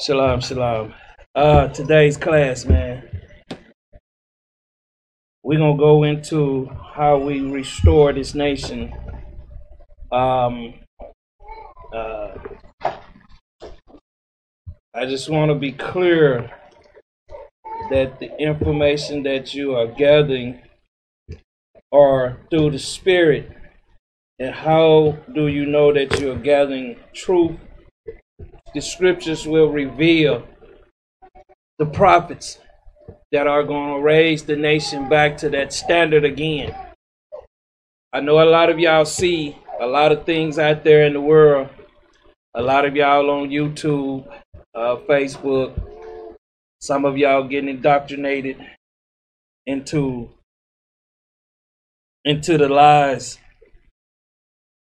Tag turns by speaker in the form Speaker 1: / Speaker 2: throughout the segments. Speaker 1: Shalom, shalom. Uh, today's class, man, we're gonna go into how we restore this nation. Um, uh, I just want to be clear that the information that you are gathering are through the Spirit, and how do you know that you are gathering truth? The Scriptures will reveal the prophets that are gonna raise the nation back to that standard again. I know a lot of y'all see a lot of things out there in the world. A lot of y'all on YouTube, uh, Facebook. Some of y'all getting indoctrinated into into the lies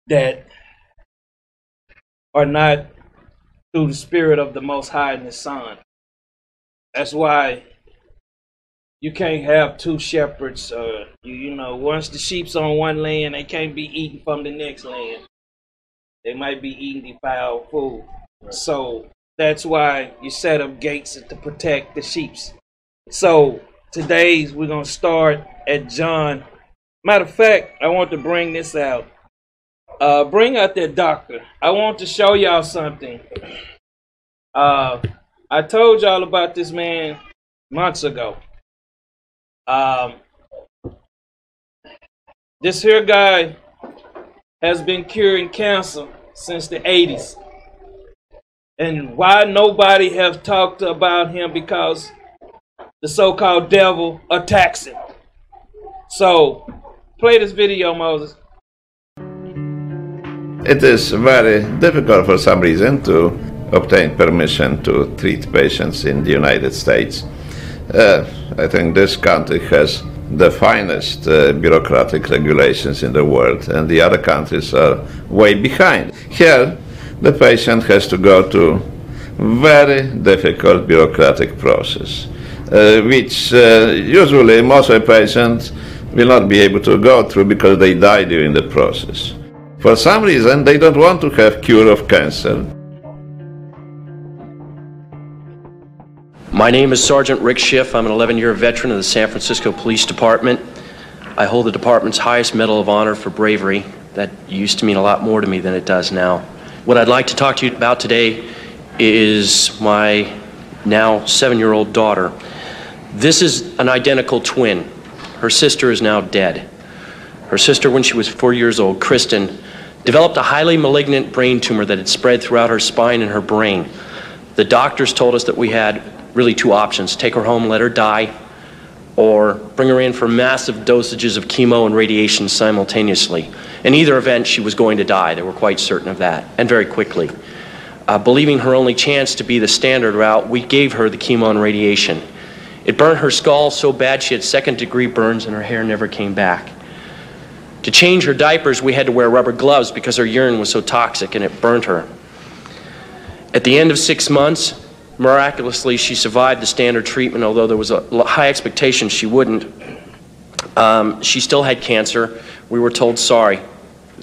Speaker 1: that are not through the spirit of the Most High and His Son. That's why you can't have two shepherds. Uh, you, you know, once the sheep's on one land, they can't be eaten from the next land. They might be eating defiled food. So that's why you set up gates to protect the sheep's. So today's we're gonna start at John. Matter of fact, I want to bring this out. Uh, bring out that doctor. I want to show y'all something. Uh, I told y'all about this man months ago. Um, this here guy has been curing cancer since the 80s. And why nobody have talked about him because the so-called devil attacks him. So play this video, Moses.
Speaker 2: It is very difficult for some reason to obtain permission to treat patients in the United States. Uh, I think this country has the finest uh, bureaucratic regulations in the world, and the other countries are way behind. Here, the patient has to go to very difficult bureaucratic process, uh, which uh, usually most of the patients will not be able to go through because they die during the process. For some reason, they don't want to have cure of cancer.
Speaker 3: My name is Sergeant Rick Schiff. I'm an 11-year veteran of the San Francisco Police Department. I hold the department's highest medal of honor for bravery. That used to mean a lot more to me than it does now. What I'd like to talk to you about today is my now seven-year-old daughter. This is an identical twin. Her sister is now dead. Her sister, when she was four years old, Kristen, developed a highly malignant brain tumor that had spread throughout her spine and her brain. The doctors told us that we had really two options take her home, let her die, or bring her in for massive dosages of chemo and radiation simultaneously. In either event, she was going to die. They were quite certain of that, and very quickly. Uh, believing her only chance to be the standard route, we gave her the chemo and radiation. It burned her skull so bad she had second degree burns and her hair never came back. To change her diapers, we had to wear rubber gloves because her urine was so toxic and it burned her. At the end of six months, miraculously, she survived the standard treatment, although there was a l- high expectation she wouldn't. Um, she still had cancer. We were told, sorry,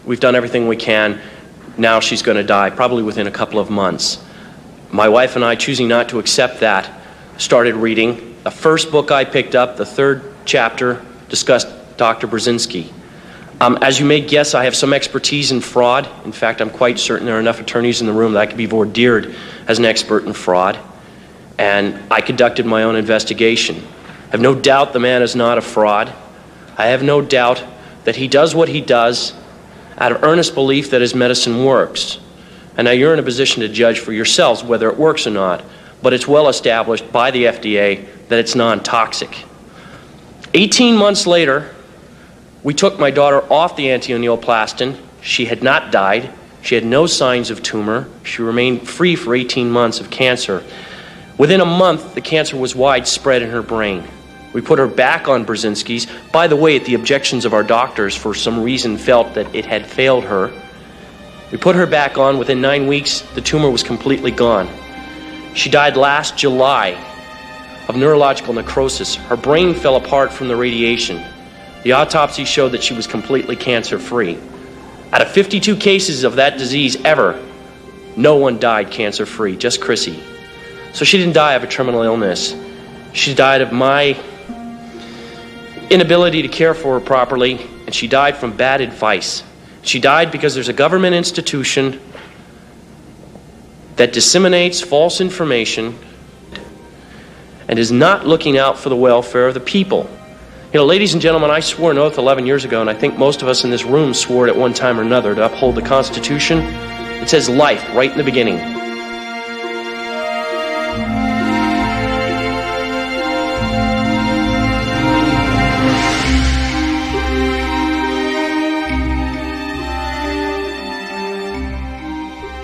Speaker 3: we've done everything we can. Now she's going to die, probably within a couple of months. My wife and I, choosing not to accept that, started reading. The first book I picked up, the third chapter, discussed Dr. Brzezinski. Um, as you may guess, I have some expertise in fraud. In fact, I'm quite certain there are enough attorneys in the room that I could be vordeered as an expert in fraud. And I conducted my own investigation. I have no doubt the man is not a fraud. I have no doubt that he does what he does out of earnest belief that his medicine works. And now you're in a position to judge for yourselves whether it works or not, but it's well established by the FDA that it's non toxic. 18 months later, we took my daughter off the antineoplastin. She had not died. She had no signs of tumor. She remained free for 18 months of cancer. Within a month, the cancer was widespread in her brain. We put her back on Brzezinski's. By the way, at the objections of our doctors, for some reason, felt that it had failed her. We put her back on. Within nine weeks, the tumor was completely gone. She died last July of neurological necrosis. Her brain fell apart from the radiation. The autopsy showed that she was completely cancer free. Out of 52 cases of that disease ever, no one died cancer free, just Chrissy. So she didn't die of a terminal illness. She died of my inability to care for her properly, and she died from bad advice. She died because there's a government institution that disseminates false information and is not looking out for the welfare of the people. You know, ladies and gentlemen, I swore an oath 11 years ago, and I think most of us in this room swore it at one time or another to uphold the Constitution. It says life right in the beginning.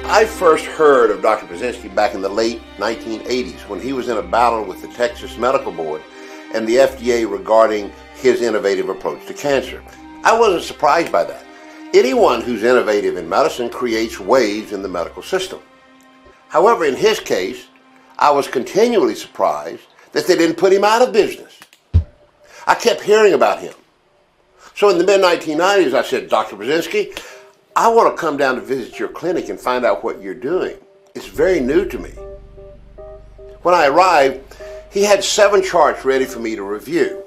Speaker 4: I first heard of Dr. Brzezinski back in the late 1980s when he was in a battle with the Texas Medical Board and the FDA regarding his innovative approach to cancer. I wasn't surprised by that. Anyone who's innovative in medicine creates waves in the medical system. However, in his case, I was continually surprised that they didn't put him out of business. I kept hearing about him. So in the mid 1990s, I said, Dr. Brzezinski, I want to come down to visit your clinic and find out what you're doing. It's very new to me. When I arrived, he had seven charts ready for me to review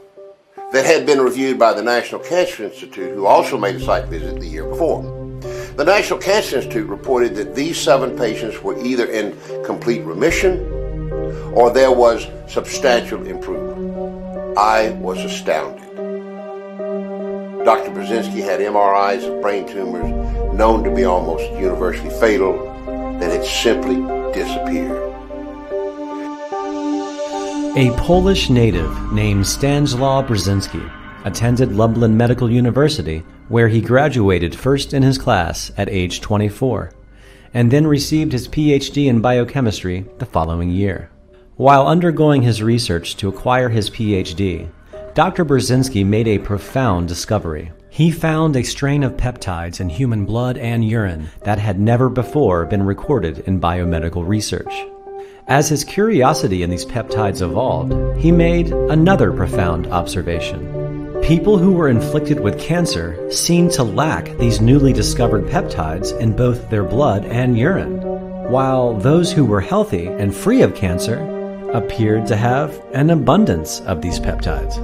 Speaker 4: that had been reviewed by the National Cancer Institute, who also made a site visit the year before. The National Cancer Institute reported that these seven patients were either in complete remission or there was substantial improvement. I was astounded. Dr. Brzezinski had MRIs of brain tumors known to be almost universally fatal that had simply disappeared.
Speaker 5: A Polish native named Stanislaw Brzezinski attended Lublin Medical University, where he graduated first in his class at age 24, and then received his PhD in biochemistry the following year. While undergoing his research to acquire his PhD, Dr. Brzezinski made a profound discovery. He found a strain of peptides in human blood and urine that had never before been recorded in biomedical research. As his curiosity in these peptides evolved, he made another profound observation. People who were inflicted with cancer seemed to lack these newly discovered peptides in both their blood and urine, while those who were healthy and free of cancer appeared to have an abundance of these peptides.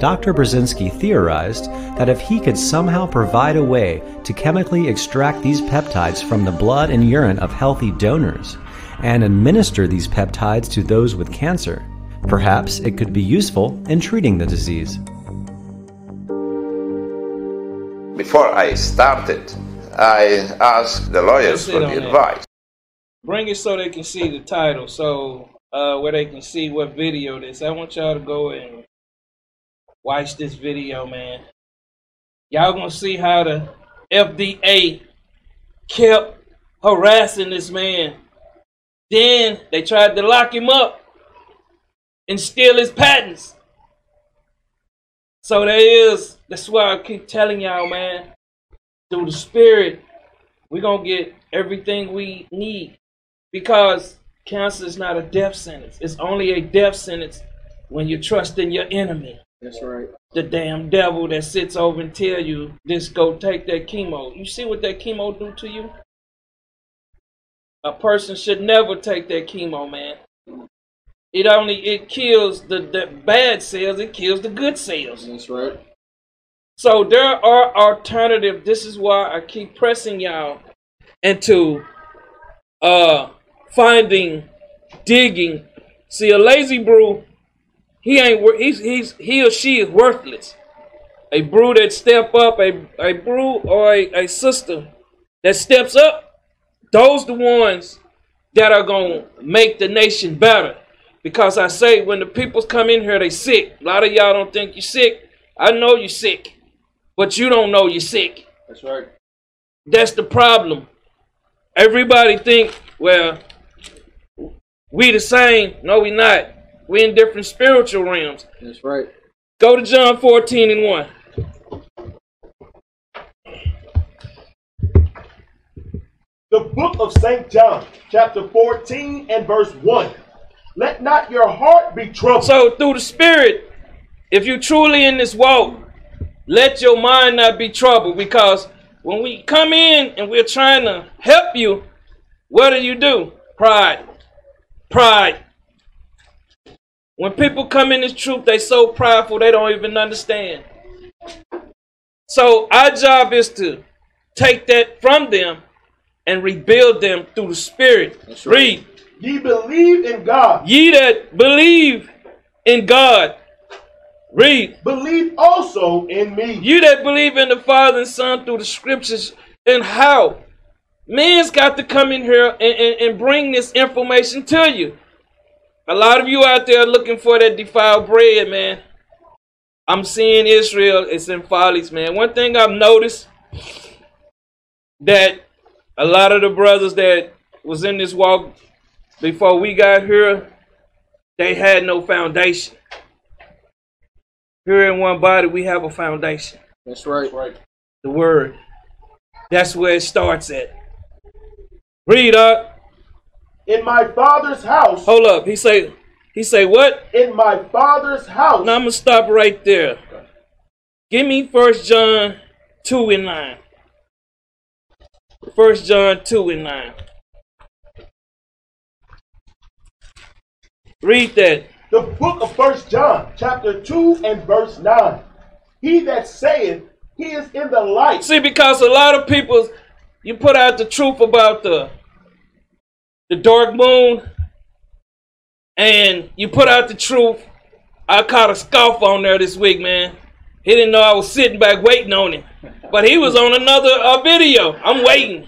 Speaker 5: Dr. Brzezinski theorized that if he could somehow provide a way to chemically extract these peptides from the blood and urine of healthy donors, and administer these peptides to those with cancer. Perhaps it could be useful in treating the disease.
Speaker 2: Before I started, I asked the lawyers
Speaker 1: Sit
Speaker 2: for
Speaker 1: on
Speaker 2: the
Speaker 1: that.
Speaker 2: advice.
Speaker 1: Bring it so they can see the title, so uh, where they can see what video this. I want y'all to go and watch this video, man. Y'all gonna see how the FDA kept harassing this man. Then they tried to lock him up and steal his patents. So there is. That's why I keep telling y'all, man. Through the spirit, we're gonna get everything we need because cancer is not a death sentence. It's only a death sentence when you trust in your enemy.
Speaker 6: That's right.
Speaker 1: The damn devil that sits over and tell you, just go take that chemo. You see what that chemo do to you? A person should never take that chemo, man. It only it kills the, the bad cells, it kills the good cells.
Speaker 6: That's right.
Speaker 1: So there are alternative. This is why I keep pressing y'all into uh finding, digging. See, a lazy brew, he ain't wor- he's he's he or she is worthless. A brew that step up, a a brew or a, a sister that steps up, those the ones that are gonna make the nation better. Because I say when the peoples come in here, they sick. A lot of y'all don't think you sick. I know you sick, but you don't know you're sick.
Speaker 6: That's right.
Speaker 1: That's the problem. Everybody think, well, we the same. No, we not. We in different spiritual realms.
Speaker 6: That's right.
Speaker 1: Go to John 14 and 1.
Speaker 7: The book of St. John, chapter 14 and verse 1. Let not your heart be troubled.
Speaker 1: So through the spirit, if you truly in this walk, let your mind not be troubled because when we come in and we're trying to help you, what do you do? Pride. Pride. When people come in this truth, they so prideful they don't even understand. So our job is to take that from them and rebuild them through the Spirit.
Speaker 4: That's right.
Speaker 1: Read,
Speaker 7: Ye believe in God.
Speaker 1: ye that believe in God. Read,
Speaker 7: Believe also in me.
Speaker 1: you that believe in the Father and Son through the Scriptures and how. Man's got to come in here and, and, and bring this information to you. A lot of you out there looking for that defiled bread, man. I'm seeing Israel. It's in follies, man. One thing I've noticed that a lot of the brothers that was in this walk before we got here, they had no foundation. Here in one body, we have a foundation.
Speaker 6: That's right. Right.
Speaker 1: The word. That's where it starts at. Read up.
Speaker 7: In my father's house.
Speaker 1: Hold up. He say. He say what?
Speaker 7: In my father's house.
Speaker 1: Now I'm gonna stop right there. Give me First John two and nine. First John two and nine. Read that.
Speaker 7: The book of First John, chapter 2 and verse 9. He that saith he is in the light.
Speaker 1: See, because a lot of people, you put out the truth about the the dark moon, and you put out the truth. I caught a scoff on there this week, man. He didn't know I was sitting back waiting on him, but he was on another uh, video. I'm waiting,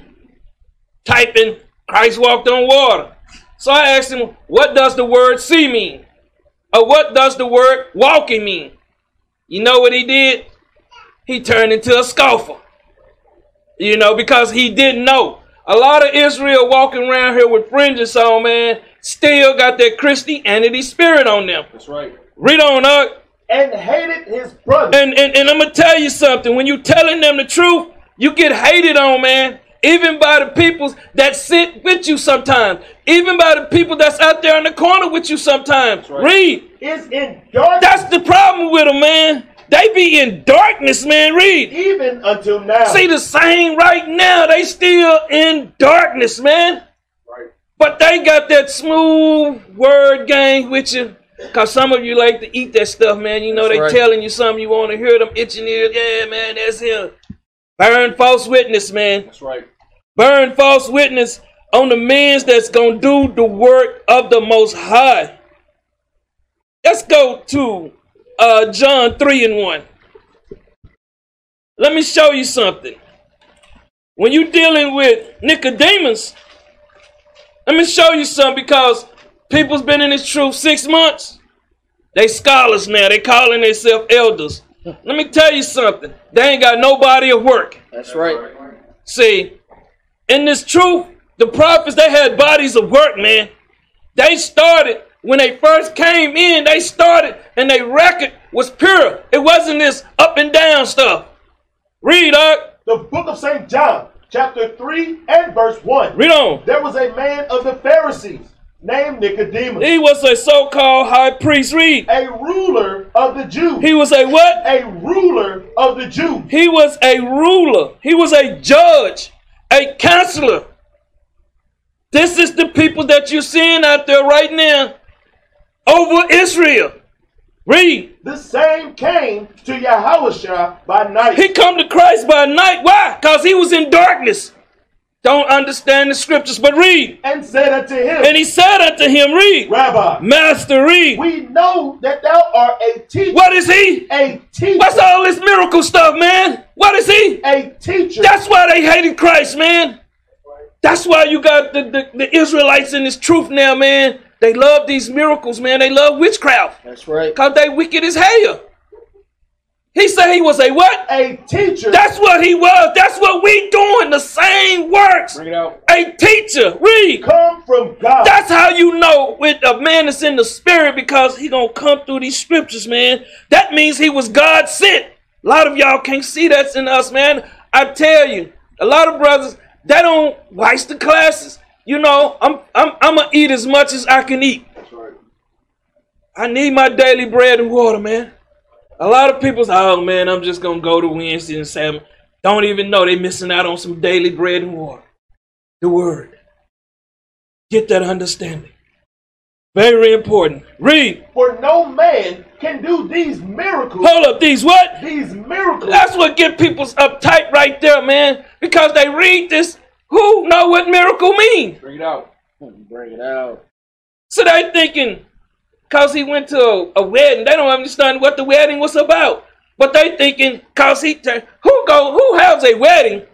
Speaker 1: typing. Christ walked on water. So I asked him, "What does the word see mean?" Or what does the word walking mean? You know what he did? he turned into a scoffer. You know, because he didn't know. A lot of Israel walking around here with fringes on, man, still got that Christianity spirit on them.
Speaker 6: That's right.
Speaker 1: Read on up.
Speaker 7: And hated his brother.
Speaker 1: And, and, and I'm going to tell you something. When you telling them the truth, you get hated on, man. Even by the people that sit with you sometimes. Even by the people that's out there in the corner with you sometimes. Read.
Speaker 7: Is in darkness
Speaker 1: That's the problem with them, man. They be in darkness, man. Read.
Speaker 7: even until now.
Speaker 1: See the same right now. They still in darkness, man.
Speaker 6: Right.
Speaker 1: But they got that smooth word game with you. Cause some of you like to eat that stuff, man. You know
Speaker 6: That's
Speaker 1: they
Speaker 6: right.
Speaker 1: telling you something you want to hear them itching ears. Yeah, man, that's him. Burn false witness, man.
Speaker 6: That's right.
Speaker 1: Burn false witness on the men's that's gonna do the work of the most high. Let's go to uh, John 3 and 1. Let me show you something. When you're dealing with Nicodemus, let me show you something because people's been in this truth six months. They scholars now. They calling themselves elders. Let me tell you something. They ain't got no body of work.
Speaker 6: That's right.
Speaker 1: See, in this truth, the prophets they had bodies of work, man. They started when they first came in. They started, and their record was pure. It wasn't this up and down stuff. Read up,
Speaker 7: The book of St. John, chapter 3 and verse 1.
Speaker 1: read on.
Speaker 7: There was a man of the Pharisees named Nicodemus,
Speaker 1: He was a so-called high priest. Read.
Speaker 7: a ruler of the Jews.
Speaker 1: He was a what?
Speaker 7: a ruler of the Jews.
Speaker 1: He was a ruler. He was a judge, a counselor. This is the people that you're seeing out there right now over Israel. Read.
Speaker 7: The same came to Yahusha by night.
Speaker 1: He come to Christ by night. Why? Because he was in darkness. Don't understand the scriptures, but read.
Speaker 7: and said unto him,
Speaker 1: And he said unto him, Read.
Speaker 7: Rabbi,
Speaker 1: Master, read.
Speaker 7: we know that thou art a teacher,
Speaker 1: What is he?
Speaker 7: a teacher,
Speaker 1: What's all this miracle stuff, man? What is he?
Speaker 7: a teacher
Speaker 1: That's why they hated Christ, man. That's why you got the, the, the Israelites in this truth now, man. They love these miracles, man. They love witchcraft.
Speaker 6: That's right.
Speaker 1: Because they wicked as hell. He said he was a what?
Speaker 7: a teacher
Speaker 1: That's what he was. That's what we doing. The same works.
Speaker 6: Bring it out.
Speaker 1: a teacher. Read.
Speaker 7: come from God.
Speaker 1: That's how you know with a man that's in the spirit because he gonna come through these scriptures, man. That means he was God sent. A lot of y'all can't see that's in us, man. I tell you, a lot of brothers they don't watch the classes. You know, I'm I'm I'm gonna eat as much as I can eat.
Speaker 6: That's right.
Speaker 1: I need my daily bread and water, man. A lot of people say, oh man, I'm just gonna go to Wednesday and Sabbath. Don't even know they missing out on some daily bread and water. The word. Get that understanding. Very important. Read.
Speaker 7: For no man can do these miracles,
Speaker 1: Hold up. These what?
Speaker 7: these miracles,
Speaker 1: That's what get people's uptight right there, man. Because they read this, who know what miracle mean?
Speaker 6: Bring it out. Bring it out.
Speaker 1: So they thinking, cause he went to a, a wedding, they don't understand what the wedding was about. But they thinking, cause he tur- who go who has a wedding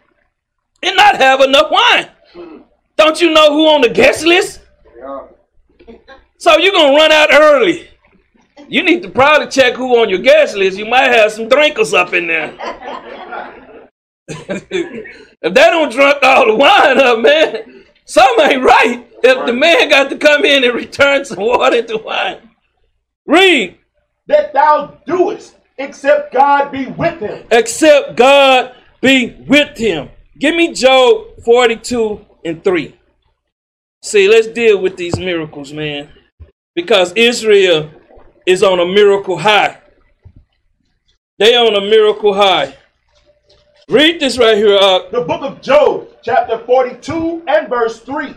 Speaker 1: and not have enough wine? Don't you know who on the guest list? So you're gonna run out early. You need to probably check who on your guest list. You might have some drinkers up in there. if they don't drunk all the wine up, man, something ain't right. If the man got to come in and return some water to wine. Read,
Speaker 7: that thou doest, except God be with him.
Speaker 1: except God be with him. Give me Job 42 and 3. See, let's deal with these miracles, man. Because Israel is on a miracle high. They on a miracle high. Read this right here up.
Speaker 7: The book of Job, chapter 42 and verse 3.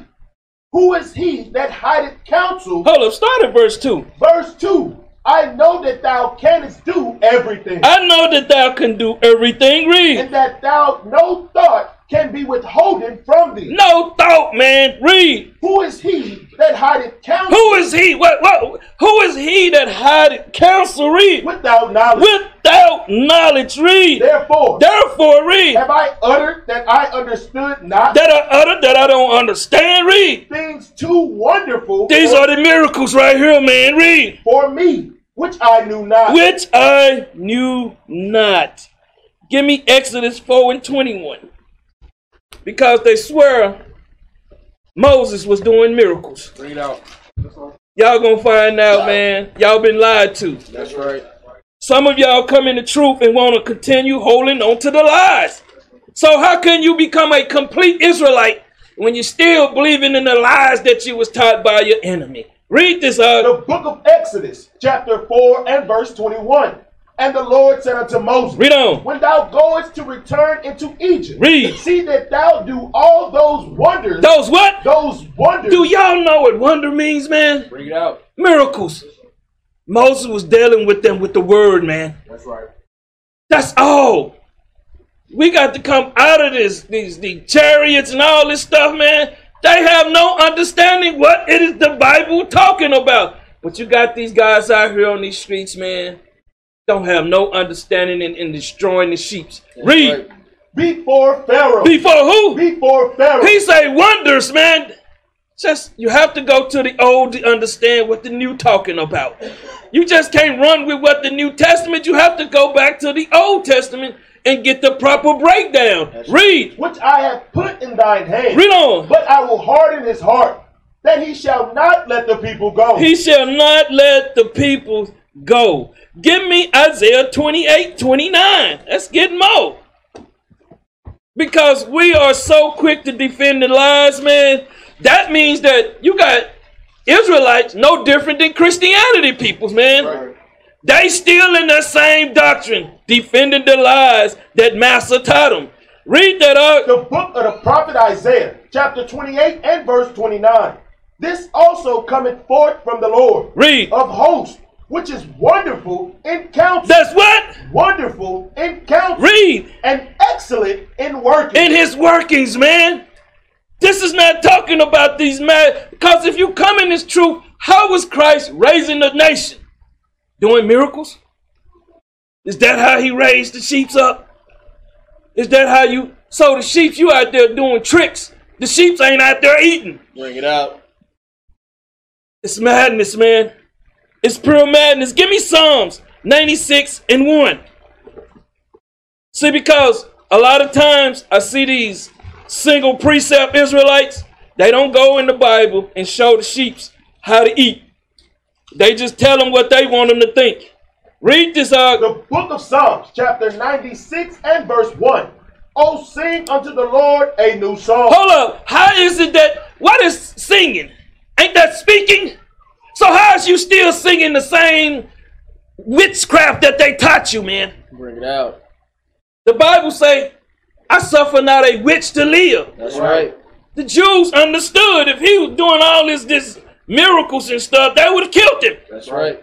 Speaker 7: Who is he that hideth counsel?
Speaker 1: Hold up, start at verse 2.
Speaker 7: Verse 2. I know that thou canst do everything,
Speaker 1: I know that thou can do everything. Read.
Speaker 7: and that thou no thought can be withholden from thee.
Speaker 1: No thought, man. Read.
Speaker 7: Who is he that hideth counsel
Speaker 1: Who is he? What, what? Who is he that hideth counsel? Read
Speaker 7: without knowledge?
Speaker 1: without knowledge. Read.
Speaker 7: Therefore,
Speaker 1: Therefore, read
Speaker 7: have I uttered that I understood not
Speaker 1: that I utter that I don't understand. Read.
Speaker 7: things too wonderful
Speaker 1: These
Speaker 7: for,
Speaker 1: are the miracles right here, man. Read
Speaker 7: for me, which I knew not.
Speaker 1: which I knew not. Give me Exodus four and twenty-one, because they swear Moses was doing miracles.
Speaker 6: Bring it out.
Speaker 1: Y'all gonna find out, man. Y'all been lied to.
Speaker 6: That's right.
Speaker 1: Some of y'all come in the truth and want to continue holding on to the lies. So how can you become a complete Israelite when you're still believing in the lies that you was taught by your enemy? Read this uh,
Speaker 7: the
Speaker 1: out.
Speaker 7: book of Exodus, chapter 4 and verse 21. And the Lord said unto Moses,
Speaker 1: Read on.
Speaker 7: When thou goest to return into Egypt,
Speaker 1: Read.
Speaker 7: see that thou do all those wonders,
Speaker 1: Those what?
Speaker 7: those wonders
Speaker 1: Do y'all know what wonder means, man?
Speaker 6: Bring it out.
Speaker 1: Miracles. Moses was dealing with them with the word, man.
Speaker 6: That's right.
Speaker 1: That's all. We got to come out of this, these, the chariots and all this stuff, man. They have no understanding what it is the Bible talking about. But you got these guys out here on these streets, man. Don't have no understanding in, in destroying the sheep. Read.
Speaker 6: Right.
Speaker 7: before Pharaoh.
Speaker 1: Before who?
Speaker 7: before Pharaoh.
Speaker 1: He say wonders, man. Just you have to go to the old to understand what the new talking about. You just can't run with what the New Testament. You have to go back to the Old Testament and get the proper breakdown. Read,
Speaker 7: which I have put in thine hand.
Speaker 1: read on.
Speaker 7: But I will harden his heart, that he shall not let the people go.
Speaker 1: He shall not let the people go. Give me Isaiah 28 29. Let's get more. Because we are so quick to defend the lies, man. That means that you got Israelites no different than Christianity peoples, man. They still in that same doctrine, defending the lies that Master taught them. Read that out.
Speaker 7: the book of the prophet Isaiah, chapter 28 and verse 29. This also cometh forth from the Lord
Speaker 1: Read.
Speaker 7: of hosts, which is wonderful in counsel,
Speaker 1: That's what?
Speaker 7: wonderful in counsel,
Speaker 1: Read.
Speaker 7: and excellent in working.
Speaker 1: in his workings, man. This is not talking about these men. Because if you come in this truth, how was Christ raising the nation? Doing miracles? Is that how he raised the sheep's up? Is that how you so the sheep you out there doing tricks? The sheep's ain't out there eating.
Speaker 6: Bring it out.
Speaker 1: It's madness, man. It's pure madness. Give me Psalms 96 and 1. See, because a lot of times I see these single precept Israelites, they don't go in the Bible and show the sheeps how to eat. They just tell them what they want them to think. Read this uh, out.
Speaker 7: the book of Psalms, chapter 96 and verse 1. Oh, sing unto the Lord a new song.
Speaker 1: Hold up. How is it that, what is singing? Ain't that speaking? So how is you still singing the same witchcraft that they taught you, man?
Speaker 6: Bring it out.
Speaker 1: The Bible say, I suffer not a witch to live.
Speaker 6: That's right.
Speaker 1: The Jews understood if he was doing all this, this miracles and stuff, they would have killed him.
Speaker 6: That's right.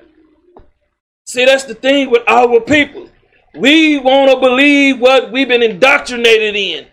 Speaker 1: See, that's the thing with our people. We want to believe what we've been indoctrinated in.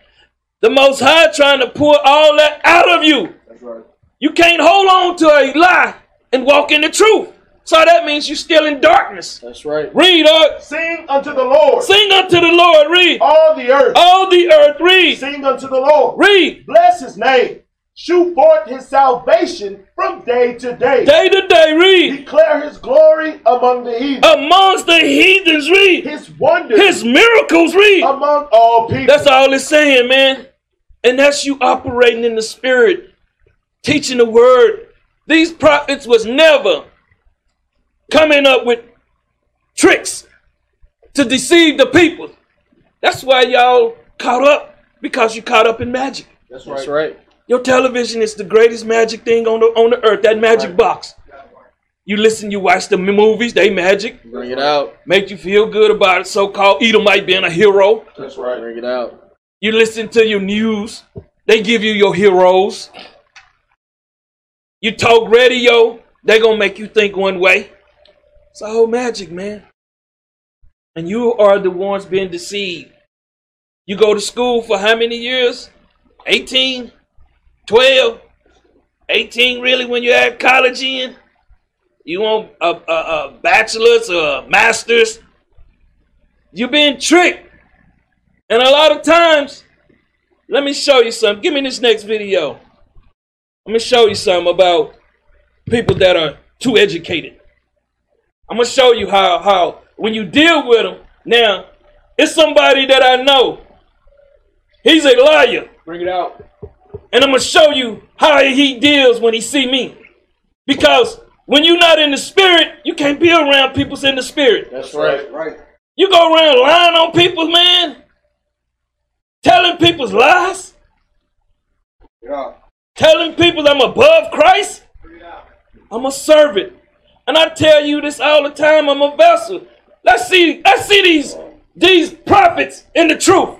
Speaker 1: The Most High trying to pour all that out of you.
Speaker 6: That's right.
Speaker 1: You can't hold on to a lie and walk in the truth. So that means you're still in darkness.
Speaker 6: That's right.
Speaker 1: Read, uh,
Speaker 7: Sing unto the Lord,
Speaker 1: sing unto the Lord. Read.
Speaker 7: all the earth.
Speaker 1: All the earth, read.
Speaker 7: Sing unto the Lord.
Speaker 1: Read.
Speaker 7: Bless his name. Shoot forth his salvation from day to day.
Speaker 1: Day to day, read.
Speaker 7: Declare his glory among the heathen.
Speaker 1: Amongst the heathens, read.
Speaker 7: his wonders
Speaker 1: His miracles, read.
Speaker 7: among all people.
Speaker 1: That's all it's saying, man. And that's you operating in the spirit, teaching the word. These prophets was never coming up with tricks to deceive the people. That's why y'all caught up because you caught up in magic.
Speaker 6: That's right. That's right.
Speaker 1: Your television is the greatest magic thing on the on the earth. That magic box. You listen, you watch the m- movies. They magic
Speaker 6: Bring it out.
Speaker 1: make you feel good about it. So called Edomite being a hero.
Speaker 6: That's right. Bring it out.
Speaker 1: You listen to your news. They give you your heroes. You talk radio. They gonna make you think one way. It's all magic, man. And you are the ones being deceived. You go to school for how many years? 18, 12, 18 really when you add college in? You want a, a, a bachelor's or a master's? You're being tricked. And a lot of times, let me show you something. Give me this next video. Let me show you something about people that are too educated. I'm gonna show you how how when you deal with them. Now, it's somebody that I know. He's a liar,
Speaker 6: Bring it out.
Speaker 1: and I'm gonna show you how he deals when he see me. Because when you're not in the spirit, you can't be around people's in the spirit.
Speaker 6: That's right. Right.
Speaker 1: You go around lying on people, man. Telling people's lies.
Speaker 6: Yeah.
Speaker 1: Telling people I'm above Christ. I'm a servant. And I tell you this all the time, I'm a vessel. Let's see, let's see these these prophets in the truth.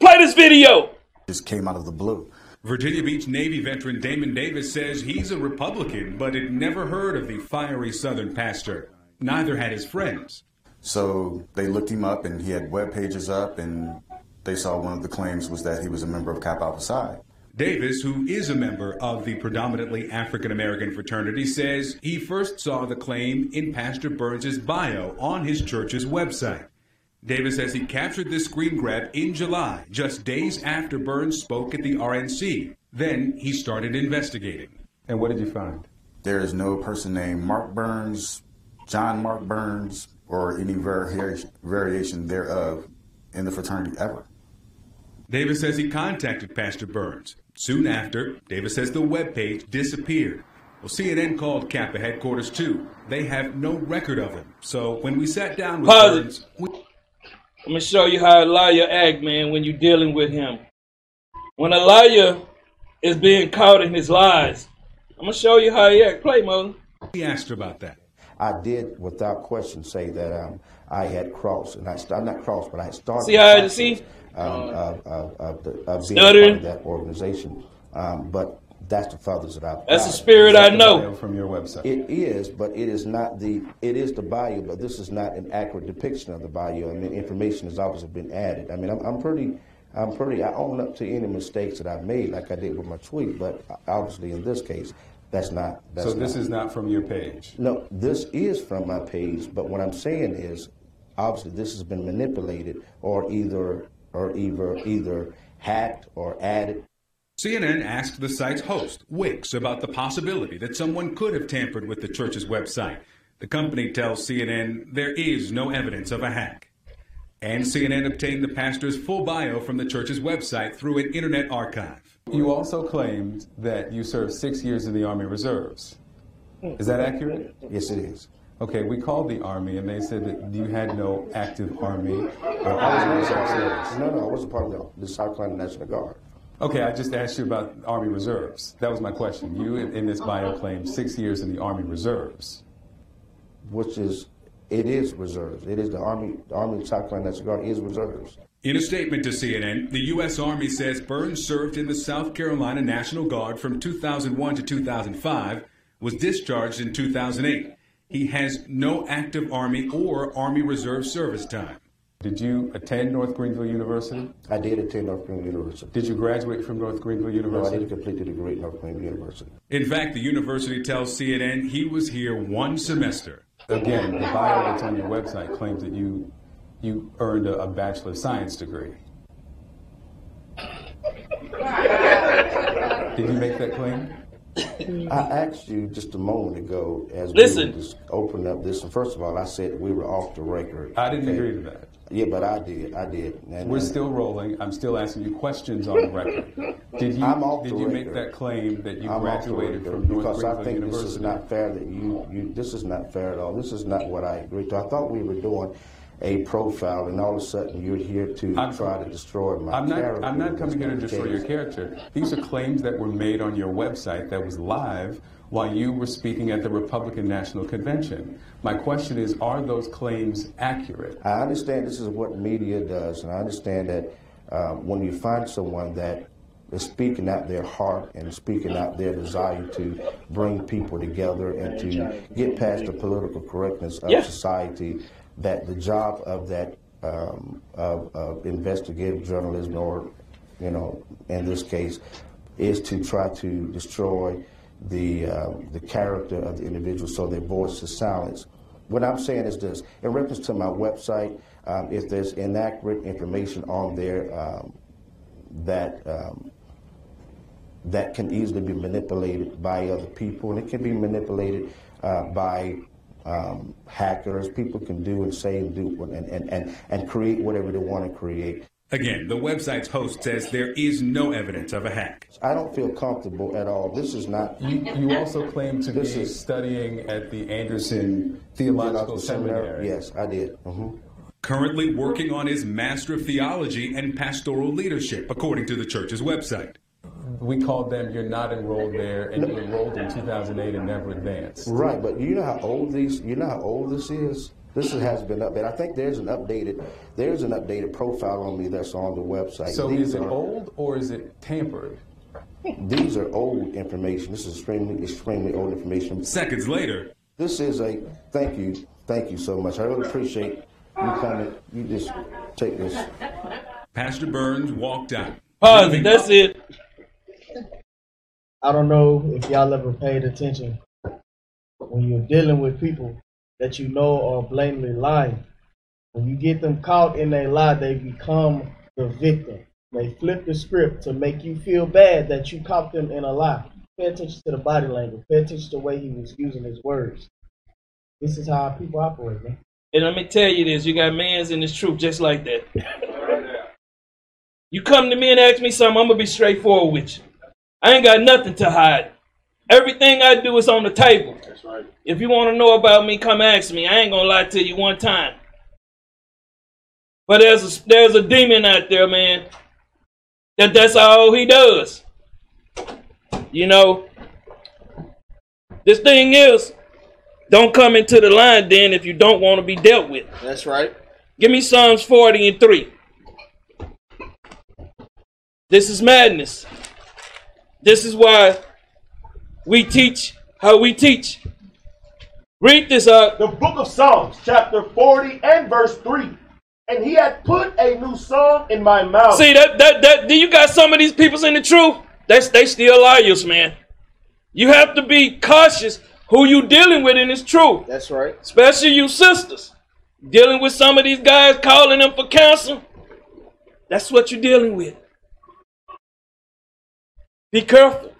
Speaker 1: Play this video.
Speaker 8: just came out of the blue.
Speaker 9: Virginia Beach Navy veteran Damon Davis says he's a Republican, but had never heard of the fiery Southern pastor. Neither had his friends.
Speaker 8: So they looked him up, and he had web pages up, and they saw one of the claims was that he was a member of Cap Alpha Psi.
Speaker 9: Davis, who is a member of the predominantly African American fraternity, says he first saw the claim in Pastor Burns' bio on his church's website. Davis says he captured this screen grab in July, just days after Burns spoke at the RNC. Then he started investigating.
Speaker 10: And what did you find?
Speaker 8: There is no person named Mark Burns, John Mark Burns, or any varia- variation thereof in the fraternity ever.
Speaker 9: Davis says he contacted Pastor Burns. Soon after, Davis says the webpage disappeared. Well, CNN called Kappa headquarters too. They have no record of him. So when we sat down with
Speaker 1: Pause it.
Speaker 9: Burns, we
Speaker 1: I'm gonna show you how a liar act, man, when you're dealing with him. When a liar is being caught in his lies, I'm gonna show you how he act. Play, Moses.
Speaker 9: we asked her about that.
Speaker 11: I did, without question, say that um, I had crossed, and I st- not crossed, but I had started.
Speaker 1: See how
Speaker 11: the
Speaker 1: it- see? Oh.
Speaker 11: process, Um, of, of, of, the, of being
Speaker 1: Stuttering.
Speaker 11: part of that organization, um, but that's the feathers that I've.
Speaker 1: That's the
Speaker 11: got.
Speaker 1: spirit I know.
Speaker 10: Bio from your website.
Speaker 11: It is, but it is not the. It is the value, but this is not an accurate depiction of the value. I mean, information has obviously been added. I mean, I'm, I'm pretty. I'm pretty. I own up to any mistakes that I made, like I did with my tweet. But obviously, in this case, that's not. That's
Speaker 10: so this
Speaker 11: not.
Speaker 10: is not from your page.
Speaker 11: No, this is from my page, but what I'm saying is, obviously, this has been manipulated or either or either either hacked or added.
Speaker 9: CNN asked the site's host, Wix, about the possibility that someone could have tampered with the church's website. The company tells CNN there is no evidence of a hack. And CNN obtained the pastor's full bio from the church's website through an internet archive.
Speaker 10: You also claimed that you served six years in the Army Reserves. Is that accurate?
Speaker 11: Yes, it is.
Speaker 10: Okay, we called the Army and they said that you had no active Army or Army Reserve service.
Speaker 11: No, no, I was a part of the, the South Carolina National Guard.
Speaker 10: Okay, I just asked you about Army Reserves. That was my question. You, in in this bio, claimed six years in the Army Reserves.
Speaker 11: which is it is reserves. It is the Army the Army of South Carolina National Guard is reserves.
Speaker 9: In a statement to CNN, the U.S. Army says Burns served in the South Carolina National Guard from 2001 to 2005, was discharged in 2008. He has no active Army or Army Reserve service time.
Speaker 10: Did you attend North Greenville University?
Speaker 11: I did attend North Greenville University.
Speaker 10: Mm-hmm. Did you graduate from North Greenville
Speaker 11: No, I
Speaker 10: University?
Speaker 11: didn't complete the degree at North Greenville University.
Speaker 9: In fact, the university tells CNN he was here one semester.
Speaker 10: Again, the bio that's on your website claims that you you earned a, a Bachelor of Science degree.
Speaker 11: Did you make that claim? I
Speaker 10: Uh,
Speaker 11: asked you just a moment ago as
Speaker 10: Listen.
Speaker 11: we were just opened up this. And first of all, I said we were off the record.
Speaker 10: I didn't agree to that.
Speaker 11: Yeah, but I did. I did. And-
Speaker 10: We're still rolling. I'm still asking you questions on the record. Did you
Speaker 11: I'm off
Speaker 10: did
Speaker 11: the
Speaker 10: you make
Speaker 11: record.
Speaker 10: that claim that you
Speaker 11: I'm off the
Speaker 10: graduated
Speaker 11: record
Speaker 10: from North
Speaker 11: because
Speaker 10: Greenville
Speaker 11: I think
Speaker 10: University?
Speaker 11: this is not fair that you, you this is not fair at all. This is not what I agreed to. I thought we were doing a profile, and all of a sudden you're here to try to destroy my
Speaker 10: I'm not,
Speaker 11: character.
Speaker 10: I'm not
Speaker 11: That's
Speaker 10: coming here to
Speaker 11: the
Speaker 10: destroy
Speaker 11: case.
Speaker 10: your character. These are claims that were made on your website that was live while you were speaking at the Republican National Convention. My question is, are those claims accurate?
Speaker 11: I understand this is what media does, and I understand that uh, when you find someone that is speaking out their heart and speaking out their desire to bring people together and to get past the political correctness of
Speaker 1: Yeah.
Speaker 11: society, that the job of that um, of, of investigative journalism, or you know, in this case, is to try to destroy the uh, the character of the individual so their voice is silenced. What I'm saying is this: in reference to my website, um, if there's inaccurate information on there um, that um, that can easily be manipulated by other people, and it can be manipulated uh, by um, hackers. People can do and say and do and, and, and, and create whatever they want to create.
Speaker 9: Again, the website's host says there is no evidence of a hack.
Speaker 11: I don't feel comfortable at all. This is not.
Speaker 10: You, you also claim to
Speaker 11: This
Speaker 10: be
Speaker 11: is-
Speaker 10: studying at the Anderson Theological Seminary.
Speaker 11: Yes, I did. hmm
Speaker 9: Currently working on his Master of Theology and Pastoral Leadership, according to the church's website.
Speaker 10: We called them, you're not enrolled there, and you enrolled in 2008 and never advanced.
Speaker 11: Right, but you know how old these. You know how old this is. This is- has been updated. I think there's an updated. There's an updated profile on me that's on the website.
Speaker 10: So
Speaker 11: These
Speaker 10: is it
Speaker 11: are-
Speaker 10: old or is it tampered?
Speaker 11: These are old information. This is extremely, extremely old information.
Speaker 9: Seconds later.
Speaker 11: This is a thank you, thank you so much. I really appreciate you coming. You just take this.
Speaker 9: Pastor Burns walked out.
Speaker 1: Pause. That's it.
Speaker 12: I don't know if y'all ever paid attention when you're dealing with people that you know are blatantly lying. When you get them caught in a lie, they become the victim. They flip the script to make you feel bad that you caught them in a lie. Pay attention to the body language. Pay attention to the way he was using his words. This is how people operate, man.
Speaker 1: And let me tell you this: you got mans in this troop just like that. You come to me and ask me something, I'm gonna be straightforward with you. I ain't got nothing to hide. Everything I do is on the table.
Speaker 6: That's right.
Speaker 1: If you want to know about me, come ask me. I ain't gonna lie to you one time. But there's a, there's a demon out there, man. That that's all he does. You know. This thing is, don't come into the line then if you don't want to be dealt with.
Speaker 6: That's right.
Speaker 1: Give me Psalms 40 and 3. This is madness. This is why we teach how we teach. Read this uh, up.
Speaker 7: The book of Psalms, chapter 40 and verse 3. And he had put a new song in my mouth.
Speaker 1: See that that that do you got some of these people's in the truth? That's they still liars, man. You have to be cautious who you dealing with in this truth.
Speaker 6: That's right.
Speaker 1: Especially you sisters. Dealing with some of these guys calling them for counsel. That's what you're dealing with. Be careful.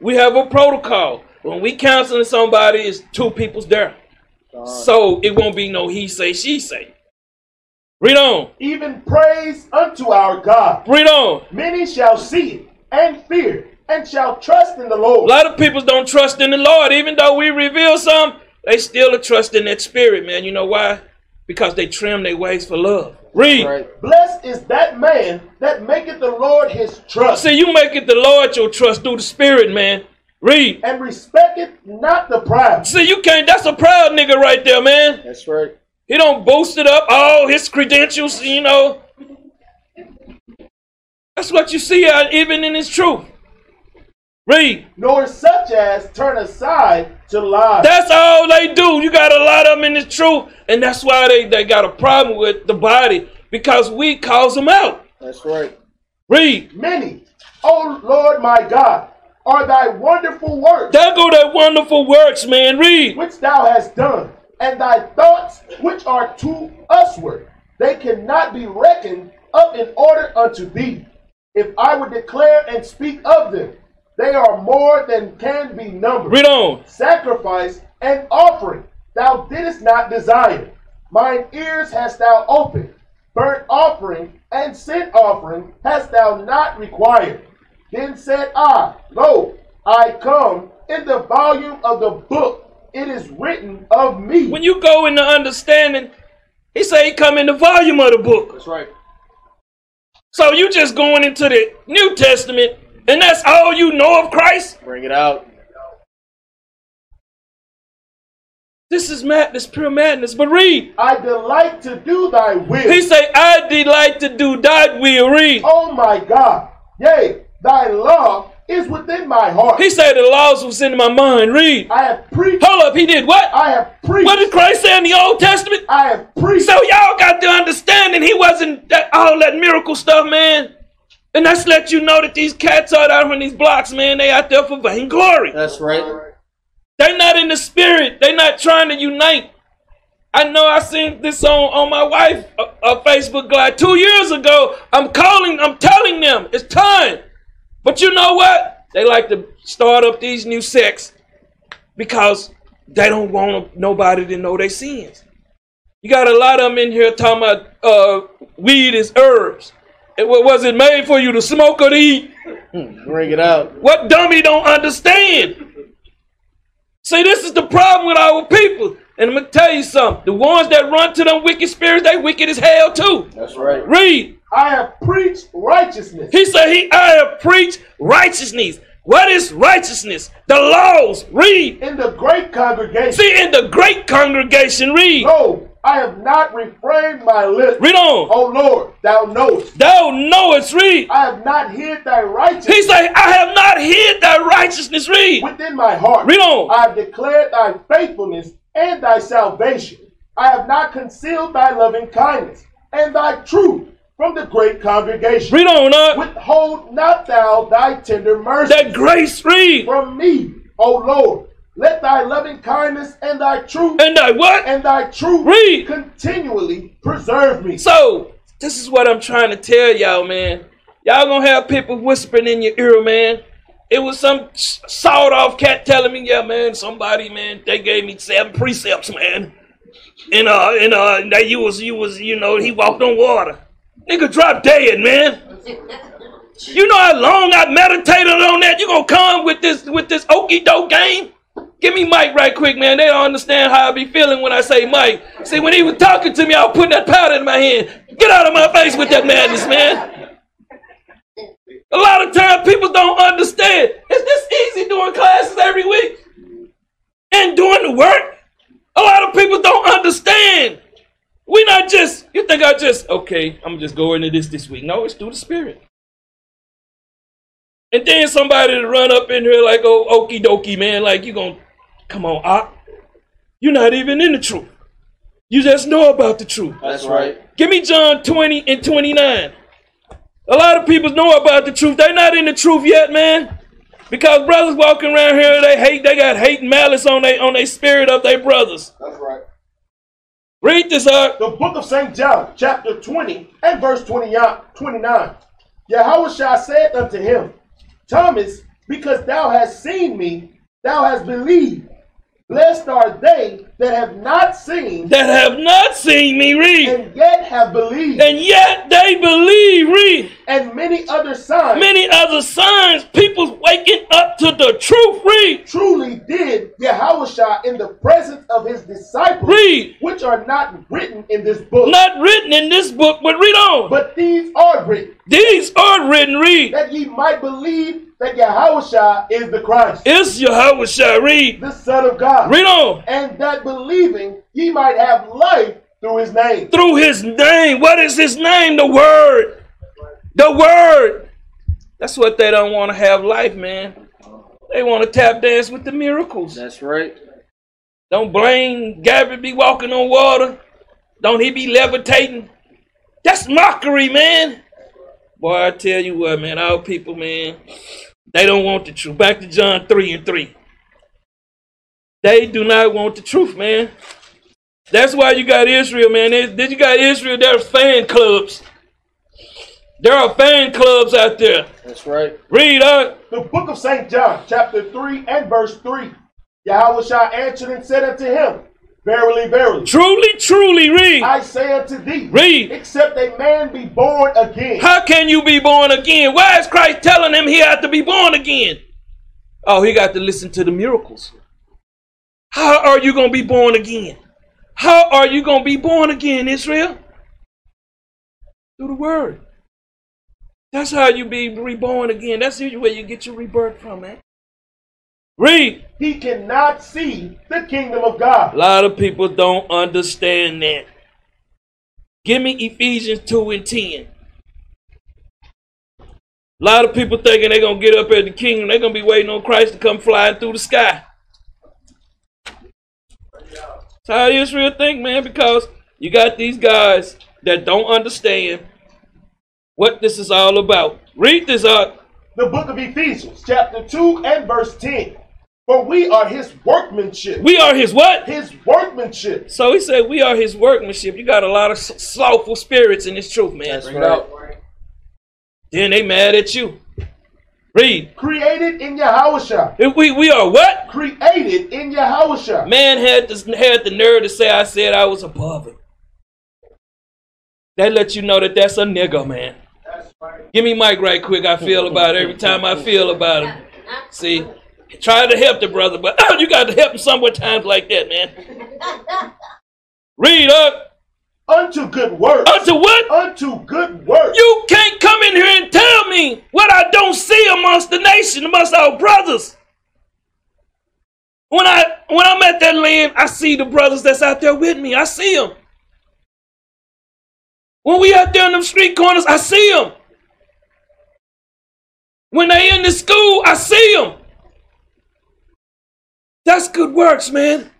Speaker 1: We have a protocol. When we counseling somebody, it's two people's there. So it won't be no he say, she say. Read on.
Speaker 7: Even praise unto our God.
Speaker 1: Read on.
Speaker 7: Many shall see it and fear and shall trust in the Lord.
Speaker 1: A lot of people don't trust in the Lord, even though we reveal some, they still are trusting that spirit, man. You know why? Because they trim their ways for love. Read.
Speaker 7: Blessed is that man that maketh the Lord his trust
Speaker 1: See, you make it the Lord your trust through the spirit, man. Read.
Speaker 7: and respecteth not the proud.
Speaker 1: See, you can't. That's a proud nigga right there, man.
Speaker 6: That's right.
Speaker 1: He don't boast it up. All his credentials, you know. That's what you see out even in his truth. Read.
Speaker 7: Nor such as turn aside to lies.
Speaker 1: That's all they do. You got a lot of them in the truth, and that's why they, they got a problem with the body because we calls them out.
Speaker 7: That's right.
Speaker 1: Read.
Speaker 7: Many, O Lord my God, are thy wonderful works.
Speaker 1: There go that wonderful works, man. Read.
Speaker 7: Which thou hast done, and thy thoughts which are to usward. They cannot be reckoned up in order unto thee. If I would declare and speak of them, they are more than can be numbered.
Speaker 1: Read on.
Speaker 7: Sacrifice and offering thou didst not desire. Mine ears hast thou opened. Burnt offering and sin offering hast thou not required. Then said I, Lo, I come in the volume of the book. It is written of me.
Speaker 1: When you go into understanding, he say he come in the volume of the book.
Speaker 7: That's right.
Speaker 1: So you just going into the New Testament, and that's all you know of Christ?
Speaker 7: Bring it out.
Speaker 1: This is madness, pure madness. But read.
Speaker 7: I delight to do thy will.
Speaker 1: He say, I delight to do thy will. Read.
Speaker 7: Oh my God. Yea, thy law is within my heart.
Speaker 1: He say the laws was in my mind. Read.
Speaker 7: I have preached.
Speaker 1: Hold up, he did what?
Speaker 7: I have preached.
Speaker 1: What did Christ say in the Old Testament?
Speaker 7: I have preached.
Speaker 1: So y'all got the understanding he wasn't that, all that miracle stuff, man. And that's let you know that these cats out there on these blocks, man, they out there for vainglory.
Speaker 6: That's right.
Speaker 1: They not in the spirit. They not trying to unite. I know I seen this on, on my wife a, a Facebook Live two years ago. I'm calling, I'm telling them it's time. But you know what? They like to start up these new sects because they don't want nobody to know their sins. You got a lot of them in here talking about uh, weed is herbs. It, wa- was it made for you to smoke or to eat?
Speaker 6: Hmm, Bring it out.
Speaker 1: What dummy don't understand? See, this is the problem with our people. And I'm gonna tell you something. The ones that run to them wicked spirits, they wicked as hell too.
Speaker 7: That's right.
Speaker 1: Read.
Speaker 7: I have preached righteousness.
Speaker 1: He said he I have preached righteousness. What is righteousness? The laws. Read.
Speaker 7: in the great congregation. Oh,
Speaker 1: See in the great congregation, read.
Speaker 7: Lo, I have not refrained my lips.
Speaker 1: Read on.
Speaker 7: O Oh, Lord, thou knowest.
Speaker 1: Thou knowest, read.
Speaker 7: I have not hid thy
Speaker 1: He
Speaker 7: righteousness
Speaker 1: said, I have not hid thy righteousness, read.
Speaker 7: within my heart.
Speaker 1: Read on.
Speaker 7: I have declared thy faithfulness and thy salvation. I have not concealed thy loving kindness and thy truth from the great congregation.
Speaker 1: Read on up.
Speaker 7: Withhold not thou thy tender mercy
Speaker 1: That grace, read.
Speaker 7: from me, O Lord. Let thy loving kindness and thy truth
Speaker 1: And thy what?
Speaker 7: and thy truth
Speaker 1: Read.
Speaker 7: continually preserve me.
Speaker 1: So this is what I'm trying to tell y'all, man. Y'all gonna have people whispering in your ear, man. It was some sawed off cat telling me, yeah, man, somebody, man, they gave me seven precepts, man. And uh and uh that you was you was you know, he walked on water. Nigga drop dead, man. You know how long I meditated on that? You gonna come with this with this okey doke game? Give me Mike right quick, man. They don't understand how I be feeling when I say Mike. See, when he was talking to me, I was putting that powder in my hand. Get out of my face with that madness, man. A lot of times people don't understand. It's this easy doing classes every week and doing the work. A lot of people don't understand. We not just, you think I just, okay, I'm just going into this this week. No, it's through the spirit. And then somebody to run up in here like, oh, okie dokie, man, like you gonna come on, op. You're not even in the truth. You just know about the truth.
Speaker 6: That's right.
Speaker 1: Give me John 20 and 29. A lot of people know about the truth. They're not in the truth yet, man. Because brothers walking around here, they hate, they got hate and malice on their on their spirit of their brothers.
Speaker 7: That's right.
Speaker 1: Read this up.
Speaker 7: The book of St. John, chapter 20 and verse 20, 29. Yahushua said unto him, Thomas, because thou hast seen me, thou hast believed. Blessed are they that have not seen
Speaker 1: That have not seen me read.
Speaker 7: and yet have believed.
Speaker 1: And yet they believe, read.
Speaker 7: And many other signs
Speaker 1: Many other signs, people's waking up to the truth, read.
Speaker 7: truly did Yahushua in the presence of his disciples,
Speaker 1: Read.
Speaker 7: which are not written in this book.
Speaker 1: Not written in this book, but read on.
Speaker 7: but these are written,
Speaker 1: These are written, read.
Speaker 7: that ye might believe that Yahushua is the Christ,
Speaker 1: It's Yahweh shall read.
Speaker 7: the Son of God.
Speaker 1: Read on.
Speaker 7: and that believing ye might have life through his name.
Speaker 1: through his name. What is his name? The word. The word. That's what they don't want to have life, man. They want to tap dance with the miracles. That's right. Don't blame Gabby be walking on water. Don't he be levitating? That's mockery, man. Boy, I tell you what, man, our people, man, they don't want the truth. Back to John 3 and 3. They do not want the truth, man. That's why you got Israel, man. They- Then you got Israel, there's fan clubs. There are fan clubs out there.
Speaker 6: That's right.
Speaker 1: Read uh, up.
Speaker 7: The book of St. John, chapter 3 and verse 3. Yahweh shall answer and said unto him, Verily, verily.
Speaker 1: Truly, truly, read.
Speaker 7: I say unto thee,
Speaker 1: Read.
Speaker 7: Except a man be born again.
Speaker 1: How can you be born again? Why is Christ telling him he had to be born again? Oh, he got to listen to the miracles. How are you going to be born again? How are you going to be born again, Israel? Through the word. That's how you be reborn again. That's usually where you get your rebirth from, man. Read.
Speaker 7: He cannot see the kingdom of God.
Speaker 1: A lot of people don't understand that. Give me Ephesians 2 and 10. A lot of people thinking they're going to get up at the kingdom. They're going to be waiting on Christ to come flying through the sky. That's how Israel think, man, because you got these guys that don't understand what this is all about. Read this uh, up.
Speaker 7: The book of Ephesians, chapter 2 and verse 10. For we are his workmanship.
Speaker 1: We are his what?
Speaker 7: His workmanship.
Speaker 1: So he said, We are his workmanship. You got a lot of s- slothful spirits in this truth, man.
Speaker 7: Bring it right. out.
Speaker 1: Then they mad at you. Read.
Speaker 7: Created in Yahusha.
Speaker 1: If we, we are what?
Speaker 7: Created in Yahusha.
Speaker 1: Man had this, had the nerve to say I said I was above it. That lets you know that that's a nigga, man. Give me Mike right quick. I feel about it every time I feel about him. See, try to help the brother, but you got to help him somewhere times like that, man. Read up.
Speaker 7: Unto good works.
Speaker 1: Unto what?
Speaker 7: Unto good works.
Speaker 1: You can't come in here and tell me what I don't see amongst the nation, amongst our brothers. When I when I'm at that land, I see the brothers that's out there with me. I see them. When we out there in them street corners, I see them. When they in the school, I see them. That's good works, man.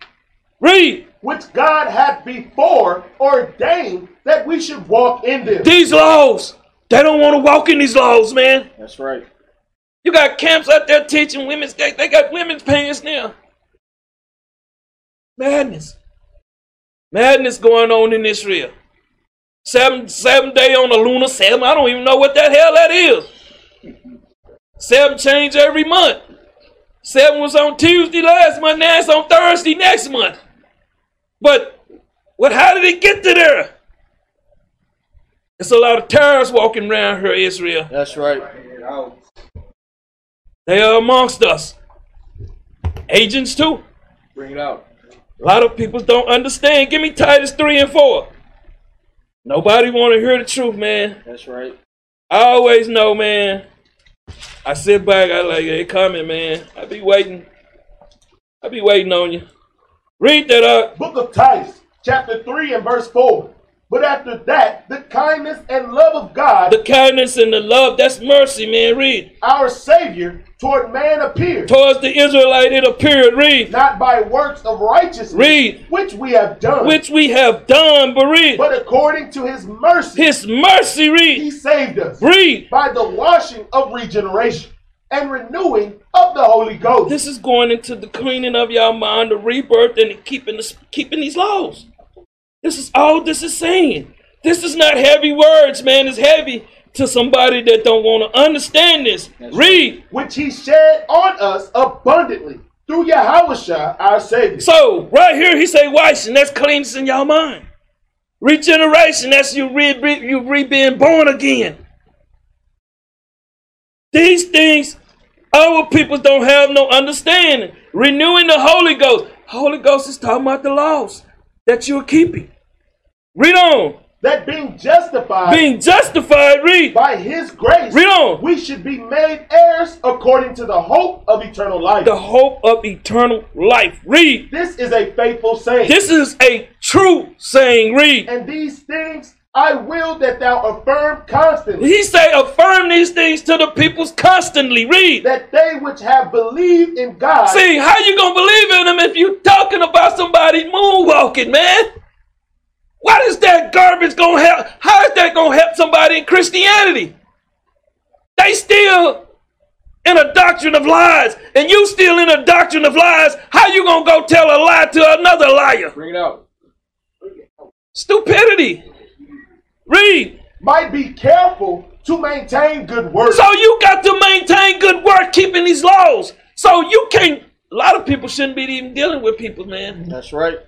Speaker 1: Read.
Speaker 7: Which God hath before ordained that we should walk in them.
Speaker 1: These laws, they don't want to walk in these laws, man.
Speaker 6: That's right.
Speaker 1: You got camps out there teaching women's they, they got women's pants now. Madness. Madness going on in Israel. Seven seven day on the lunar seven. I don't even know what that hell that is. Seven change every month. Seven was on Tuesday last month, now it's on Thursday next month. But what how did it get to there? It's a lot of terrorists walking around here, Israel.
Speaker 6: That's right.
Speaker 1: They are amongst us. Agents too.
Speaker 6: Bring it out.
Speaker 1: A lot of people don't understand. Give me Titus 3 and 4. Nobody want to hear the truth, man.
Speaker 6: That's right.
Speaker 1: I always know, man. I sit back, I like, hey, coming, man. I be waiting. I be waiting on you. Read that up.
Speaker 7: Book of Titus, chapter 3 and verse 4. But after that, the kindness and love of God,
Speaker 1: The kindness and the love, that's mercy, man. Read.
Speaker 7: our Savior, toward man appeared,
Speaker 1: Towards the Israelite, it appeared. Read.
Speaker 7: not by works of righteousness,
Speaker 1: Read.
Speaker 7: which we have done,
Speaker 1: Which we have done, but read.
Speaker 7: but according to his mercy,
Speaker 1: His mercy,
Speaker 7: he
Speaker 1: read.
Speaker 7: saved us
Speaker 1: Read.
Speaker 7: by the washing of regeneration and renewing of the Holy Ghost.
Speaker 1: This is going into the cleaning of your mind, the rebirth, and the keeping the, keeping these laws. This is all this is saying. This is not heavy words, man. It's heavy to somebody that don't want to understand this. Read.
Speaker 7: which he shed on us abundantly through Yahusha our Savior.
Speaker 1: So right here, he say washing. That's cleansing your mind. Regeneration. That's you re, re- you re being born again. These things, our people don't have no understanding. Renewing the Holy Ghost. Holy Ghost is talking about the laws that you're keeping. Read on.
Speaker 7: that being justified
Speaker 1: Being justified. Read.
Speaker 7: by his grace,
Speaker 1: Read on.
Speaker 7: we should be made heirs according to the hope of eternal life.
Speaker 1: The hope of eternal life. Read.
Speaker 7: this is a faithful saying.
Speaker 1: This is a true saying. Read.
Speaker 7: and these things I will that thou affirm constantly.
Speaker 1: He say, affirm these things to the peoples constantly. Read.
Speaker 7: That they which have believed in God.
Speaker 1: See, how you gonna believe in him if you talking about somebody moonwalking, man? What is that garbage gonna help? How is that gonna help somebody in Christianity? They still in a doctrine of lies, and you still in a doctrine of lies. How you gonna go tell a lie to another liar?
Speaker 6: Bring it out.
Speaker 1: Stupidity. Read.
Speaker 7: Might be careful to maintain good works.
Speaker 1: So you got to maintain good work, keeping these laws. So you can't. A lot of people shouldn't be even dealing with people, man.
Speaker 6: That's right.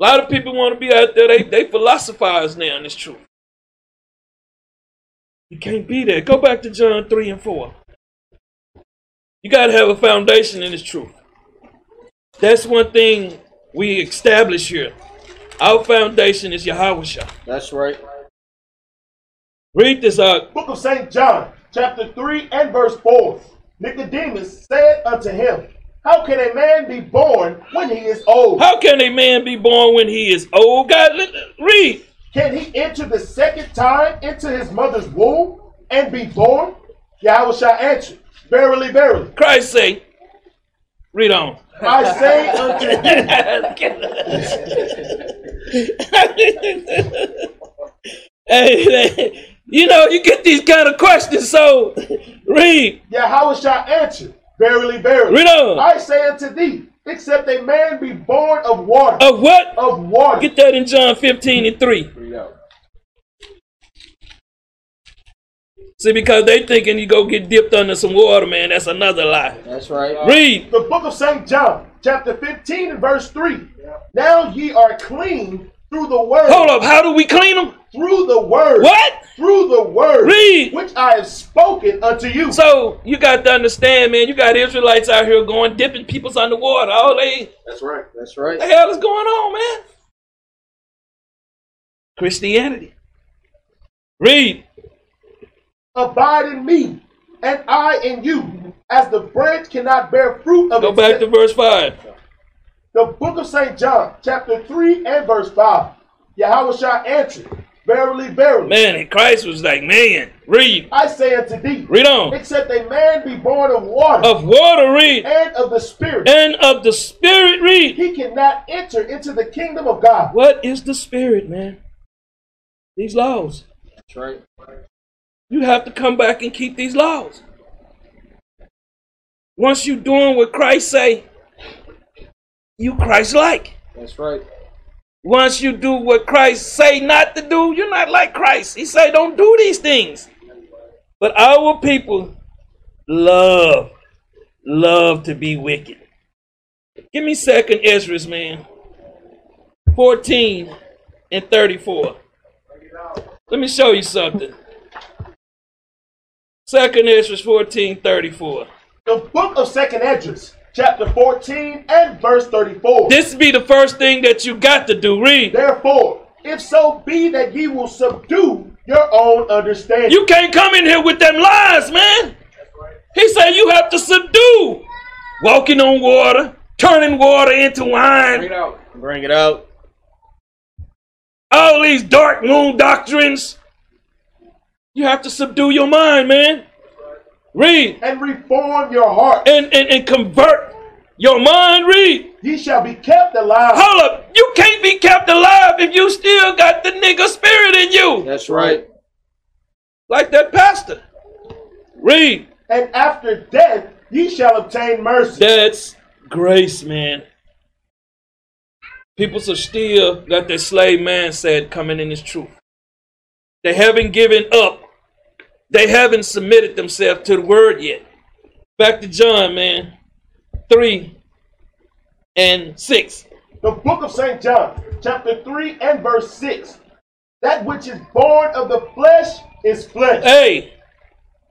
Speaker 1: A lot of people want to be out there. They they philosophize now, and it's true. You can't be there. Go back to John three and four. You got to have a foundation in this truth. That's one thing we establish here. Our foundation is Yahweh Shah.
Speaker 6: That's right.
Speaker 1: Read this out.
Speaker 7: Book of St. John, chapter 3 and verse 4. Nicodemus said unto him, How can a man be born when he is
Speaker 6: Oh.
Speaker 7: old?
Speaker 1: How can a man be born when he is old? God, let- read.
Speaker 7: Can he enter the second time into his mother's womb and be born? Yahweh shall answer, Verily, verily,
Speaker 1: Christ say, read on.
Speaker 7: I say unto you,
Speaker 1: Hey, they- you know, you get these kind of questions, so read.
Speaker 7: Yahweh shall answer, Verily, verily,
Speaker 1: Read on.
Speaker 7: I say unto thee, except a man be born of water,
Speaker 1: Of what?
Speaker 7: of water,
Speaker 1: Get that in John 15 and 3.
Speaker 6: Bring it out.
Speaker 1: See, because they thinking you go get dipped under some water, man. That's another lie.
Speaker 6: That's right.
Speaker 1: Read.
Speaker 7: the book of St. John, chapter 15 and verse 3. Now ye are clean through the word.
Speaker 1: Hold up. How do we clean them?
Speaker 7: Through the word.
Speaker 1: What?
Speaker 7: Through the word.
Speaker 1: Read.
Speaker 7: Which I have spoken unto you.
Speaker 1: So you got to understand, man. You got Israelites out here going dipping peoples underwater. All they
Speaker 7: That's right.
Speaker 6: That's right.
Speaker 1: the hell is going on, man? Christianity. Read.
Speaker 7: Abide in me, and I in you, as the branch cannot bear fruit of
Speaker 1: Go
Speaker 7: itself.
Speaker 1: back to verse five.
Speaker 7: The book of St. John, chapter 3 and verse 5. Yahweh shall answer, Verily, verily,
Speaker 1: Man, and Christ was like, man, read.
Speaker 7: I say unto thee,
Speaker 1: Read on.
Speaker 7: except a man be born of water
Speaker 1: Of water, read.
Speaker 7: and of the Spirit,
Speaker 1: And of the Spirit, read.
Speaker 7: he cannot enter into the kingdom of God.
Speaker 1: What is the Spirit, man? These laws.
Speaker 6: That's right.
Speaker 1: You have to come back and keep these laws. Once you doing what Christ say, you Christ-like.
Speaker 6: That's right.
Speaker 1: Once you do what Christ say not to do, you're not like Christ. He say don't do these things. But our people love, love to be wicked. Give me second Ezra's man. 14 and 34. Let me show you something. Second Ezra's 14, 34.
Speaker 7: The book of Second Edges, chapter 14 and verse 34.
Speaker 1: This be the first thing that you got to do. Read.
Speaker 7: Therefore, if so be that ye will subdue your own understanding,
Speaker 1: You can't come in here with them lies, man. He said you have to subdue. Walking on water, turning water into
Speaker 6: Bring
Speaker 1: wine,
Speaker 6: it out. Bring it out.
Speaker 1: all these dark moon doctrines. You have to subdue your mind, man. Read
Speaker 7: and reform your heart,
Speaker 1: and, and, and convert your mind. Read.
Speaker 7: ye shall be kept alive.
Speaker 1: Hold up. You can't be kept alive if you still got the nigga spirit in you.
Speaker 6: That's right.
Speaker 1: Like that pastor. Read.
Speaker 7: And after death, ye shall obtain mercy.
Speaker 1: That's grace, man. People are still got that slave man said coming in his truth. They haven't given up. They haven't submitted themselves to the word yet. Back to John, man. Three and six.
Speaker 7: The book of St. John, chapter 3 and verse 6. That which is born of the flesh is flesh.
Speaker 1: Hey,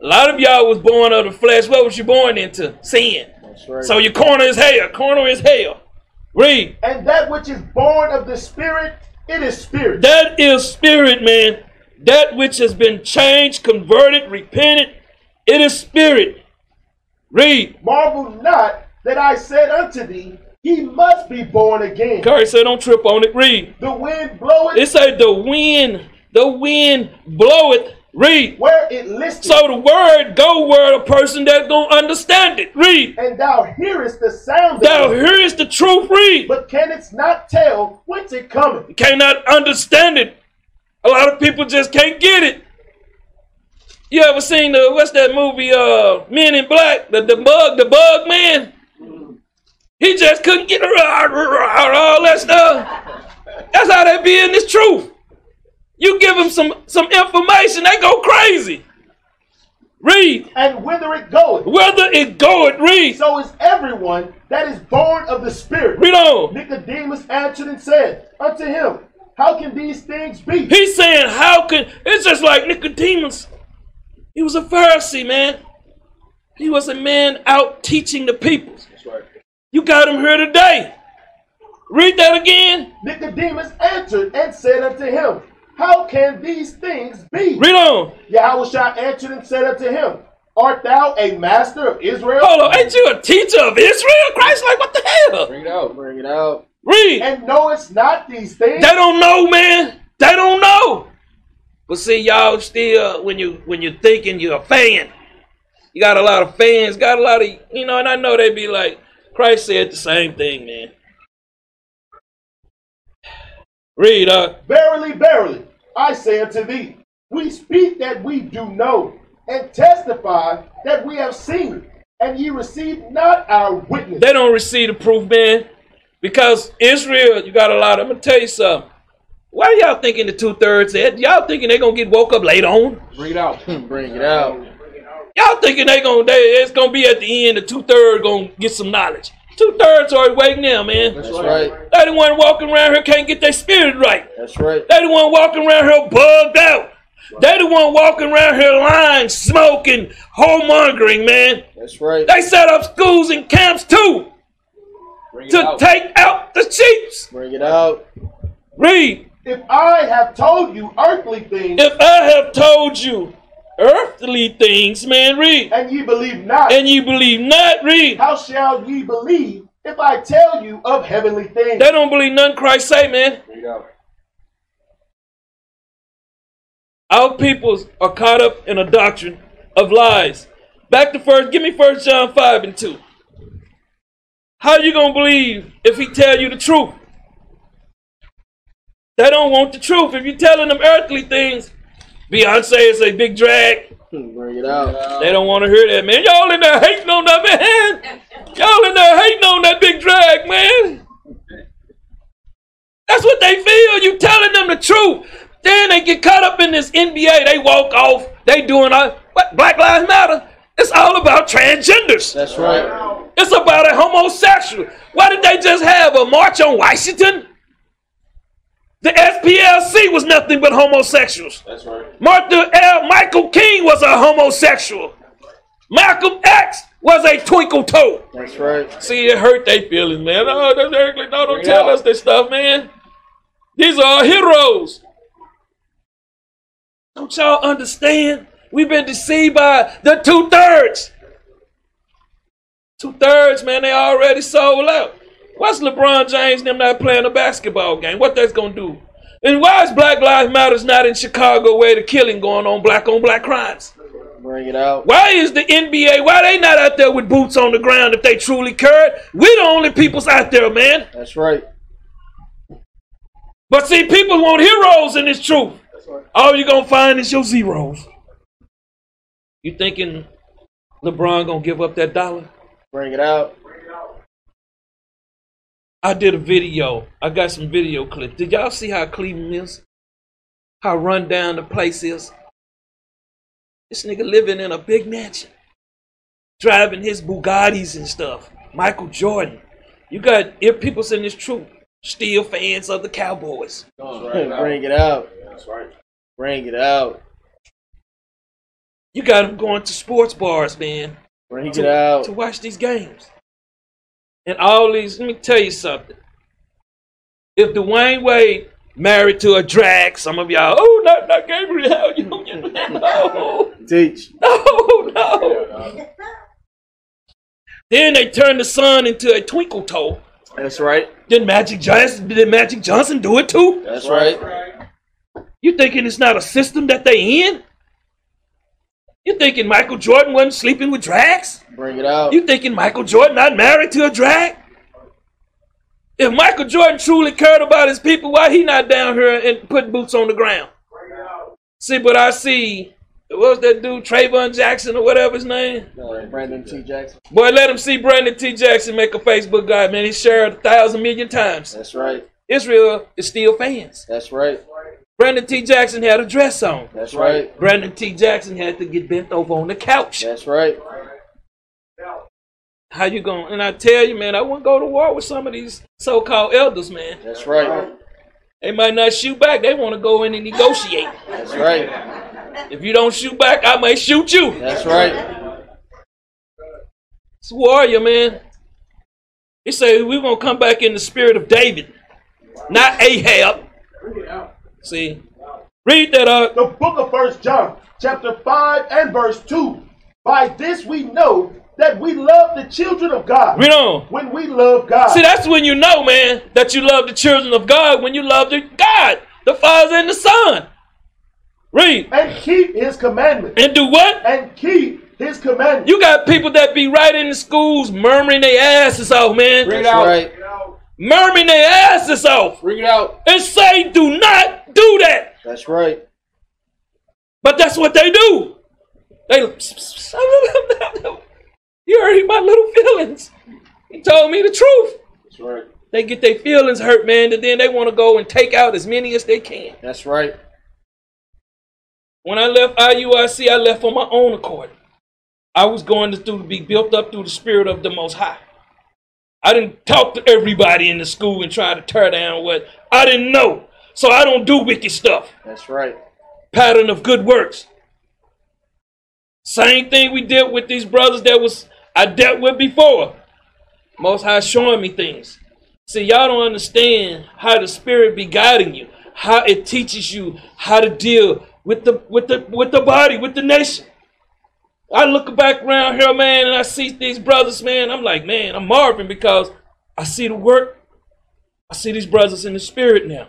Speaker 1: a lot of y'all was born of the flesh. What was you born into? Sin.
Speaker 6: That's right.
Speaker 1: So your corner is hell. Corner is hell. Read.
Speaker 7: And that which is born of the spirit, it is spirit.
Speaker 1: That is spirit, man. That which has been changed, converted, repented. It is spirit. Read.
Speaker 7: Marvel not that I said unto thee, He must be born again.
Speaker 1: Curry said, don't trip on it. Read.
Speaker 7: The wind bloweth.
Speaker 1: It said, the wind, the wind bloweth. Read.
Speaker 7: Where it listeth.
Speaker 1: So the word, go word, a person that don't understand it. Read.
Speaker 7: And thou hearest the sound
Speaker 1: Thou
Speaker 7: of it,
Speaker 1: hearest the truth. Read.
Speaker 7: but canst not tell whence it cometh.
Speaker 1: Cannot understand it. A lot of people just can't get it. You ever seen the what's that movie? Uh, Men in Black. The the bug, the bug man. He just couldn't get around all that stuff. That's how they be in this truth. You give them some some information, they go crazy. Read.
Speaker 7: And whither it goeth.
Speaker 1: Whether it goeth, read.
Speaker 7: So is everyone that is born of the Spirit.
Speaker 1: Read on.
Speaker 7: Nicodemus answered and said unto him, How can these things be?
Speaker 1: He's saying, how can it's just like Nicodemus. He was a Pharisee, man. He was a man out teaching the people. You got him here today. Read that again.
Speaker 7: Nicodemus answered and said unto him, How can these things be?
Speaker 1: Read on.
Speaker 7: Yahushua answered and said unto him, Art thou a master of Israel?
Speaker 1: Hold on. Ain't you a teacher of Israel? Christ, like what the hell?
Speaker 6: Bring it out. Bring it out.
Speaker 1: Read.
Speaker 7: And knowest not these things?
Speaker 1: They don't know, man. They don't know. But see, y'all still when you when you're thinking you're a fan. You got a lot of fans, got a lot of you know, and I know they be like, Christ said the same thing, man. Read, uh,
Speaker 7: Verily, verily, I say unto thee, we speak that we do know, and testify that we have seen, and ye receive not our witness.
Speaker 1: they don't receive the proof, man. Because Israel, you got a lot. I'm gonna tell you something. Why y'all thinking the two thirds? Y'all thinking they gonna get woke up later on?
Speaker 6: Bring it out. Bring it out.
Speaker 1: Y'all thinking they gonna they, it's gonna be at the end the two thirds gonna get some knowledge. Two thirds already waiting now, man.
Speaker 6: That's right.
Speaker 1: They the one walking around here can't get their spirit right.
Speaker 6: That's right.
Speaker 1: They the one walking around here bugged out. They the one walking around here lying, smoking, homongering, man.
Speaker 6: That's right.
Speaker 1: They set up schools and camps too
Speaker 6: Bring it
Speaker 1: to
Speaker 6: out.
Speaker 1: take out the sheep.
Speaker 6: Bring it out.
Speaker 1: Read.
Speaker 7: If I have told you earthly things,
Speaker 1: If I have told you earthly things, man, read.
Speaker 7: and ye believe not,
Speaker 1: And you believe not, read.
Speaker 7: how shall ye believe if I tell you of heavenly things?
Speaker 1: They don't believe nothing Christ say, man.
Speaker 6: Bring it out.
Speaker 1: Our peoples are caught up in a doctrine of lies. Back to first, give me first John 5 and 2. How you gonna believe if he tell you the truth? They don't want the truth. If you telling them earthly things, Beyonce is a big drag.
Speaker 6: Bring it out.
Speaker 1: They don't want to hear that, man. Y'all in there hating on that man. Y'all in there hating on that big drag, man. That's what they feel. You telling them the truth. Then they get caught up in this NBA. They walk off. They doing all what Black Lives Matter. It's all about transgenders.
Speaker 6: That's right.
Speaker 1: It's about a homosexual. Why did they just have a march on Washington? The SPLC was nothing but homosexuals.
Speaker 6: That's right.
Speaker 1: Martha L. Michael King was a homosexual. Malcolm X was a twinkle toe.
Speaker 6: That's right.
Speaker 1: See, it hurt they feelings, man. Oh, that's Eric Lee. No, don't tell us this stuff, man. These are our heroes. Don't y'all understand? We've been deceived by the two thirds. Two thirds, man. They already sold out. What's LeBron James and them not playing a basketball game? What that's gonna do? And why is Black Lives Matters not in Chicago where the killing going on, black on black crimes?
Speaker 6: Bring it out.
Speaker 1: Why is the NBA? Why they not out there with boots on the ground if they truly cared? We the only peoples out there, man.
Speaker 6: That's right.
Speaker 1: But see, people want heroes in this truth. All you gonna find is your zeros. You thinking LeBron gonna give up that dollar?
Speaker 6: Bring it out.
Speaker 1: I did a video. I got some video clips. Did y'all see how Cleveland is? How run down the place is? This nigga living in a big mansion, driving his Bugattis and stuff. Michael Jordan. You got if people in this truth still fans of the Cowboys.
Speaker 6: Bring it out.
Speaker 7: That's right.
Speaker 6: Bring it out.
Speaker 1: You got them going to sports bars, man.
Speaker 6: Bring it
Speaker 1: to,
Speaker 6: out.
Speaker 1: to watch these games. And all these, let me tell you something. If Dwayne Wade married to a drag, some of y'all, oh, not, not Gabriel Union. No,
Speaker 6: Teach.
Speaker 1: Oh, no, no. Then they turn the sun into a twinkle toe.
Speaker 6: That's right.
Speaker 1: Did Magic Johnson did Magic Johnson do it too?
Speaker 6: That's right.
Speaker 1: You thinking it's not a system that they in? You thinking Michael Jordan wasn't sleeping with drags?
Speaker 6: Bring it out.
Speaker 1: You thinking Michael Jordan not married to a drag? If Michael Jordan truly cared about his people, why he not down here and putting boots on the ground? See, but I see what was that dude Trayvon Jackson or whatever his name?
Speaker 6: Uh, Brandon T. Jackson.
Speaker 1: Boy, let him see Brandon T. Jackson make a Facebook guide, man. He shared a thousand million times.
Speaker 6: That's right.
Speaker 1: Israel is still fans.
Speaker 6: That's right.
Speaker 1: Brandon T. Jackson had a dress on.
Speaker 6: That's right.
Speaker 1: Brandon T. Jackson had to get bent over on the couch.
Speaker 6: That's right.
Speaker 1: How you going? And I tell you, man, I wouldn't go to war with some of these so-called elders, man.
Speaker 6: That's right.
Speaker 1: They might not shoot back. They want to go in and negotiate.
Speaker 6: That's right.
Speaker 1: If you don't shoot back, I may shoot you.
Speaker 6: That's right.
Speaker 1: It's warrior, man. He said we're gonna come back in the spirit of David, not Ahab. See, read that up.
Speaker 7: The book of First John, chapter 5 and verse 2. By this we know that we love the children of God.
Speaker 1: Read on.
Speaker 7: When we love God.
Speaker 1: See, that's when you know, man, that you love the children of God when you love the God, the Father and the Son. Read
Speaker 7: and keep his commandments.
Speaker 1: and do what?
Speaker 7: And keep his commandments.
Speaker 1: You got people that be right in the schools murmuring their asses off, man.
Speaker 6: That's right.
Speaker 1: Murmuring their asses off
Speaker 6: Bring it out.
Speaker 1: and say, do not do that.
Speaker 6: That's right.
Speaker 1: But that's what they do. They You hurting my little feelings. He told me the truth.
Speaker 6: That's right.
Speaker 1: They get their feelings hurt, man, and then they want to go and take out as many as they can.
Speaker 6: That's right.
Speaker 1: When I left IUIC, I left on my own accord. I was going to through, be built up through the spirit of the Most High. I didn't talk to everybody in the school and try to tear down what I didn't know. So I don't do wicked stuff.
Speaker 6: That's right.
Speaker 1: Pattern of good works. Same thing we did with these brothers that was I dealt with before. Most High showing me things. See, y'all don't understand how the Spirit be guiding you, how it teaches you how to deal with the with the with the body, with the nation. I look back around here, man, and I see these brothers, man. I'm like, man, I'm marveling because I see the work. I see these brothers in the spirit now.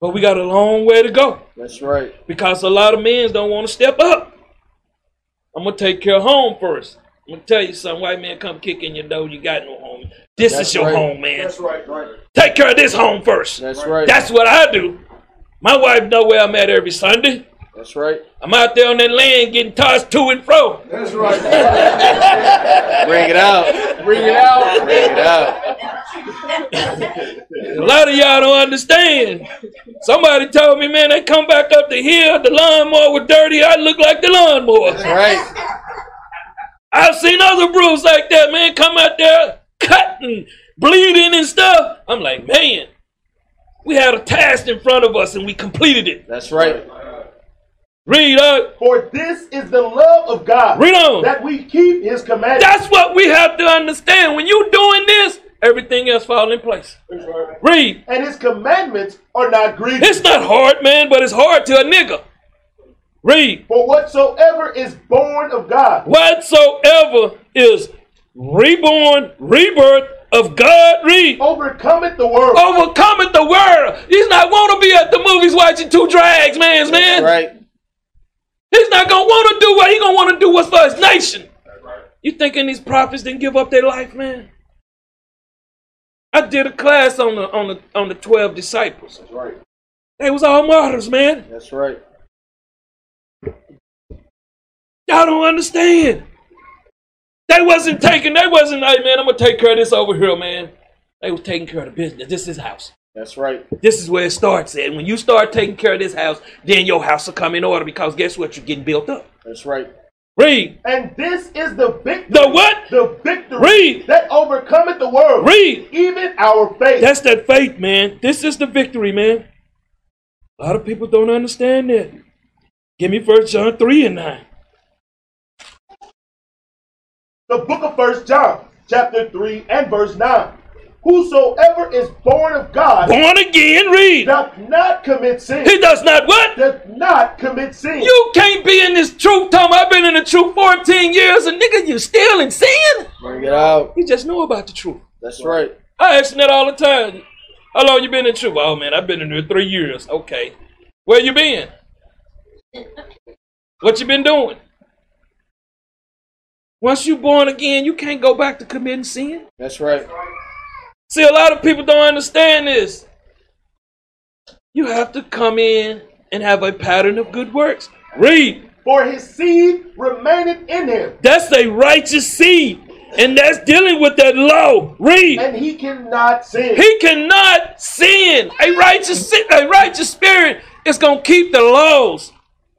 Speaker 1: But we got a long way to go
Speaker 6: That's right.
Speaker 1: because a lot of men don't want to step up. I'm gonna take care of home first. I'm gonna tell you something, white man, come kick in your door. You got no home. This
Speaker 6: That's
Speaker 1: is your
Speaker 6: right.
Speaker 1: home, man.
Speaker 7: right, right.
Speaker 1: Take care of this home first.
Speaker 6: That's right.
Speaker 1: That's what I do. My wife know where I'm at every Sunday.
Speaker 6: That's right.
Speaker 1: I'm out there on that land getting tossed to and fro.
Speaker 7: That's right.
Speaker 6: Bring it out. Bring it out. Bring it out.
Speaker 1: A lot of y'all don't understand. Somebody told me, man, they come back up the hill, the lawnmower was dirty. I look like the lawnmower.
Speaker 6: That's right.
Speaker 1: I've seen other brews like that, man, come out there cutting, bleeding and stuff. I'm like, man, we had a task in front of us and we completed it.
Speaker 6: That's right.
Speaker 1: Read up,
Speaker 7: For this is the love of God.
Speaker 1: read on.
Speaker 7: That we keep his commandments.
Speaker 1: That's what we have to understand. When you doing this, everything else fall in place. Read.
Speaker 7: and his commandments are not grievous.
Speaker 1: It's not hard, man, but it's hard to a nigga. Read.
Speaker 7: For whatsoever is born of God
Speaker 1: Whatsoever is reborn, rebirth of God, read.
Speaker 7: overcometh the world.
Speaker 1: Overcometh the world. He's not want to be at the movies watching two drags, man,
Speaker 6: That's
Speaker 1: man.
Speaker 6: right.
Speaker 1: He's not gonna want to do what he gonna want to do what's for his nation. You thinking these prophets didn't give up their life, man? I did a class on the on the on the twelve disciples.
Speaker 6: That's right.
Speaker 1: They was all martyrs, man.
Speaker 6: That's right.
Speaker 1: Y'all don't understand. They wasn't taking. They wasn't. Hey, man, I'm gonna take care of this over here, man. They was taking care of the business. This is house.
Speaker 6: That's right.
Speaker 1: This is where it starts. And when you start taking care of this house, then your house will come in order because guess what? You're getting built up.
Speaker 6: That's right.
Speaker 1: Read
Speaker 7: And this is the victory.
Speaker 1: the what?
Speaker 7: The victory
Speaker 1: Read.
Speaker 7: that overcometh the world.
Speaker 1: Read.
Speaker 7: Even our faith.
Speaker 1: That's that faith, man. This is the victory, man. A lot of people don't understand that. Give me First John three and nine.
Speaker 7: the book of First John, chapter 3 and verse 9. Whosoever is born of God
Speaker 1: Born again, read.
Speaker 7: doth not commit sin.
Speaker 1: He does not what?
Speaker 7: doth not commit sin.
Speaker 1: You can't be in this truth, Tom. I've been in the truth 14 years, and nigga, you still in sin?
Speaker 6: Bring it out.
Speaker 1: You just know about the truth.
Speaker 6: That's right.
Speaker 1: I ask them that all the time. How long you been in trouble? Oh man, I've been in here three years. Okay. Where you been? What you been doing? Once you born again, you can't go back to committing sin.
Speaker 6: That's right.
Speaker 1: See, a lot of people don't understand this. You have to come in and have a pattern of good works. Read.
Speaker 7: For his seed remaineth in him,
Speaker 1: That's a righteous seed. And that's dealing with that law. Read.
Speaker 7: and he cannot sin.
Speaker 1: He cannot sin. A righteous si- a righteous spirit is gonna keep the laws.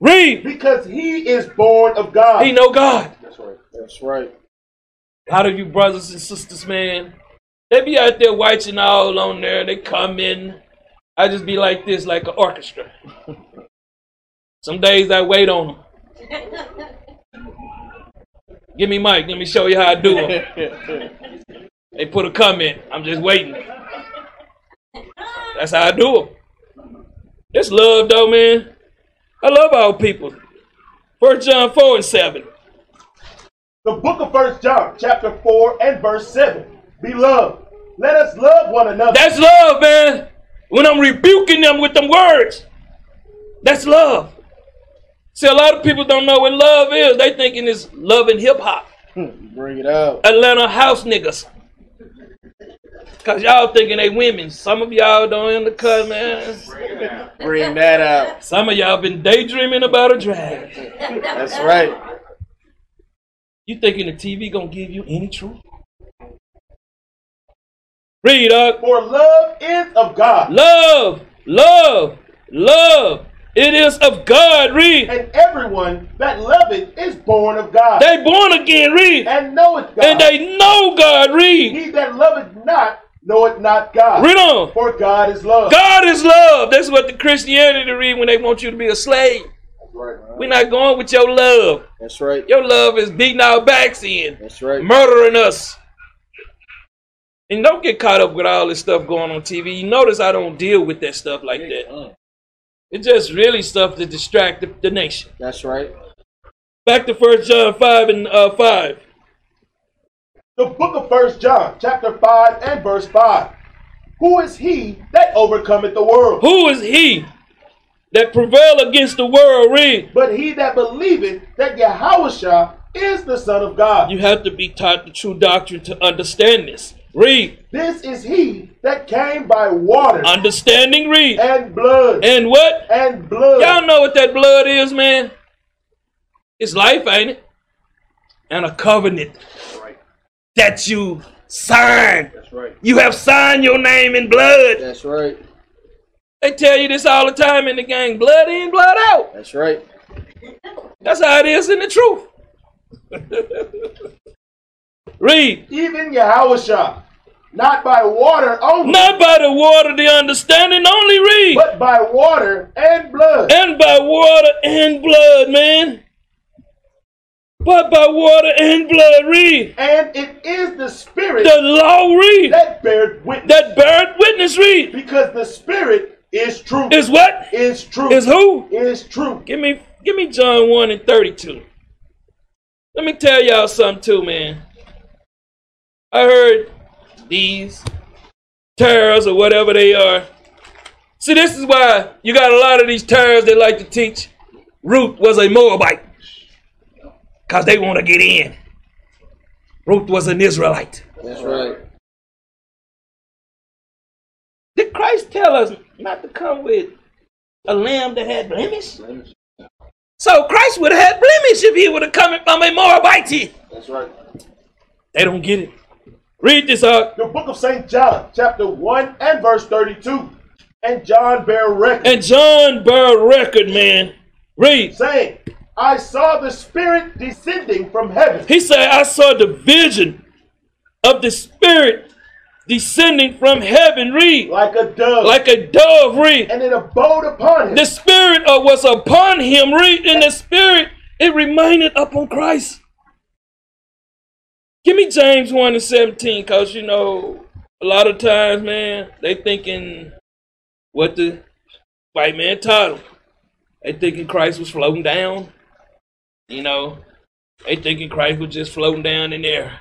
Speaker 1: Read.
Speaker 7: because he is born of God.
Speaker 1: He know God.
Speaker 6: That's right. That's right.
Speaker 1: A lot of you brothers and sisters, man, they be out there watching all on there. They come in. I just be like this, like an orchestra. Some days I wait on them. Give me mic. Let me show you how I do it. They put a comment. I'm just waiting. That's how I do it. It's love, though, man. I love all people. First John four and seven.
Speaker 7: The book of First John, chapter 4 and verse 7. Beloved, let us love one another.
Speaker 1: That's love, man. When I'm rebuking them with them words, that's love. See, a lot of people don't know what love is. They thinking it's loving hip hop,
Speaker 6: Bring it out.
Speaker 1: Atlanta house niggas. Cause y'all thinking they women. Some of y'all don't undercut, man.
Speaker 6: Bring that out.
Speaker 1: Some of y'all been daydreaming about a drag.
Speaker 6: That's right.
Speaker 1: You thinking the TV gonna give you any truth? Read up.
Speaker 7: For love is of God,
Speaker 1: Love, love, love. It is of God. Read.
Speaker 7: and everyone that loveth is born of God,
Speaker 1: They born again, read.
Speaker 7: and knoweth God.
Speaker 1: And they know God, read.
Speaker 7: he that loveth not knoweth not God,
Speaker 1: Read on.
Speaker 7: for God is love.
Speaker 1: God is love. That's what the Christianity read when they want you to be a slave.
Speaker 6: Right.
Speaker 1: We're not going with your love.
Speaker 6: That's right.
Speaker 1: Your love is beating our backs in,
Speaker 6: That's right.
Speaker 1: murdering us. And don't get caught up with all this stuff going on TV. You notice I don't deal with that stuff like that.
Speaker 6: Uh-huh.
Speaker 1: It's just really stuff to distract the, the nation.
Speaker 6: That's right.
Speaker 1: Back to First John five and uh, five.
Speaker 7: The book of First John, chapter 5 and verse 5. Who is he that overcometh the world?
Speaker 1: Who is he that prevail against the world? Read.
Speaker 7: But he that believeth that Yahushua is the Son of God.
Speaker 1: You have to be taught the true doctrine to understand this. Read.
Speaker 7: This is he that came by water
Speaker 1: Understanding, read.
Speaker 7: and blood
Speaker 1: And what?
Speaker 7: and blood.
Speaker 1: Y'all know what that blood is, man. It's life, ain't it? And a covenant that you sign.
Speaker 6: That's right.
Speaker 1: You have signed your name in blood.
Speaker 6: That's right.
Speaker 1: They tell you this all the time in the gang blood in, blood out.
Speaker 6: That's right.
Speaker 1: That's how it is in the truth. read.
Speaker 7: Even Yahushua, not by water only,
Speaker 1: Not by the water, the understanding, only read.
Speaker 7: but by water and blood.
Speaker 1: and by water and blood, man. But by water and blood, read
Speaker 7: And it is the Spirit
Speaker 1: the law, read
Speaker 7: that beareth witness,
Speaker 1: that beareth witness, read
Speaker 7: because the Spirit is true.
Speaker 1: is what
Speaker 7: is true.
Speaker 1: is who.
Speaker 7: Is true.
Speaker 1: Give me, give me John one and thirty-two. Let me tell y'all something too, man. I heard these terrors or whatever they are. See, this is why you got a lot of these terrors that like to teach Ruth was a Moabite. Cause they want to get in. Ruth was an Israelite.
Speaker 6: That's right.
Speaker 1: Did Christ tell us not to come with a lamb that had blemish? So Christ would have had blemish if he would have come from a Moabite.
Speaker 6: That's right.
Speaker 1: They don't get it. Read this uh, out.
Speaker 7: The book of St. John, chapter 1 and verse 32. And John bare record,
Speaker 1: And John bare record, man. Read.
Speaker 7: saying, I saw the Spirit descending from heaven
Speaker 1: He said, I saw the vision of the Spirit descending from heaven. Read.
Speaker 7: like a dove,
Speaker 1: Like a dove. Read.
Speaker 7: and it abode upon him.
Speaker 1: The Spirit of was upon him. Read. In the Spirit, it remained upon Christ. Give me James 1 and 17, because, you know, a lot of times, man, they thinking what the white man taught 'em. They thinking Christ was floating down. You know, they thinking Christ was just floating down in there.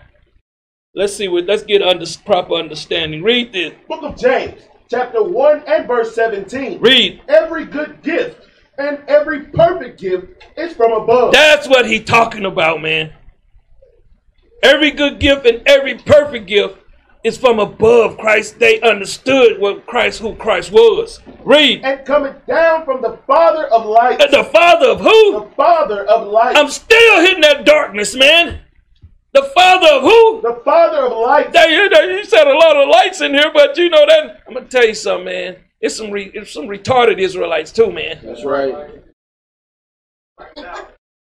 Speaker 1: Let's see what. Let's get under proper understanding. Read this.
Speaker 7: Book of James, chapter 1 and verse 17.
Speaker 1: Read.
Speaker 7: Every good gift and every perfect gift is from above.
Speaker 1: That's what he talking about, man. Every good gift and every perfect gift is from above Christ. They understood what Christ, who Christ was. Read.
Speaker 7: And coming down from the Father of light.
Speaker 1: the Father of who?
Speaker 7: The Father of light.
Speaker 1: I'm still hitting that darkness, man. The father of who?
Speaker 7: The father of light.
Speaker 1: you, know, you said a lot of lights in here, but you know that. I'm gonna tell you something, man. It's some re, it's some retarded Israelites too, man.
Speaker 7: That's right.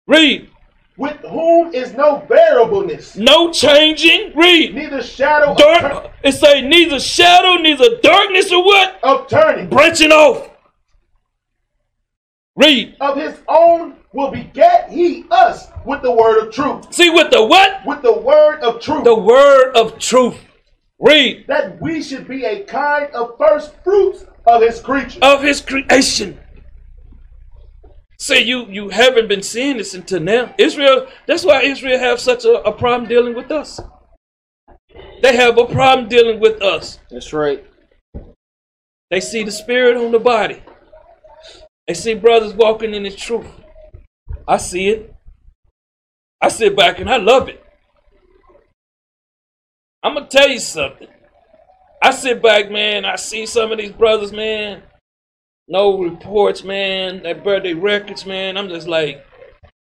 Speaker 1: Read.
Speaker 7: With whom is no variableness,
Speaker 1: No changing. Read.
Speaker 7: neither shadow of,
Speaker 1: Dark. It say neither shadow, neither darkness, or what?
Speaker 7: of turning.
Speaker 1: Branching off. Read.
Speaker 7: Of his own will beget he us with the word of truth.
Speaker 1: See with the what?
Speaker 7: With the word of truth.
Speaker 1: The word of truth. Read.
Speaker 7: that we should be a kind of first fruits of his creatures.
Speaker 1: Of his creation. See, you you haven't been seeing this until now. Israel, that's why Israel have such a, a problem dealing with us. They have a problem dealing with us.
Speaker 6: That's right.
Speaker 1: They see the spirit on the body. They see brothers walking in the truth. I see it. I sit back and I love it. I'm gonna tell you something. I sit back, man. I see some of these brothers, man. No reports, man. That birthday records, man. I'm just like,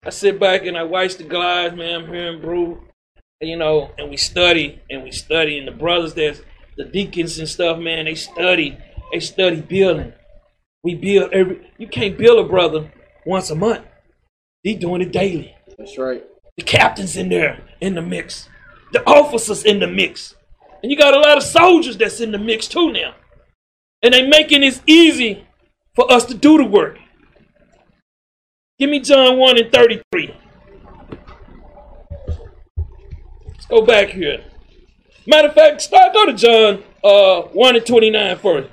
Speaker 1: I sit back and I watch the guys, man. I'm hearing brew, and, you know, and we study and we study. And the brothers, there's the deacons and stuff, man. They study. They study building. We build every. You can't build a brother once a month. He doing it daily.
Speaker 6: That's right.
Speaker 1: The captain's in there in the mix. The officers in the mix. And you got a lot of soldiers that's in the mix too now. And they making it easy for us to do the work. Give me John 1 and 33. Let's go back here. Matter of fact, start go to John uh 1 and 29 first.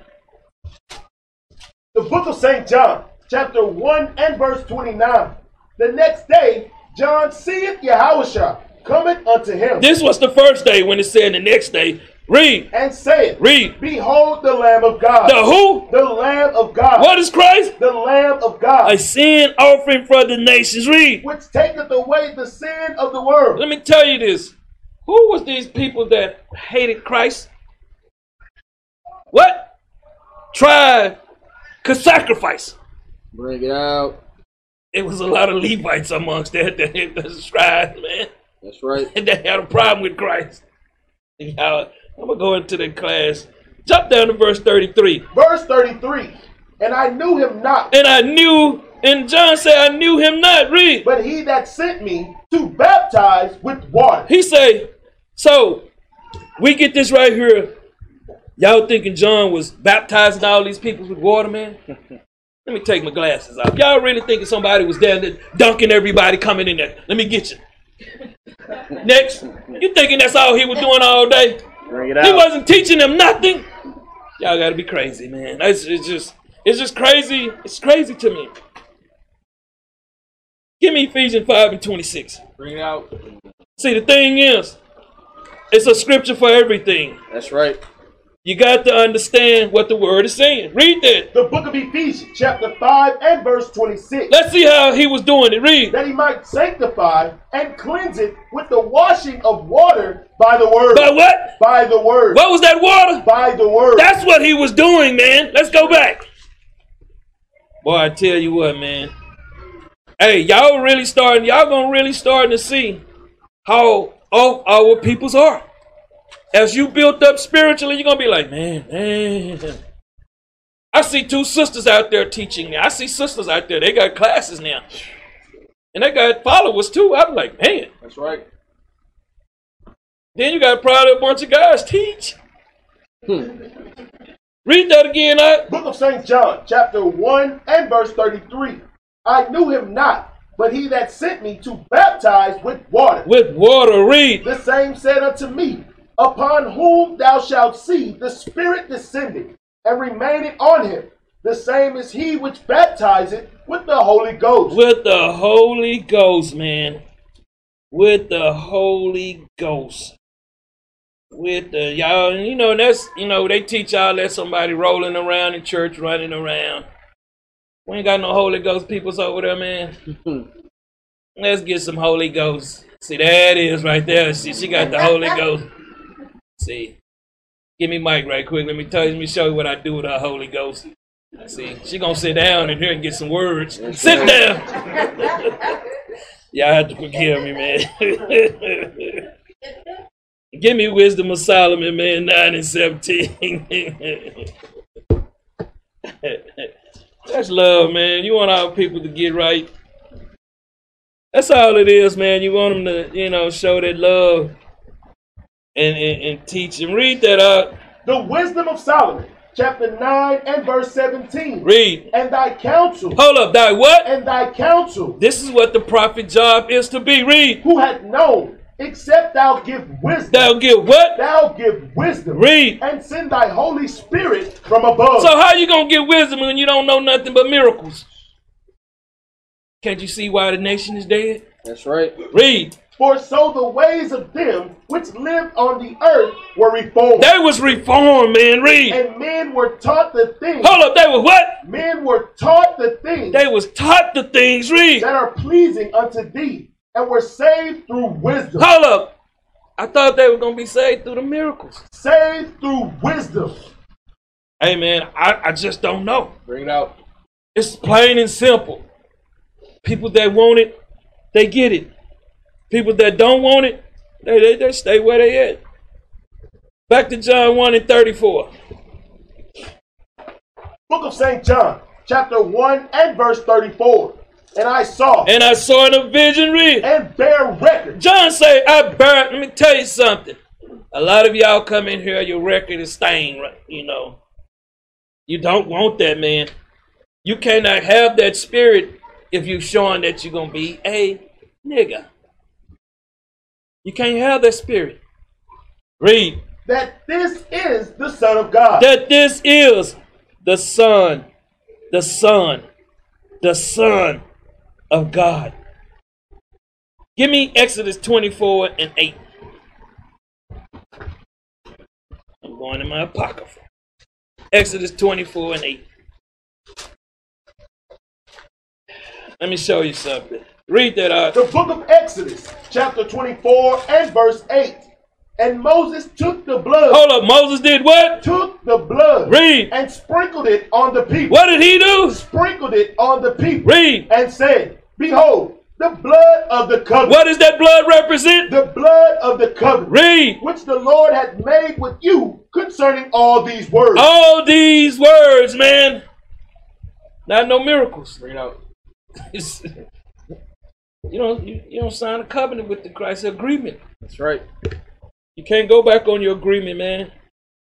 Speaker 7: The book of St. John, chapter 1 and verse 29. The next day, John seeth Yahushua cometh unto him,
Speaker 1: This was the first day when it said the next day. Read.
Speaker 7: and saith,
Speaker 1: Read.
Speaker 7: Behold the Lamb of God.
Speaker 1: The who?
Speaker 7: The Lamb of God.
Speaker 1: What is Christ?
Speaker 7: The Lamb of God,
Speaker 1: a sin offering for the nations. Read.
Speaker 7: which taketh away the sin of the world.
Speaker 1: Let me tell you this. Who was these people that hated Christ? What? Tribe could sacrifice.
Speaker 6: Bring it out.
Speaker 1: It was a lot of Levites amongst that that that tribe, man.
Speaker 6: That's right.
Speaker 1: And they had a problem with Christ. Y'all, I'm gonna go into the class. Jump down to verse 33.
Speaker 7: Verse 33. And I knew him not,
Speaker 1: And I knew, and John said, I knew him not. Read.
Speaker 7: but he that sent me to baptize with water.
Speaker 1: He say, so we get this right here. Y'all thinking John was baptizing all these people with water, man? Let me take my glasses off. Y'all really thinking somebody was down there dunking everybody coming in there? Let me get you. Next, you thinking that's all he was doing all day?
Speaker 6: Bring it
Speaker 1: He
Speaker 6: out.
Speaker 1: wasn't teaching them nothing. Y'all gotta be crazy, man. It's, it's just, it's just crazy. It's crazy to me. Give me Ephesians five and twenty-six.
Speaker 6: Bring it out.
Speaker 1: See, the thing is, it's a scripture for everything.
Speaker 6: That's right.
Speaker 1: You got to understand what the word is saying. Read that.
Speaker 7: The book of Ephesians, chapter 5 and verse 26.
Speaker 1: Let's see how he was doing it. Read.
Speaker 7: that he might sanctify and cleanse it with the washing of water by the word.
Speaker 1: By what?
Speaker 7: By the word.
Speaker 1: What was that water?
Speaker 7: By the word.
Speaker 1: That's what he was doing, man. Let's go back. Boy, I tell you what, man. Hey, y'all really starting, y'all gonna really starting to see how off our peoples are. As you built up spiritually, you're gonna be like, man, man. I see two sisters out there teaching now. I see sisters out there, they got classes now. And they got followers too. I'm like, man.
Speaker 6: That's right.
Speaker 1: Then you got probably a bunch of guys teach. Hmm. Read that again, I
Speaker 7: Book of St. John, chapter 1 and verse 33. I knew him not, but he that sent me to baptize with water.
Speaker 1: with water. Read.
Speaker 7: The same said unto me, Upon whom thou shalt see the Spirit descending and remaining on him, the same is he which baptizeth with the Holy Ghost.
Speaker 1: With the Holy Ghost, man. With the Holy Ghost. with the y'all, and you know that's you know they teach y'all that somebody rolling around in church, running around. We ain't got no Holy Ghost peoples over there, man. Let's get some Holy Ghost. See, there it is right there. See, she got the Holy Ghost. See, give me mic right quick. Let me tell you, let me show you what I do with her Holy Ghost. See, she gonna sit down in here and get some words. sit down. y'all have to forgive me, man. Give me wisdom of Solomon, man, 9 and 17. That's love, man. You want our people to get right. That's all it is, man. You want them to, you know, show that love and, and, and teach and read that up.
Speaker 7: The wisdom of Solomon, chapter 9 and verse 17.
Speaker 1: Read.
Speaker 7: And thy counsel.
Speaker 1: Hold up, thy what?
Speaker 7: And thy counsel.
Speaker 1: This is what the prophet job is to be. Read.
Speaker 7: Who hath known, except thou give wisdom.
Speaker 1: Thou give what?
Speaker 7: Thou give wisdom.
Speaker 1: Read.
Speaker 7: And send thy Holy Spirit from above.
Speaker 1: So how you gonna get wisdom when you don't know nothing but miracles? Can't you see why the nation is dead?
Speaker 6: That's right.
Speaker 1: Read.
Speaker 7: For so the ways of them which lived on the earth were reformed.
Speaker 1: They was reformed, man. Read.
Speaker 7: And men were taught the things.
Speaker 1: Hold up, they were what?
Speaker 7: Men were taught the things.
Speaker 1: They was taught the things. Read.
Speaker 7: That are pleasing unto thee, and were saved through wisdom.
Speaker 1: Hold up. I thought they were gonna be saved through the miracles.
Speaker 7: Saved through wisdom.
Speaker 1: Hey man, I, I just don't know.
Speaker 6: Bring it out.
Speaker 1: It's plain and simple. People that want it, they get it. People that don't want it, they, they, they stay where they at. Back to John 1 and 34.
Speaker 7: Book of St. John, chapter 1 and verse 34. And I saw.
Speaker 1: And I saw in a vision read.
Speaker 7: And bear record.
Speaker 1: John say, I bear. Let me tell you something. A lot of y'all come in here, your record is stained, right? you know. You don't want that, man. You cannot have that spirit if you showing that you're going to be a nigga. You can't have that spirit. Read.
Speaker 7: That this is the Son of God.
Speaker 1: That this is the Son, the Son, the Son of God. Give me Exodus 24 and 8. I'm going in my Apocrypha. Exodus 24 and 8. Let me show you something. Read that uh, out.
Speaker 7: The book of Exodus, chapter 24 and verse 8. And Moses took the blood.
Speaker 1: Hold up, Moses did what?
Speaker 7: Took the blood.
Speaker 1: Read.
Speaker 7: And sprinkled it on the people.
Speaker 1: What did he do?
Speaker 7: Sprinkled it on the people.
Speaker 1: Read.
Speaker 7: And said, Behold, the blood of the covenant.
Speaker 1: What does that blood represent?
Speaker 7: The blood of the covenant.
Speaker 1: Read.
Speaker 7: Which the Lord hath made with you concerning all these words.
Speaker 1: All these words, man. Not no miracles.
Speaker 6: Bring it out.
Speaker 1: You don't you, you don't sign a covenant with the Christ agreement.
Speaker 6: That's right.
Speaker 1: You can't go back on your agreement, man.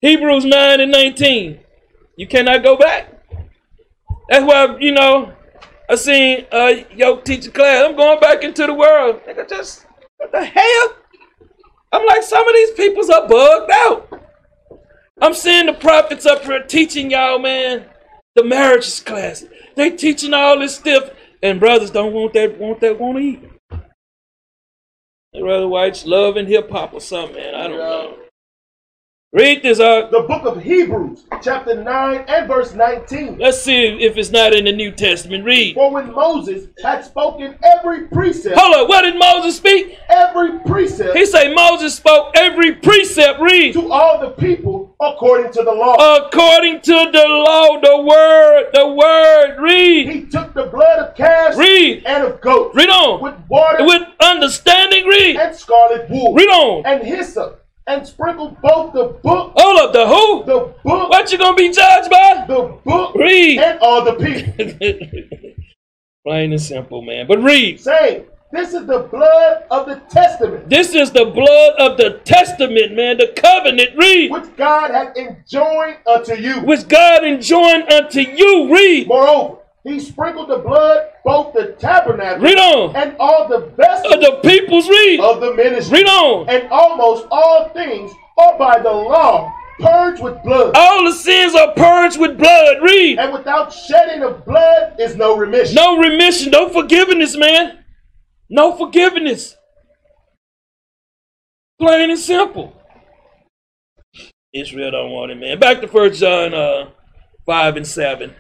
Speaker 1: Hebrews nine and nineteen. You cannot go back. That's why you know I seen uh yo teacher class. I'm going back into the world. Nigga, just what the hell? I'm like some of these peoples are bugged out. I'm seeing the prophets up here teaching y'all, man. The marriages class. They teaching all this stuff and brothers don't want that want that want to eat. They rather watch love and hip hop or something, man. I don't know. Read this uh, out.
Speaker 7: The book of Hebrews, chapter 9 and verse 19.
Speaker 1: Let's see if it's not in the New Testament. Read.
Speaker 7: For when Moses had spoken every precept.
Speaker 1: Hold up, what did Moses speak?
Speaker 7: Every precept.
Speaker 1: He say Moses spoke every precept. Read.
Speaker 7: To all the people according to the law.
Speaker 1: According to the law, the word, the word. Read.
Speaker 7: He took the blood of calves.
Speaker 1: Read.
Speaker 7: And of goats.
Speaker 1: Read on.
Speaker 7: With water.
Speaker 1: With understanding. Read.
Speaker 7: And scarlet wool.
Speaker 1: Read on.
Speaker 7: And hyssop and sprinkle both the book.
Speaker 1: Hold up, the who?
Speaker 7: The book.
Speaker 1: What you gonna be judged by?
Speaker 7: The book.
Speaker 1: Read.
Speaker 7: And all the people.
Speaker 1: Plain and simple, man. But read.
Speaker 7: Say, this is the blood of the testament.
Speaker 1: This is the blood of the testament, man. The covenant. Read.
Speaker 7: Which God hath enjoined unto you.
Speaker 1: Which God enjoined unto you. Read.
Speaker 7: Moreover. He sprinkled the blood, both the tabernacle
Speaker 1: read on.
Speaker 7: and all the vessels
Speaker 1: of the people's read
Speaker 7: of the ministry.
Speaker 1: Read on.
Speaker 7: And almost all things are by the law purged with blood.
Speaker 1: All the sins are purged with blood. Read.
Speaker 7: And without shedding of blood is no remission.
Speaker 1: No remission, no forgiveness, man. No forgiveness. Plain and simple. Israel don't want him in. Back to First John uh, five and seven.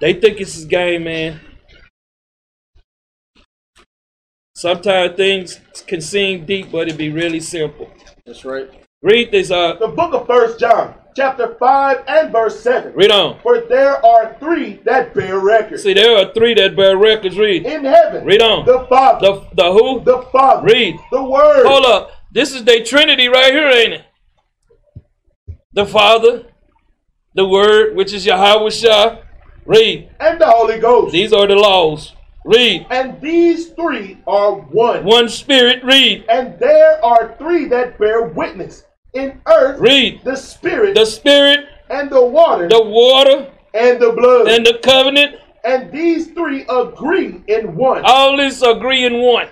Speaker 1: They think it's his game, man. Sometimes things can seem deep, but it be really simple.
Speaker 6: That's right.
Speaker 1: Read this. Uh,
Speaker 7: the book of First John, chapter five and verse seven.
Speaker 1: Read on.
Speaker 7: For there are three that bear record.
Speaker 1: See, there are three that bear records. Read.
Speaker 7: In heaven.
Speaker 1: Read on.
Speaker 7: The Father.
Speaker 1: The, the who?
Speaker 7: The Father.
Speaker 1: Read.
Speaker 7: The Word.
Speaker 1: Hold up. This is their Trinity right here, ain't it? The Father, the Word, which is Yahweh Shah. Read.
Speaker 7: And the Holy Ghost.
Speaker 1: These are the laws. Read.
Speaker 7: And these three are one.
Speaker 1: One spirit. Read.
Speaker 7: And there are three that bear witness. In earth.
Speaker 1: Read.
Speaker 7: The spirit.
Speaker 1: The spirit.
Speaker 7: And the water.
Speaker 1: The water.
Speaker 7: And the blood.
Speaker 1: And the covenant.
Speaker 7: And these three agree in one.
Speaker 1: All this agree in one.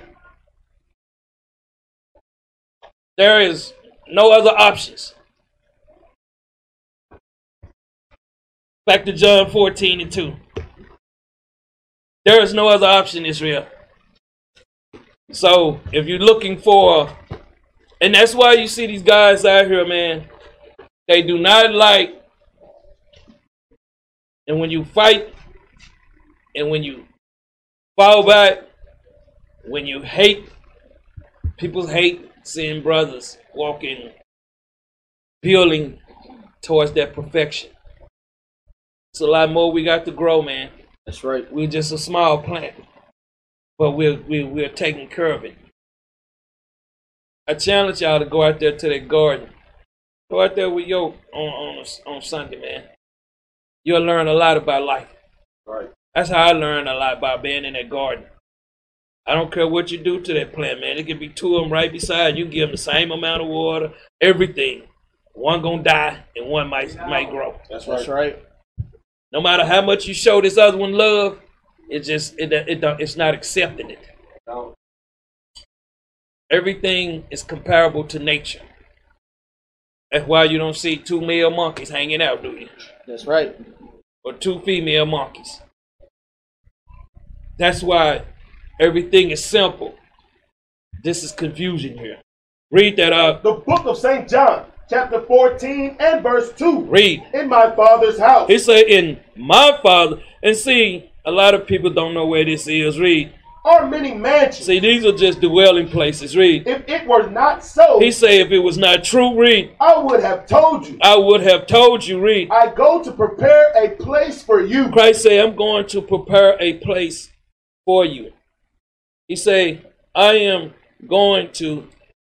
Speaker 1: There is no other options. Back to John 14 and 2. There is no other option, Israel. So if you're looking for, and that's why you see these guys out here, man, they do not like, and when you fight, and when you fall back, when you hate, people hate seeing brothers walking, building towards that perfection. It's a lot more we got to grow, man.
Speaker 6: That's right.
Speaker 1: We're just a small plant, but we're we're, we're taking care of it. I challenge y'all to go out there to that garden. Go out there with your on on on Sunday, man. You'll learn a lot about life.
Speaker 6: Right.
Speaker 1: That's how I learned a lot by being in that garden. I don't care what you do to that plant, man. It could be two of them right beside you. Give them the same amount of water, everything. One gonna die, and one might might grow.
Speaker 6: That's right. That's right.
Speaker 1: No matter how much you show this other one love, it just it it don't, it's not accepting it.
Speaker 6: No.
Speaker 1: Everything is comparable to nature. That's why you don't see two male monkeys hanging out, do you?
Speaker 6: That's right.
Speaker 1: Or two female monkeys. That's why everything is simple. This is confusion here. Read that up.
Speaker 7: The book of St. John, chapter 14 and verse 2.
Speaker 1: Read.
Speaker 7: In my father's house.
Speaker 1: He said, In my father. And see, a lot of people don't know where this is. Read.
Speaker 7: Are many mansions.
Speaker 1: See, these are just dwelling places. Read.
Speaker 7: If it were not so,
Speaker 1: He said, If it was not true, read.
Speaker 7: I would have told you.
Speaker 1: I would have told you, read.
Speaker 7: I go to prepare a place for you.
Speaker 1: Christ said, I'm going to prepare a place for you. He say, I am going to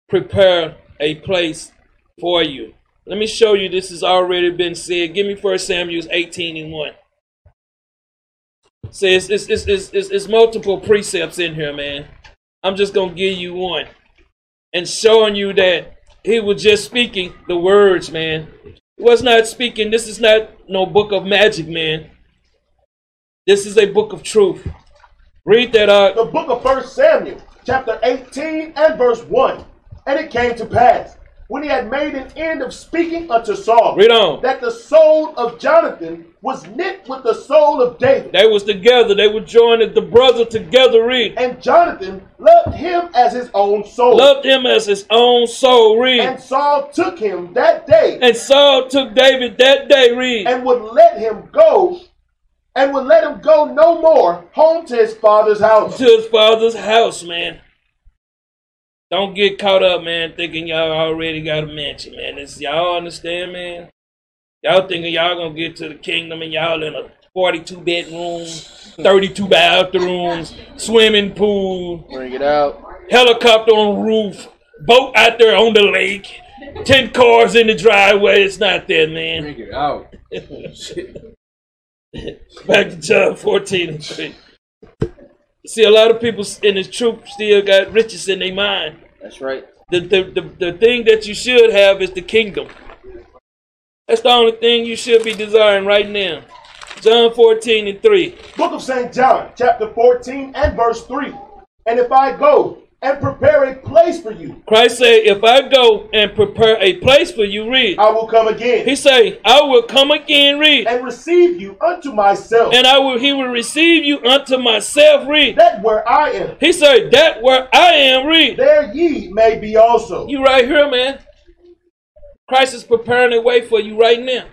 Speaker 1: prepare a place for you. Let me show you this has already been said. Give me First Samuel 18 and 1. Say it's, it's, it's, it's, it's, it's multiple precepts in here, man. I'm just going to give you one and showing you that he was just speaking the words, man. He was not speaking. This is not no book of magic, man. This is a book of truth. Read that uh, out.
Speaker 7: The book of First Samuel, chapter 18 and verse 1. And it came to pass, when he had made an end of speaking unto Saul,
Speaker 1: Read on.
Speaker 7: that the soul of Jonathan was knit with the soul of David.
Speaker 1: They was together. They were joined the brother together. Read.
Speaker 7: And Jonathan loved him as his own soul.
Speaker 1: Loved him as his own soul. Read.
Speaker 7: And Saul took him that day,
Speaker 1: And Saul took David that day. Read.
Speaker 7: and would let him go, and would let him go no more home to his father's house.
Speaker 1: to his father's house, man. Don't get caught up, man, thinking y'all already got a mansion, man. This, y'all understand, man? Y'all thinking y'all gonna get to the kingdom and y'all in a 42 bedroom, 32 bathrooms, swimming pool,
Speaker 6: Bring it out.
Speaker 1: helicopter on roof, boat out there on the lake, 10 cars in the driveway. It's not that, man.
Speaker 6: Bring it out.
Speaker 1: Back to John 14 and 3. See, a lot of people in this troop still got riches in their mind.
Speaker 6: That's right.
Speaker 1: the, the, the, the thing that you should have is the kingdom. That's the only thing you should be desiring right now. John 14 and 3.
Speaker 7: Book of St. John, chapter 14 and verse 3. And if I go and prepare a place for you,
Speaker 1: Christ said, If I go and prepare a place for you, read.
Speaker 7: I will come again
Speaker 1: He say, I will come again, read.
Speaker 7: and receive you unto myself,
Speaker 1: And I will he will receive you unto myself, read.
Speaker 7: that where I am,
Speaker 1: He said, That where I am, read.
Speaker 7: there ye may be also.
Speaker 1: You right here, man. Christ is preparing a way for you right now.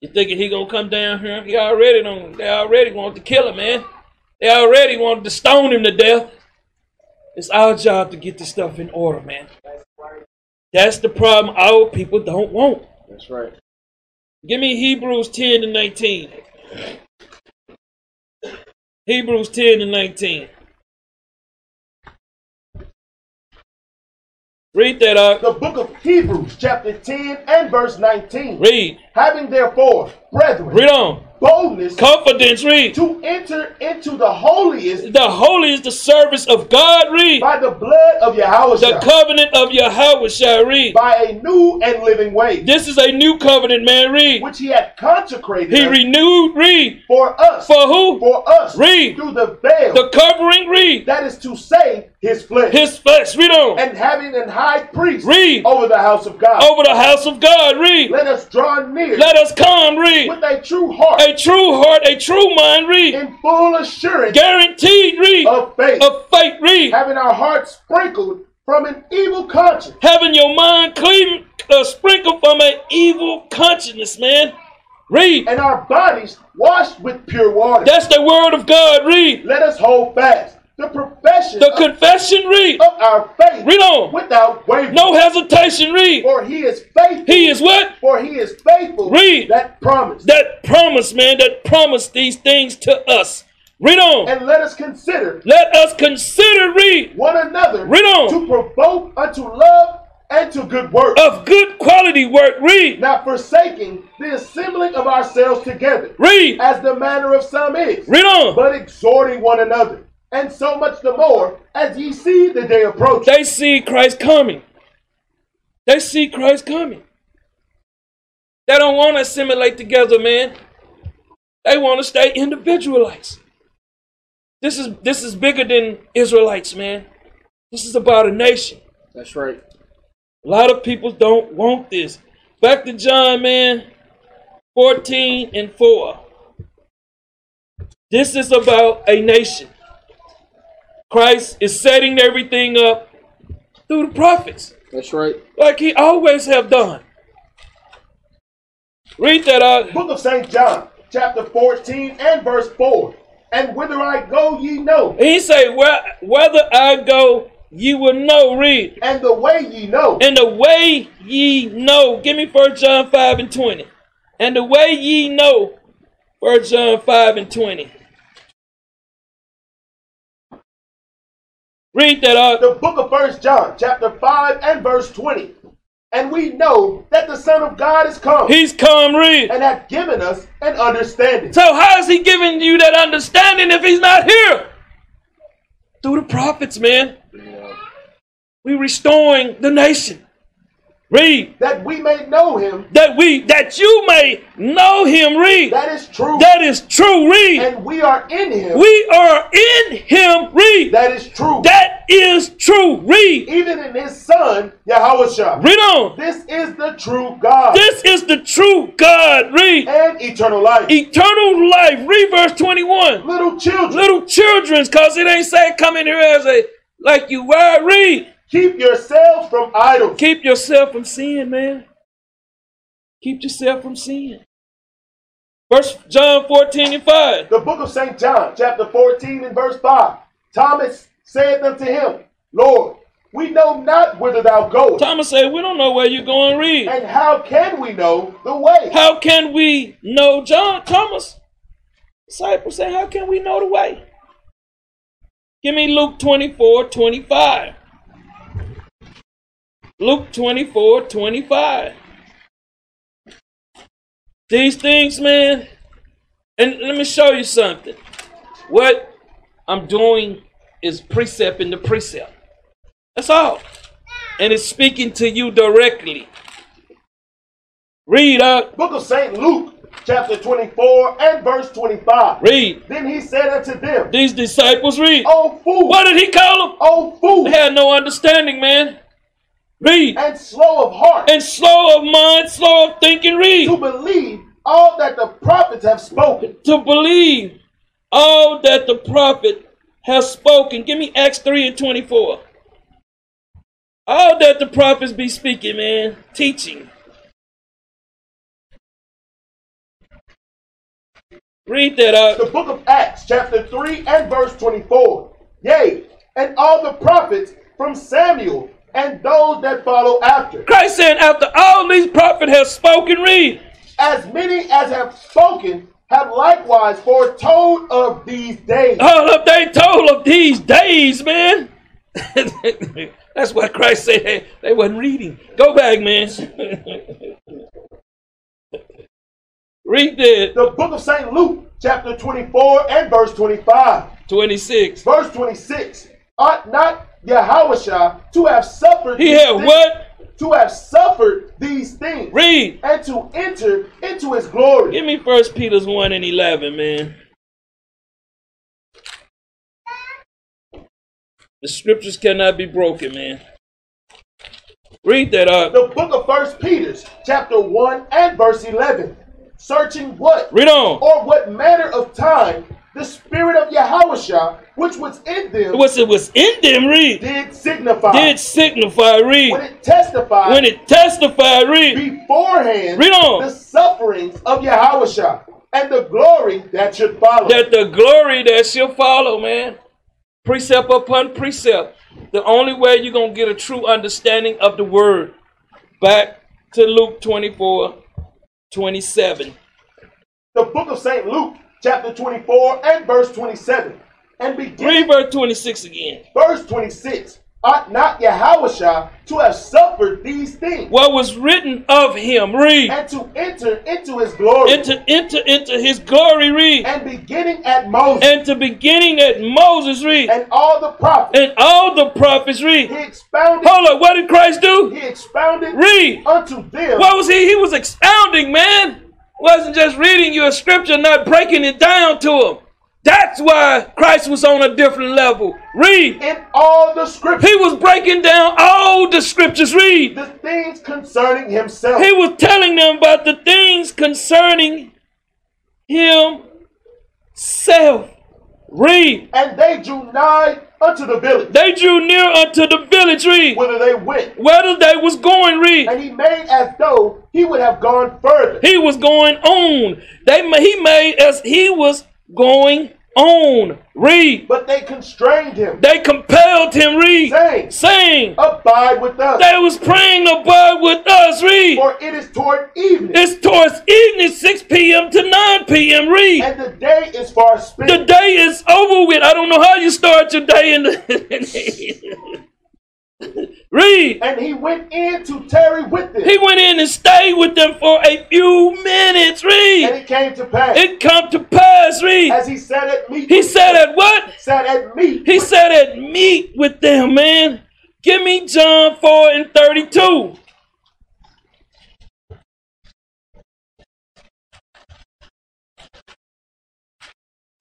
Speaker 1: You thinking he gonna come down here? He already don't. They already want to kill him, man. They already wanted to stone him to death. It's our job to get this stuff in order, man. That's the problem our people don't want.
Speaker 6: That's right.
Speaker 1: Give me Hebrews 10 and 19. Hebrews 10 and 19. Read that up.
Speaker 7: The book of Hebrews, chapter 10 and verse 19.
Speaker 1: Read.
Speaker 7: Having therefore, brethren,
Speaker 1: Read on.
Speaker 7: boldness
Speaker 1: Confidence, read.
Speaker 7: to enter into the holiest
Speaker 1: The holy is the service of God, read.
Speaker 7: by the blood of
Speaker 1: The
Speaker 7: Yahweh,
Speaker 1: covenant of Yahweh shall read.
Speaker 7: by a new and living way,
Speaker 1: This is a new covenant, man, read.
Speaker 7: which he had consecrated
Speaker 1: He
Speaker 7: us
Speaker 1: renewed, read.
Speaker 7: for us,
Speaker 1: For who?
Speaker 7: for us,
Speaker 1: Read.
Speaker 7: through the veil,
Speaker 1: The covering, read.
Speaker 7: that is to say, his flesh,
Speaker 1: His flesh, read on.
Speaker 7: and having an high priest
Speaker 1: Read.
Speaker 7: over the house of God.
Speaker 1: Over the house of God, read.
Speaker 7: Let us draw near
Speaker 1: Let us come, read.
Speaker 7: with a true heart
Speaker 1: A true heart, a true mind, read.
Speaker 7: in full assurance
Speaker 1: Guaranteed, read.
Speaker 7: of faith,
Speaker 1: Of faith, read.
Speaker 7: having our hearts sprinkled from an evil conscience
Speaker 1: having your mind clean, uh, sprinkled from an evil consciousness, man. Read.
Speaker 7: and our bodies washed with pure water.
Speaker 1: That's the word of God. Read.
Speaker 7: Let us hold fast the profession
Speaker 1: The
Speaker 7: of-
Speaker 1: confession. Read.
Speaker 7: of, our faith
Speaker 1: Read on.
Speaker 7: without wavering.
Speaker 1: No hesitation. Read.
Speaker 7: For he is faithful.
Speaker 1: He is what?
Speaker 7: For he is faithful.
Speaker 1: Read.
Speaker 7: that promise.
Speaker 1: That promise, man, that promised these things to us. Read on.
Speaker 7: and let us consider
Speaker 1: Let us consider, read,
Speaker 7: one another
Speaker 1: Read on.
Speaker 7: to provoke unto love and to good works,
Speaker 1: of good quality work. Read.
Speaker 7: not forsaking the assembling of ourselves together,
Speaker 1: Read.
Speaker 7: as the manner of some is,
Speaker 1: Read on.
Speaker 7: but exhorting one another, and so much the more as ye see the day approach.
Speaker 1: They see Christ coming. They see Christ coming. They don't want to assimilate together, man. They want to stay individualized. This is this is bigger than Israelites, man. This is about a nation.
Speaker 6: That's right.
Speaker 1: A lot of people don't want this. Back to John, man, 14 and 4. This is about a nation. Christ is setting everything up through the prophets,
Speaker 6: That's right.
Speaker 1: like he always have done. Read that out.
Speaker 7: Book of St. John, chapter 14 and verse 4. And whither I go, ye know,
Speaker 1: He say, "Well, whether I go, you will know." Read.
Speaker 7: and the way ye know.
Speaker 1: And the way ye know, give me First John five and twenty. And the way ye know, First John five and twenty. Read that out.
Speaker 7: the book of first john chapter 5 and verse 20 and we know that the son of god is come
Speaker 1: He's come. Read.
Speaker 7: and hath given us an understanding
Speaker 1: So how is he giving you that understanding if he's not here? Through the prophets, man. We restoring the nation. Read
Speaker 7: that we may know him
Speaker 1: that we that you may know him. Read
Speaker 7: that is true
Speaker 1: that is true. Read
Speaker 7: and we are in him
Speaker 1: we are in him. Read
Speaker 7: that is true
Speaker 1: that is true. Read
Speaker 7: even in his son Yahushua.
Speaker 1: read on.
Speaker 7: this is the true god
Speaker 1: This is the true God. Read
Speaker 7: and eternal life
Speaker 1: eternal life. Read verse twenty one.
Speaker 7: little children
Speaker 1: Little children's, cause it ain't saying come in here as a like you were. Read.
Speaker 7: keep yourselves from idols
Speaker 1: Keep yourself from sin, man. Keep yourself from sin. First John 14 and 5.
Speaker 7: The book of St. John, chapter 14 and verse 5. Thomas said unto him, Lord, we know not whither thou goest,
Speaker 1: Thomas said, We don't know where you're going, read.
Speaker 7: and how can we know the way?
Speaker 1: How can we know John Thomas? Disciples say, How can we know the way? Give me Luke 24, 25. Luke 24, 25. These things, man, and let me show you something. What I'm doing is precept into precept. That's all. And it's speaking to you directly. Read up,
Speaker 7: Book of St. Luke, chapter 24 and verse 25.
Speaker 1: read.
Speaker 7: Then he said unto them,
Speaker 1: These disciples read.
Speaker 7: O Oh, fool,
Speaker 1: What did he call them?
Speaker 7: O
Speaker 1: They
Speaker 7: fool,
Speaker 1: had no understanding, man. Read.
Speaker 7: and slow of heart
Speaker 1: And slow of mind, slow of thinking, read.
Speaker 7: to believe all that the prophets have spoken.
Speaker 1: To believe all that the prophet has spoken. Give me Acts 3 and 24. All that the prophets be speaking, man, teaching. Read that up.
Speaker 7: The book of Acts, chapter 3 and verse 24. Yea, and all the prophets from Samuel and those that follow after.
Speaker 1: Christ said, After all these prophets have spoken, read.
Speaker 7: As many as have spoken have likewise foretold of these days.
Speaker 1: All of they told of these days, man. That's why Christ said they wasn't reading. Go back, man. Read that.
Speaker 7: The book of St. Luke, chapter 24 and verse 25.
Speaker 1: 26.
Speaker 7: Verse 26. Ought not Yahusha to have suffered
Speaker 1: He
Speaker 7: these
Speaker 1: had
Speaker 7: things-
Speaker 1: what?
Speaker 7: To have suffered these things.
Speaker 1: Read.
Speaker 7: And to enter into his glory.
Speaker 1: Give me First Peter's 1 and 11, man. The scriptures cannot be broken, man. Read that up.
Speaker 7: The book of First Peter's, chapter 1 and verse 11. Searching what?
Speaker 1: Read on.
Speaker 7: Or what manner of time the spirit of Yahusha, which was in them,
Speaker 1: What's it was in them, read.
Speaker 7: did signify.
Speaker 1: Did signify,
Speaker 7: when
Speaker 1: read.
Speaker 7: it testified
Speaker 1: When it testified, read.
Speaker 7: beforehand
Speaker 1: Read on.
Speaker 7: the sufferings of Yahusha and the glory that should follow.
Speaker 1: that the glory that shall follow, man. Precept upon precept. The only way you're going to get a true understanding of the word. Back to Luke 24 27.
Speaker 7: the book of St. Luke, chapter 24 and verse 27. And
Speaker 1: Read
Speaker 7: beginning
Speaker 1: verse 26 again.
Speaker 7: verse 26. Ought not Yahusha to have suffered these things
Speaker 1: What was written of him, read.
Speaker 7: and to enter into his glory?
Speaker 1: Enter, enter, enter his glory, read.
Speaker 7: and beginning at Moses
Speaker 1: And to beginning at Moses, read.
Speaker 7: and all the prophets,
Speaker 1: And all the prophets, read.
Speaker 7: he expounded.
Speaker 1: Hold up, what did Christ do?
Speaker 7: He expounded
Speaker 1: Read.
Speaker 7: unto them
Speaker 1: What was he? He was expounding, man. Wasn't just reading you a scripture, not breaking it down to him. That's why Christ was on a different level. Read.
Speaker 7: in all the scriptures.
Speaker 1: He was breaking down all the scriptures. Read.
Speaker 7: the things concerning himself.
Speaker 1: He was telling them about the things concerning himself. Read.
Speaker 7: and they drew nigh unto the village
Speaker 1: They drew near unto the village. Read.
Speaker 7: whither they went.
Speaker 1: Whether they was going, read.
Speaker 7: And he made as though he would have gone further.
Speaker 1: He was going on. They ma- he made as he was going on. Read.
Speaker 7: But they constrained him,
Speaker 1: They compelled him, read,
Speaker 7: saying,
Speaker 1: saying,
Speaker 7: Abide with us,
Speaker 1: they was praying abide with us, read.
Speaker 7: for it is toward evening,
Speaker 1: It's towards evening, 6 p.m. to 9 p.m., read.
Speaker 7: and the day is far
Speaker 1: The
Speaker 7: spent.
Speaker 1: day is over with. I don't know how you start your day in the... read.
Speaker 7: And he went in to tarry with them.
Speaker 1: He went in and stayed with them for a few minutes,
Speaker 7: and
Speaker 1: read.
Speaker 7: it came to pass,
Speaker 1: It come to pass, read.
Speaker 7: as he sat at meat,
Speaker 1: He said at what?
Speaker 7: sat at meat,
Speaker 1: He said at meet with them, man. Give me John 4 and 32.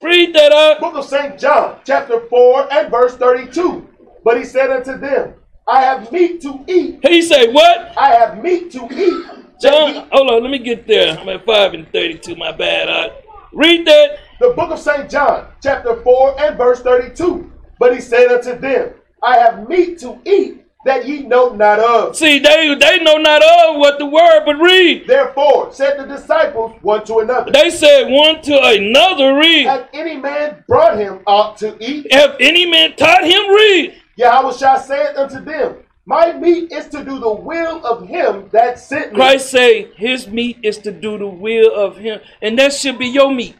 Speaker 1: Read that up.
Speaker 7: book of St. John, chapter 4 and verse 32. But he said unto them, I have meat to eat,
Speaker 1: He said what?
Speaker 7: I have meat to eat.
Speaker 1: John, hold on, let me get there. I'm at 5 and 32, my bad. I, read that.
Speaker 7: The book of St. John, chapter 4 and verse 32. But he said unto them, I have meat to eat that ye know not of.
Speaker 1: See, they they know not of what the word, but read.
Speaker 7: Therefore said the disciples one to another,
Speaker 1: They said one to another, read.
Speaker 7: Hath any man brought him out to eat?
Speaker 1: If any man taught him, read.
Speaker 7: Yahushua said unto them, My meat is to do the will of him that sent me.
Speaker 1: Christ say his meat is to do the will of him, and that should be your meat.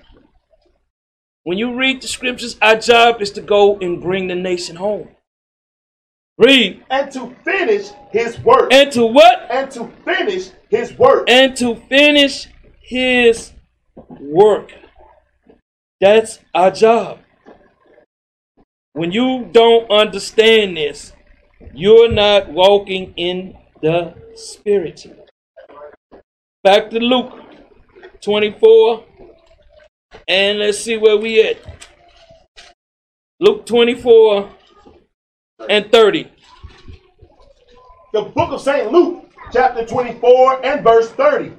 Speaker 1: When you read the scriptures, our job is to go and bring the nation home. Read.
Speaker 7: And to finish his work.
Speaker 1: And to what?
Speaker 7: And to finish his work.
Speaker 1: And to finish his work. That's our job. When you don't understand this, you're not walking in the spirit. Back to Luke 24. And let's see where we at. Luke 24 and 30.
Speaker 7: the book of St. Luke, chapter 24 and verse 30.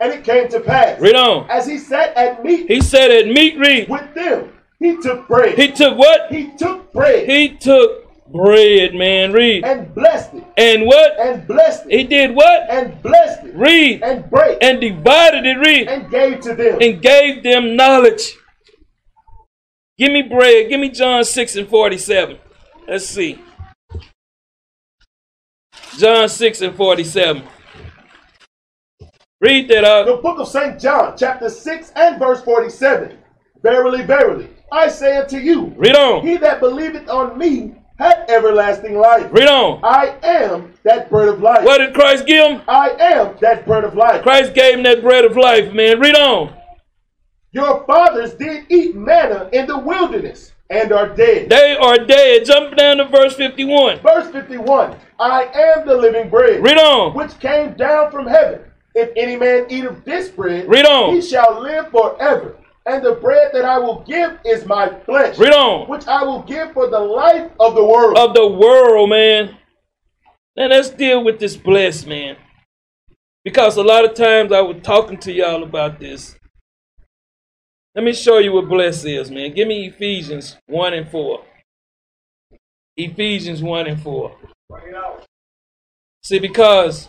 Speaker 7: And it came to pass,
Speaker 1: Read on.
Speaker 7: as he sat at meat
Speaker 1: He said at meat read.
Speaker 7: with them, he took bread.
Speaker 1: He took what?
Speaker 7: He took bread
Speaker 1: He took Bread, man. Read.
Speaker 7: And blessed it.
Speaker 1: And what?
Speaker 7: And blessed it.
Speaker 1: He did what?
Speaker 7: And blessed it.
Speaker 1: Read.
Speaker 7: And break.
Speaker 1: And divided it. Read.
Speaker 7: And gave to them.
Speaker 1: And gave them knowledge. Give me bread. Give me John 6 and 47. Let's see. John 6 and 47. Read that uh, out.
Speaker 7: The book of St. John, chapter 6 and verse 47. Verily, verily, I say unto you,
Speaker 1: Read on.
Speaker 7: He that believeth on me hath everlasting life.
Speaker 1: Read on.
Speaker 7: I am that bread of life.
Speaker 1: What did Christ give him?
Speaker 7: I am that bread of life.
Speaker 1: Christ gave him that bread of life, man. Read on.
Speaker 7: Your fathers did eat manna in the wilderness and are dead.
Speaker 1: They are dead. Jump down to verse 51.
Speaker 7: Verse 51 I am the living bread.
Speaker 1: Read on.
Speaker 7: Which came down from heaven. If any man eat of this bread,
Speaker 1: Read on.
Speaker 7: he shall live forever. And the bread that I will give is my flesh.
Speaker 1: Read on.
Speaker 7: Which I will give for the life of the world.
Speaker 1: Of the world, man. Now let's deal with this blessed, man. Because a lot of times I was talking to y'all about this. Let me show you what blessed is, man. Give me Ephesians 1 and 4. Ephesians 1 and 4. See, because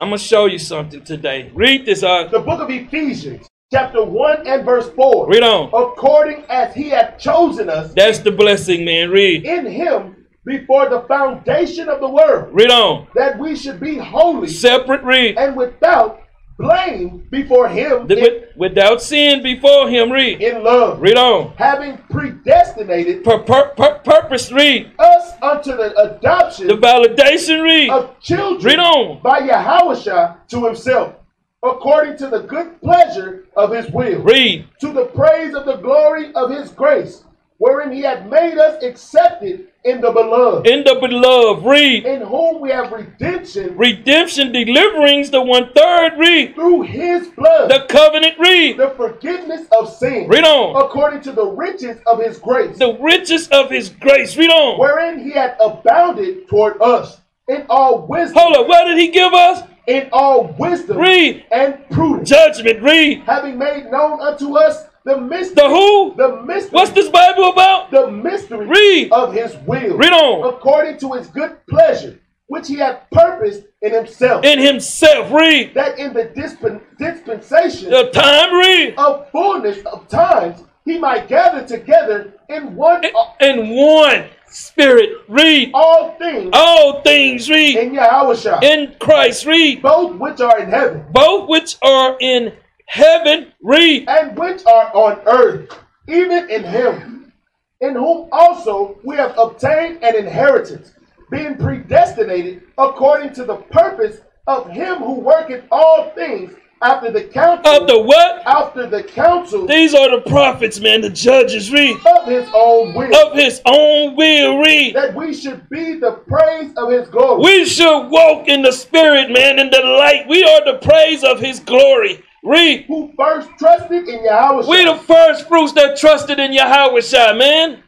Speaker 1: I'm going to show you something today. Read this uh, out.
Speaker 7: The book of Ephesians, chapter 1 and verse 4.
Speaker 1: Read on.
Speaker 7: According as he hath chosen us
Speaker 1: That's the blessing, man. Read.
Speaker 7: in him before the foundation of the world,
Speaker 1: Read on.
Speaker 7: that we should be holy
Speaker 1: Separate, read.
Speaker 7: and without blame before him
Speaker 1: The-
Speaker 7: in,
Speaker 1: with- without sin before him, read.
Speaker 7: in love,
Speaker 1: Read on.
Speaker 7: having predestinated
Speaker 1: Pur- pur- pur- purpose, read.
Speaker 7: us unto the adoption
Speaker 1: The validation, read.
Speaker 7: of children
Speaker 1: Read on.
Speaker 7: by Yahusha to himself, according to the good pleasure of his will,
Speaker 1: Read.
Speaker 7: to the praise of the glory of his grace, wherein he hath made us accepted in the beloved,
Speaker 1: End up with love, read.
Speaker 7: in whom we have redemption
Speaker 1: Redemption, deliverings, the one third, read.
Speaker 7: through his blood,
Speaker 1: The covenant, read.
Speaker 7: the forgiveness of sin,
Speaker 1: Read on.
Speaker 7: according to the riches of his grace,
Speaker 1: The riches of his grace, read on.
Speaker 7: wherein he hath abounded toward us in all wisdom,
Speaker 1: Hold up, what did he give us?
Speaker 7: in all wisdom
Speaker 1: Read.
Speaker 7: and prudence,
Speaker 1: Judgment, read.
Speaker 7: having made known unto us the mystery,
Speaker 1: The who?
Speaker 7: the mystery,
Speaker 1: What's this Bible about?
Speaker 7: the mystery
Speaker 1: Read.
Speaker 7: of his will,
Speaker 1: Read on.
Speaker 7: according to his good pleasure, which he hath purposed in himself,
Speaker 1: In himself, read.
Speaker 7: that in the dispen- dispensation
Speaker 1: The time, read.
Speaker 7: of fullness of times he might gather together in one
Speaker 1: In one spirit, read.
Speaker 7: all things
Speaker 1: All things, read.
Speaker 7: in Yahusha,
Speaker 1: In Christ, read.
Speaker 7: both which are in heaven
Speaker 1: Both which are in heaven, read.
Speaker 7: and which are on earth, even in him, in whom also we have obtained an inheritance, being predestinated according to the purpose of him who worketh all things after the counsel
Speaker 1: Of the what?
Speaker 7: after the counsel
Speaker 1: These are the prophets, man, the judges, read.
Speaker 7: of his own will,
Speaker 1: Of his own will, read.
Speaker 7: that we should be the praise of his glory.
Speaker 1: We should walk in the spirit, man, in the light. We are the praise of his glory. Read.
Speaker 7: who first trusted in Yahweh,
Speaker 1: We the first fruits that trusted in Yahweh Shai, man.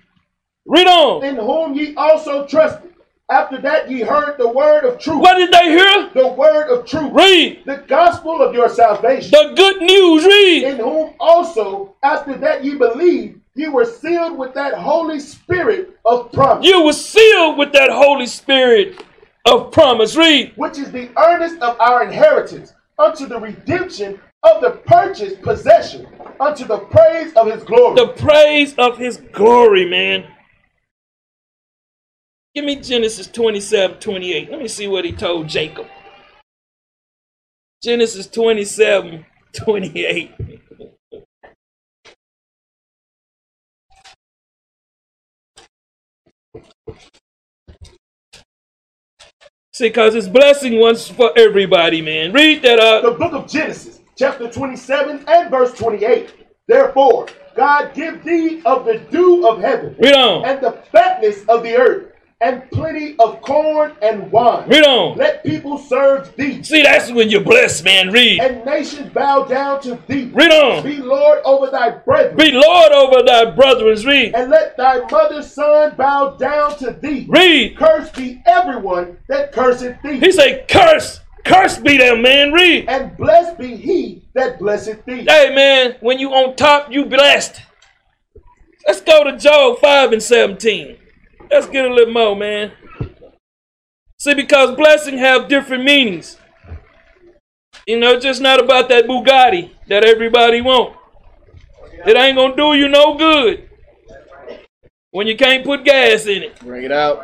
Speaker 1: Read on.
Speaker 7: in whom ye also trusted. After that ye heard the word of truth,
Speaker 1: What did they hear?
Speaker 7: the word of truth,
Speaker 1: Read.
Speaker 7: the gospel of your salvation,
Speaker 1: The good news, read.
Speaker 7: in whom also after that ye believed, ye were sealed with that Holy Spirit of promise,
Speaker 1: You were sealed with that Holy Spirit of promise. Read.
Speaker 7: which is the earnest of our inheritance unto the redemption of the purchased possession, unto the praise of his glory.
Speaker 1: The praise of his glory, man. Give me Genesis 27, 28. Let me see what he told Jacob. Genesis 27, 28. See, because it's blessing once for everybody, man. Read that up.
Speaker 7: the book of Genesis, chapter 27 and verse 28. Therefore, God give thee of the dew of heaven,
Speaker 1: Read on.
Speaker 7: and the fatness of the earth, and plenty of corn and wine.
Speaker 1: Read on.
Speaker 7: Let people serve thee,
Speaker 1: See, that's when you're blessed, man. Read.
Speaker 7: and nations bow down to thee.
Speaker 1: Read on.
Speaker 7: Be Lord over thy brethren,
Speaker 1: Be Lord over thy brethren. Read.
Speaker 7: and let thy mother's son bow down to thee.
Speaker 1: Read.
Speaker 7: Curse be everyone that curseth thee,
Speaker 1: He say, curse, curse be them, man. Read.
Speaker 7: and blessed be he that blesseth thee.
Speaker 1: Hey, man, when you on top, you blessed. Let's go to Job 5 and 17. Let's get a little more, man. See, because blessing have different meanings. You know, it's just not about that Bugatti that everybody want. It ain't gonna do you no good when you can't put gas in it.
Speaker 6: Bring it out.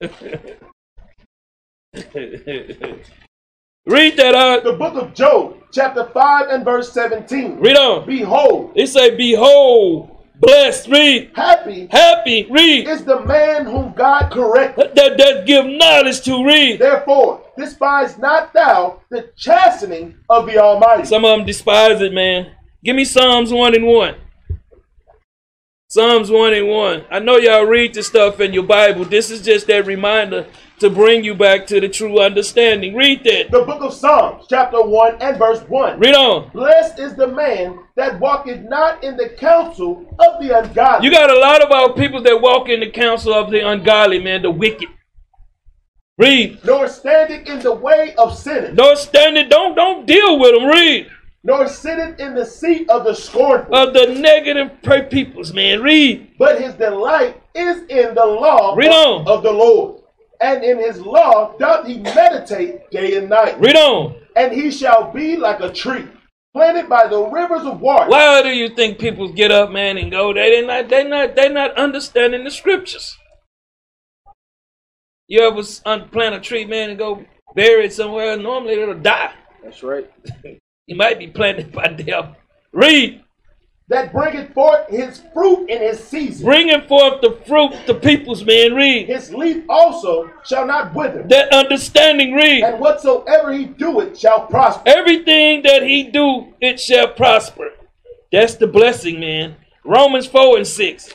Speaker 1: Read that uh, out.
Speaker 7: The book of Job, chapter 5 and verse 17.
Speaker 1: Read on.
Speaker 7: Behold.
Speaker 1: It say, Behold, blessed. Read.
Speaker 7: Happy.
Speaker 1: Happy. Read.
Speaker 7: Is the man whom God corrected.
Speaker 1: That that give knowledge to read.
Speaker 7: Therefore, despise not thou the chastening of the Almighty.
Speaker 1: Some of them despise it, man. Give me Psalms 1 and 1. Psalms 1 and 1. I know y'all read this stuff in your Bible. This is just that reminder to bring you back to the true understanding. Read that.
Speaker 7: The book of Psalms, chapter 1 and verse 1.
Speaker 1: Read on.
Speaker 7: Blessed is the man that walketh not in the counsel of the ungodly.
Speaker 1: You got a lot about people that walk in the counsel of the ungodly, man, the wicked. Read.
Speaker 7: nor standing in the way of sinners,
Speaker 1: Don't stand it. Don't don't deal with them. Read.
Speaker 7: nor sitteth in the seat of the scornful.
Speaker 1: Of the negative per peoples, man. Read.
Speaker 7: But his delight is in the law
Speaker 1: Read on.
Speaker 7: of the Lord. And in his law doth he meditate day and night.
Speaker 1: Read on.
Speaker 7: And he shall be like a tree planted by the rivers of water.
Speaker 1: Why do you think people get up, man, and go? They they not they not they not understanding the scriptures. You ever s- un- plant a tree, man, and go bury it somewhere? Normally it'll die.
Speaker 6: That's right.
Speaker 1: It might be planted by devil. Read,
Speaker 7: That bringeth forth his fruit in his season.
Speaker 1: bringing forth the fruit, the peoples, man. Read
Speaker 7: His leaf also shall not wither.
Speaker 1: that understanding. Read
Speaker 7: And whatsoever he doeth shall prosper.
Speaker 1: everything that he do, it shall prosper. That's the blessing, man. Romans four and six.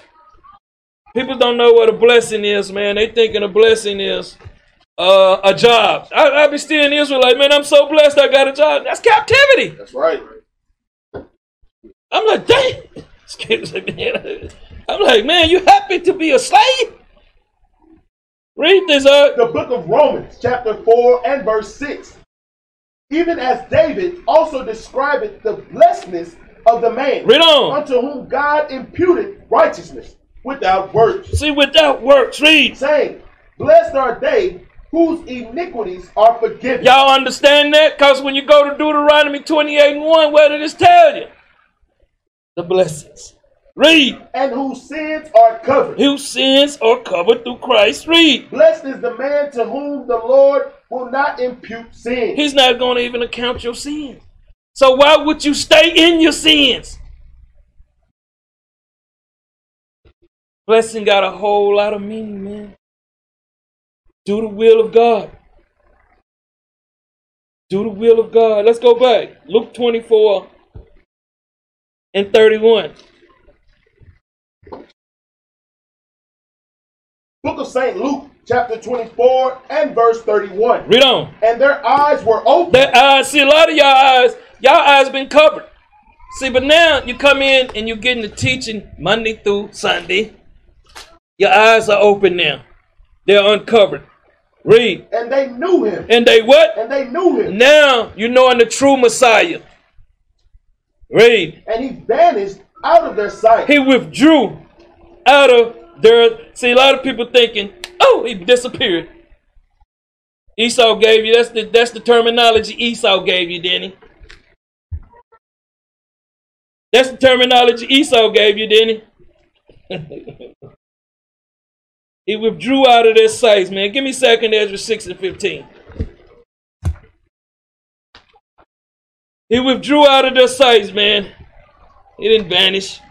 Speaker 1: People don't know what a blessing is, man. They thinking a blessing is uh, a job. I, I be still in Israel, like, man, I'm so blessed I got a job. That's captivity.
Speaker 6: That's right.
Speaker 1: I'm like, dang. Excuse me, man. I'm like, man, you happy to be a slave? Read this uh, up.
Speaker 7: The book of Romans, chapter 4 and verse 6. Even as David also describeth the blessedness of the man
Speaker 1: Read on.
Speaker 7: unto whom God imputed righteousness without works,
Speaker 1: See, without works, read.
Speaker 7: saying, Blessed are they whose iniquities are forgiven.
Speaker 1: Y'all understand that? Because when you go to Deuteronomy 28 and 1, what did it tell you? The blessings. Read.
Speaker 7: and whose sins are covered.
Speaker 1: Whose sins are covered through Christ. Read.
Speaker 7: Blessed is the man to whom the Lord will not impute sin.
Speaker 1: He's not going to even account your sins. So why would you stay in your sins? Blessing got a whole lot of meaning, man. Do the will of God. Do the will of God. Let's go back. Luke 24 and 31.
Speaker 7: Book of St. Luke, chapter 24 and verse 31.
Speaker 1: Read on.
Speaker 7: And their eyes were open.
Speaker 1: That eyes, see a lot of y'all eyes, y'all eyes been covered. See, but now you come in and you're getting the teaching Monday through Sunday. Your eyes are open now. They're uncovered. Read.
Speaker 7: and they knew him.
Speaker 1: And they what?
Speaker 7: And they knew him.
Speaker 1: Now you knowing the true Messiah. Read.
Speaker 7: And he vanished out of their sight.
Speaker 1: He withdrew out of their see a lot of people thinking, oh, he disappeared. Esau gave you that's the that's the terminology Esau gave you, Denny. That's the terminology Esau gave you, Denny. he withdrew out of their sights, man. Give me second Ezra 6 and 15. He withdrew out of their sights, man. He didn't vanish.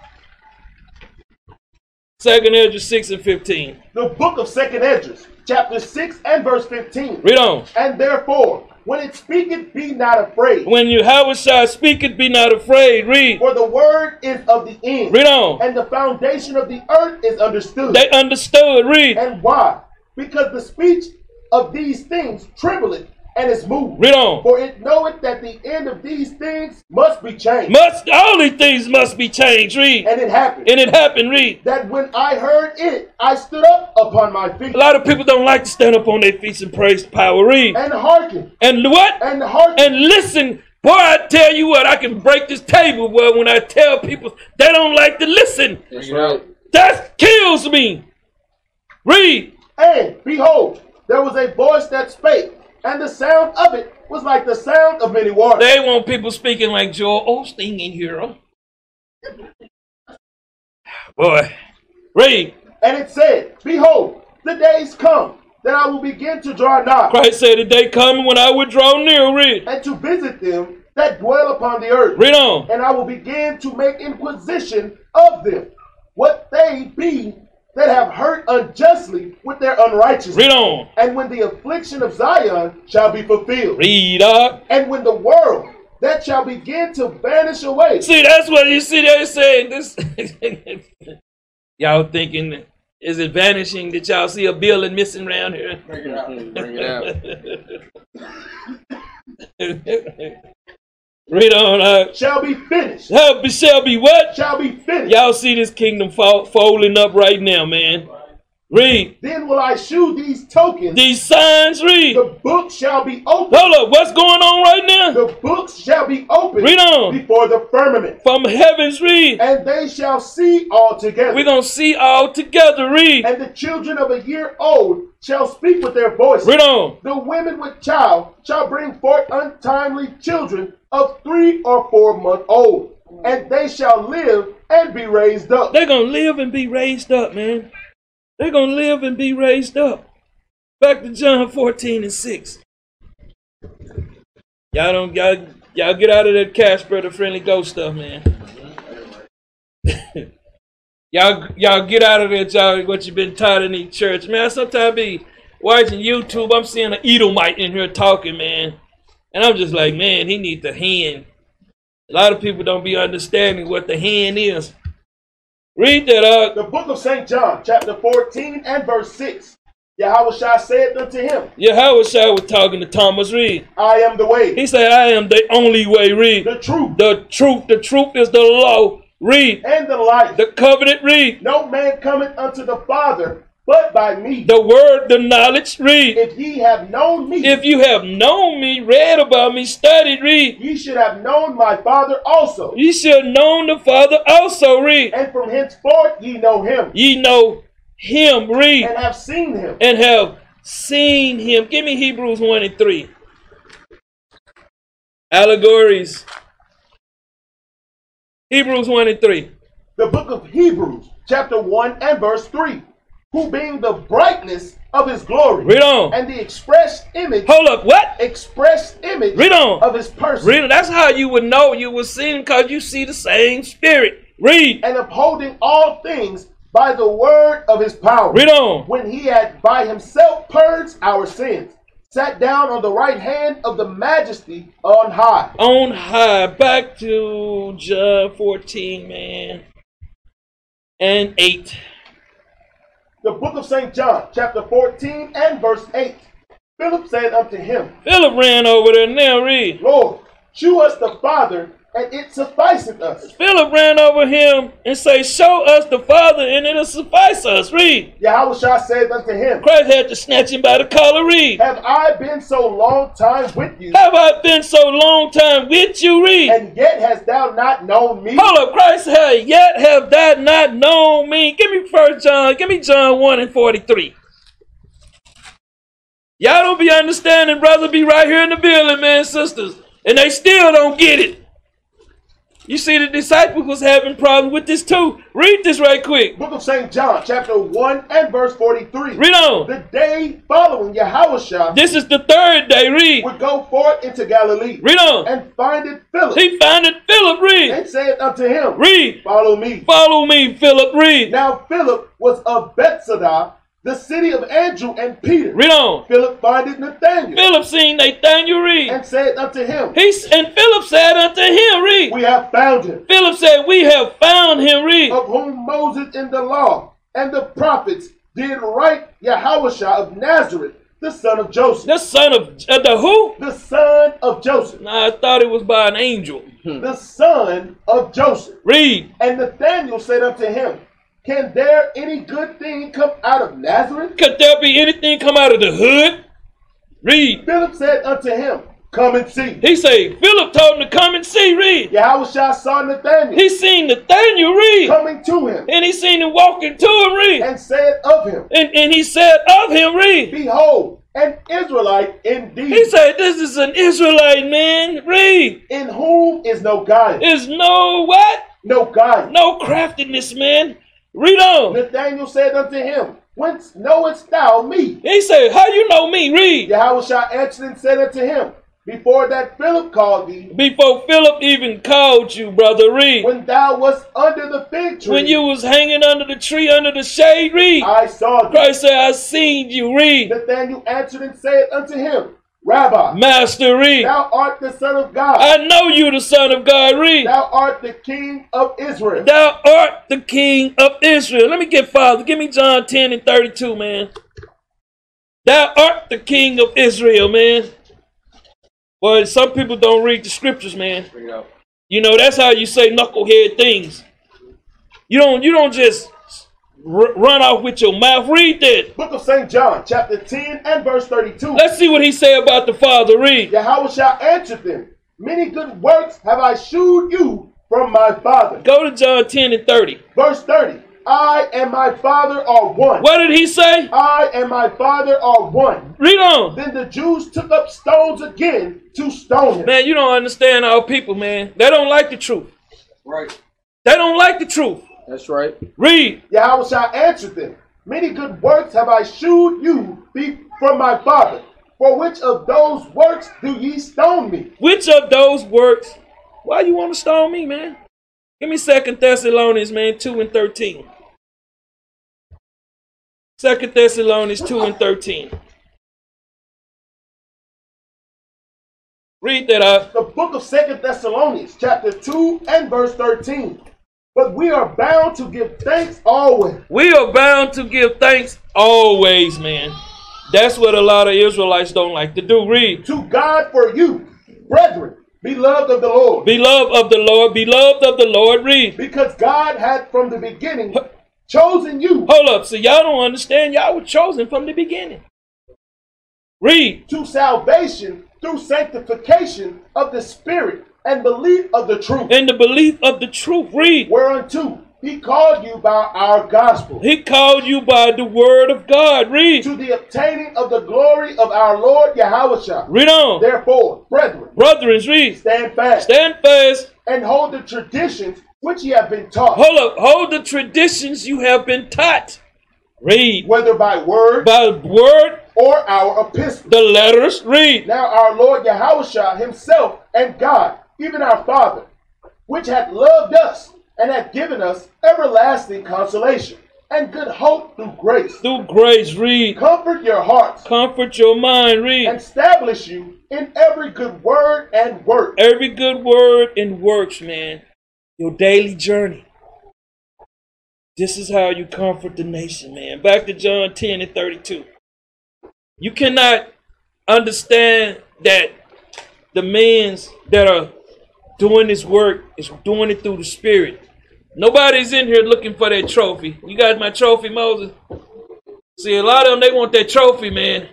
Speaker 1: Second Ezra 6 and 15.
Speaker 7: the book of Second Edges, chapter 6 and verse 15.
Speaker 1: Read on.
Speaker 7: And therefore, when it speaketh, be not afraid.
Speaker 1: When you Howard shall speak it, be not afraid. Read.
Speaker 7: For the word is of the end.
Speaker 1: Read on.
Speaker 7: And the foundation of the earth is understood.
Speaker 1: They understood. Read.
Speaker 7: and why? Because the speech of these things trembleth and is moved.
Speaker 1: Read on.
Speaker 7: For it knoweth that the end of these things must be changed.
Speaker 1: Must all these things must be changed. Read.
Speaker 7: and it happened.
Speaker 1: And it happened. Read.
Speaker 7: that when I heard it, I stood up upon my feet
Speaker 1: A lot of people don't like to stand up on their feet and praise the power. Read.
Speaker 7: and hearken
Speaker 1: And what?
Speaker 7: and hearken.
Speaker 1: And listen. Boy, I tell you what, I can break this table. Well, when I tell people they don't like to listen,
Speaker 6: That's right.
Speaker 1: that kills me. Read.
Speaker 7: And behold, there was a voice that spake, and the sound of it was like the sound of many waters.
Speaker 1: They want people speaking like Joel Osteen in here. Boy. Read.
Speaker 7: And it said, Behold, the days come that I will begin to draw nigh,
Speaker 1: Christ said, The day coming when I would draw near. Read.
Speaker 7: and to visit them that dwell upon the earth.
Speaker 1: Read on.
Speaker 7: And I will begin to make inquisition of them, what they be that have hurt unjustly with their unrighteousness.
Speaker 1: Read on.
Speaker 7: And when the affliction of Zion shall be fulfilled,
Speaker 1: Read up.
Speaker 7: and when the world that shall begin to vanish away.
Speaker 1: See, that's what you see. They're saying this. y'all thinking, is it vanishing? Did y'all see a building missing around here?
Speaker 6: Bring it out. Bring it out.
Speaker 1: Read on up.
Speaker 7: shall be finished.
Speaker 1: Help be- shall be what?
Speaker 7: Shall be finished.
Speaker 1: Y'all see this kingdom fo- folding up right now, man. Read.
Speaker 7: Then will I shew these tokens.
Speaker 1: These signs, read.
Speaker 7: The book shall be opened.
Speaker 1: Hold up, what's going on right now?
Speaker 7: The books shall be opened
Speaker 1: Read on.
Speaker 7: before the firmament,
Speaker 1: From heavens, read.
Speaker 7: and they shall see altogether.
Speaker 1: We're going to see all together, read.
Speaker 7: and the children of a year old shall speak with their voices.
Speaker 1: Read on.
Speaker 7: The women with child shall bring forth untimely children of three or four month old, and they shall live and be raised up.
Speaker 1: They're going to live and be raised up, man. They're going to live and be raised up. Back to John 14 and 6. Y'all don't, y'all, y'all get out of that Casper the Friendly Ghost stuff, man. y'all, y'all get out of that, y'all, what you've been taught in the church. Man, I sometimes be watching YouTube, I'm seeing an Edomite in here talking, man. And I'm just like, man, he needs the hand. A lot of people don't be understanding what the hand is. Read that up.
Speaker 7: The book of St. John, chapter 14 and verse 6. Yahweh said unto him,
Speaker 1: Yeah, Howard Shaw was talking to Thomas Reed.
Speaker 7: I am the way,
Speaker 1: He said, I am the only way, read.
Speaker 7: the truth,
Speaker 1: The truth, the truth is the law, read.
Speaker 7: and the life.
Speaker 1: The covenant, read.
Speaker 7: No man cometh unto the Father but by me.
Speaker 1: The word, the knowledge, read.
Speaker 7: If ye have known me,
Speaker 1: If you have known me, read about me, studied, read.
Speaker 7: ye should have known my Father also.
Speaker 1: Ye shall have known the Father also, read.
Speaker 7: And from henceforth ye know him,
Speaker 1: Ye know him, read.
Speaker 7: and have seen him.
Speaker 1: and have seen him. Give me Hebrews 1 and 3. Allegories. Hebrews 1 and 3.
Speaker 7: The book of Hebrews, chapter 1 and verse 3. Who being the brightness of his glory,
Speaker 1: Read on.
Speaker 7: and the express image,
Speaker 1: Hold up. What?
Speaker 7: express image
Speaker 1: Read on.
Speaker 7: of his person,
Speaker 1: Read. That's how you would know you were seen because you see the same spirit. Read.
Speaker 7: and upholding all things by the word of his power.
Speaker 1: Read on.
Speaker 7: when he had by himself purged our sins, sat down on the right hand of the majesty on high.
Speaker 1: On high. Back to John 14, man. And 8.
Speaker 7: The book of St. John, chapter 14 and verse 8. Philip said unto him,
Speaker 1: Philip ran over there. Now read.
Speaker 7: Lord, shew us the Father, and it sufficeth us.
Speaker 1: Philip ran over him and say, Show us the Father, and it'll suffice us. Read.
Speaker 7: Yahweh said unto him,
Speaker 1: Christ had to snatch him by the collar. Read.
Speaker 7: Have I been so long time with you,
Speaker 1: Have I been so long time with you? Read.
Speaker 7: and yet hast thou not known me?
Speaker 1: Hold up, Christ had yet have thou not known me. Give me first John, give me John 1 and 43. Y'all don't be understanding, brother be right here in the building, man, sisters. And they still don't get it. You see, the disciples was having problems with this too. Read this right quick.
Speaker 7: Book of St. John, chapter 1 and verse 43.
Speaker 1: Read on.
Speaker 7: The day following Yahweh
Speaker 1: This is the third day. Read.
Speaker 7: would go forth into Galilee.
Speaker 1: Read on.
Speaker 7: and findeth Philip,
Speaker 1: He findeth Philip. Read.
Speaker 7: and said unto him,
Speaker 1: Read.
Speaker 7: Follow me.
Speaker 1: Follow me, Philip. Read.
Speaker 7: Now Philip was of Bethsaida, the city of Andrew and Peter.
Speaker 1: Read on.
Speaker 7: Philip findeth Nathanael,
Speaker 1: Philip seen Nathaniel. Read.
Speaker 7: and said unto him,
Speaker 1: He s- and Philip said unto him. Read.
Speaker 7: We have found him,
Speaker 1: Philip said, We have found him. Read.
Speaker 7: of whom Moses in the law and the prophets did write Yahawashah of Nazareth, the son of Joseph.
Speaker 1: The son of uh, the who?
Speaker 7: The son of Joseph.
Speaker 1: Nah, I thought it was by an angel.
Speaker 7: The son of Joseph.
Speaker 1: Read.
Speaker 7: And Nathanael said unto him, Can there any good thing come out of Nazareth?
Speaker 1: Could there be anything come out of the hood? Read.
Speaker 7: Philip said unto him, Come and see.
Speaker 1: He say, Philip told him to come and see, read.
Speaker 7: Yahushua saw Nathaniel.
Speaker 1: He seen Nathaniel, read.
Speaker 7: Coming to him.
Speaker 1: And he seen him walking to him, read.
Speaker 7: And said of him.
Speaker 1: And, and he said of him, read.
Speaker 7: Behold, an Israelite indeed.
Speaker 1: He said, This is an Israelite man, read.
Speaker 7: In whom is no guile.
Speaker 1: Is no what?
Speaker 7: No guile.
Speaker 1: No craftiness, man. Read on.
Speaker 7: Nathaniel said unto him, Whence knowest thou me?
Speaker 1: He said, How you know me? Read.
Speaker 7: Yahushua answered and said unto him, Before that Philip called thee,
Speaker 1: Before Philip even called you, brother, read.
Speaker 7: when thou wast under the fig tree,
Speaker 1: When you was hanging under the tree under the shade, read.
Speaker 7: I saw thee.
Speaker 1: Christ said, I seen you, read.
Speaker 7: Nathaniel answered and said unto him, Rabbi,
Speaker 1: Master, read.
Speaker 7: thou art the Son of God.
Speaker 1: I know you the son of God, read.
Speaker 7: Thou art the King of Israel.
Speaker 1: Thou art the king of Israel. Let me get Father. Give me John 10 and 32, man. Thou art the king of Israel, man. Well, some people don't read the scriptures, man. You know, that's how you say knucklehead things. You don't you don't just r- run off with your mouth. Read that.
Speaker 7: Book of St. John, chapter 10 and verse 32.
Speaker 1: Let's see what he say about the Father. Read.
Speaker 7: Yahushua answered them, Many good works have I shewed you from my Father.
Speaker 1: Go to John 10 and 30.
Speaker 7: Verse 30. I and my Father are one.
Speaker 1: What did he say?
Speaker 7: I and my Father are one.
Speaker 1: Read on.
Speaker 7: Then the Jews took up stones again to stone him.
Speaker 1: Man, you don't understand our people, man. They don't like the truth.
Speaker 6: Right.
Speaker 1: They don't like the truth.
Speaker 6: That's right.
Speaker 1: Read.
Speaker 7: Yahushua answered them, Many good works have I shewed you be- from my Father. For which of those works do ye stone me?
Speaker 1: Which of those works? Why you want to stone me, man? Give me Second Thessalonians, man, two and thirteen. Second Thessalonians two and thirteen. Read that up.
Speaker 7: the book of Second Thessalonians, chapter 2 and verse 13. But we are bound to give thanks always.
Speaker 1: We are bound to give thanks always, man. That's what a lot of Israelites don't like to do. Read.
Speaker 7: to God for you, brethren, beloved of the Lord,
Speaker 1: Beloved of the Lord, beloved of the Lord, read.
Speaker 7: because God hath from the beginning chosen you
Speaker 1: Hold up. So y'all don't understand. Y'all were chosen from the beginning. Read.
Speaker 7: to salvation through sanctification of the Spirit and belief of the truth,
Speaker 1: in the belief of the truth. Read.
Speaker 7: whereunto he called you by our gospel,
Speaker 1: He called you by the word of God. Read.
Speaker 7: to the obtaining of the glory of our Lord Yahushua.
Speaker 1: Read on.
Speaker 7: Therefore, brethren,
Speaker 1: Brethren, read.
Speaker 7: stand fast
Speaker 1: Stand fast.
Speaker 7: and hold the traditions which ye have been taught.
Speaker 1: Hold up. Hold the traditions you have been taught. Read.
Speaker 7: whether by word
Speaker 1: By word,
Speaker 7: or our epistle.
Speaker 1: the letters. Read.
Speaker 7: Now our Lord Yahushua himself and God, even our Father, which hath loved us and hath given us everlasting consolation and good hope through grace.
Speaker 1: Through grace, read.
Speaker 7: Comfort your hearts
Speaker 1: Comfort your mind. Read.
Speaker 7: and establish you in every good word and work.
Speaker 1: Every good word and works, man. Your daily journey. This is how you comfort the nation, man. Back to John 10 and 32. You cannot understand that the men's that are doing this work is doing it through the spirit. Nobody's in here looking for that trophy. You got my trophy, Moses. See, a lot of them they want that trophy, man.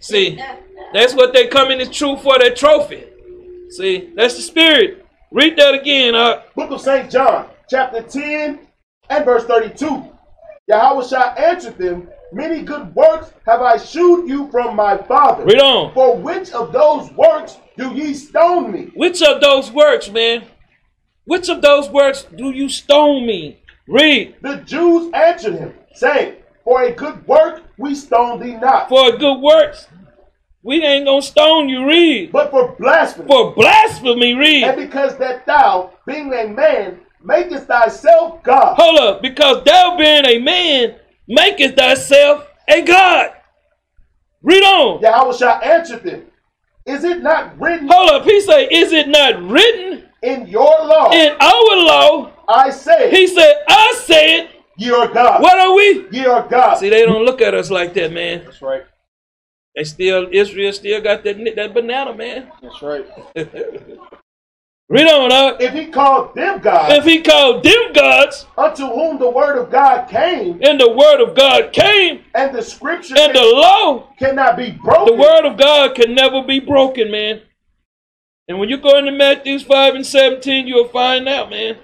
Speaker 1: See, that's what they come in this truth for, that trophy. See, that's the spirit. Read that again. Uh,
Speaker 7: Book of St. John, chapter 10 and verse 32. Yahushua answered them, Many good works have I shewed you from my Father.
Speaker 1: read on.
Speaker 7: For which of those works do ye stone me?
Speaker 1: Which of those works, man? Which of those works do you stone me? Read.
Speaker 7: The Jews answered him, saying, For a good work we stone thee not,
Speaker 1: For good works, we ain't gonna stone you. Read.
Speaker 7: but for blasphemy.
Speaker 1: For blasphemy,
Speaker 7: and
Speaker 1: read.
Speaker 7: because that thou, being a man, makest thyself God.
Speaker 1: Hold up, because thou being a man, makest thyself a god. Read on.
Speaker 7: Yahushua answered them, Is it not written
Speaker 1: Hold up, he say, is it not written
Speaker 7: in your law,
Speaker 1: in our law?
Speaker 7: I say,
Speaker 1: He said, I said,
Speaker 7: ye are God,
Speaker 1: what are we?
Speaker 7: ye are God.
Speaker 1: See, they don't look at us like that, man.
Speaker 6: That's right.
Speaker 1: They still Israel still got that ni- that banana, man.
Speaker 6: That's right.
Speaker 1: Read on up.
Speaker 7: if he called them God,
Speaker 1: If he called them gods,
Speaker 7: unto whom the word of God came,
Speaker 1: and the word of God came,
Speaker 7: and the scripture
Speaker 1: and the law,
Speaker 7: cannot be
Speaker 1: the
Speaker 7: broken,
Speaker 1: word of God can never be broken, man. And when you go into Matthews 5 and 17, you'll find out, man.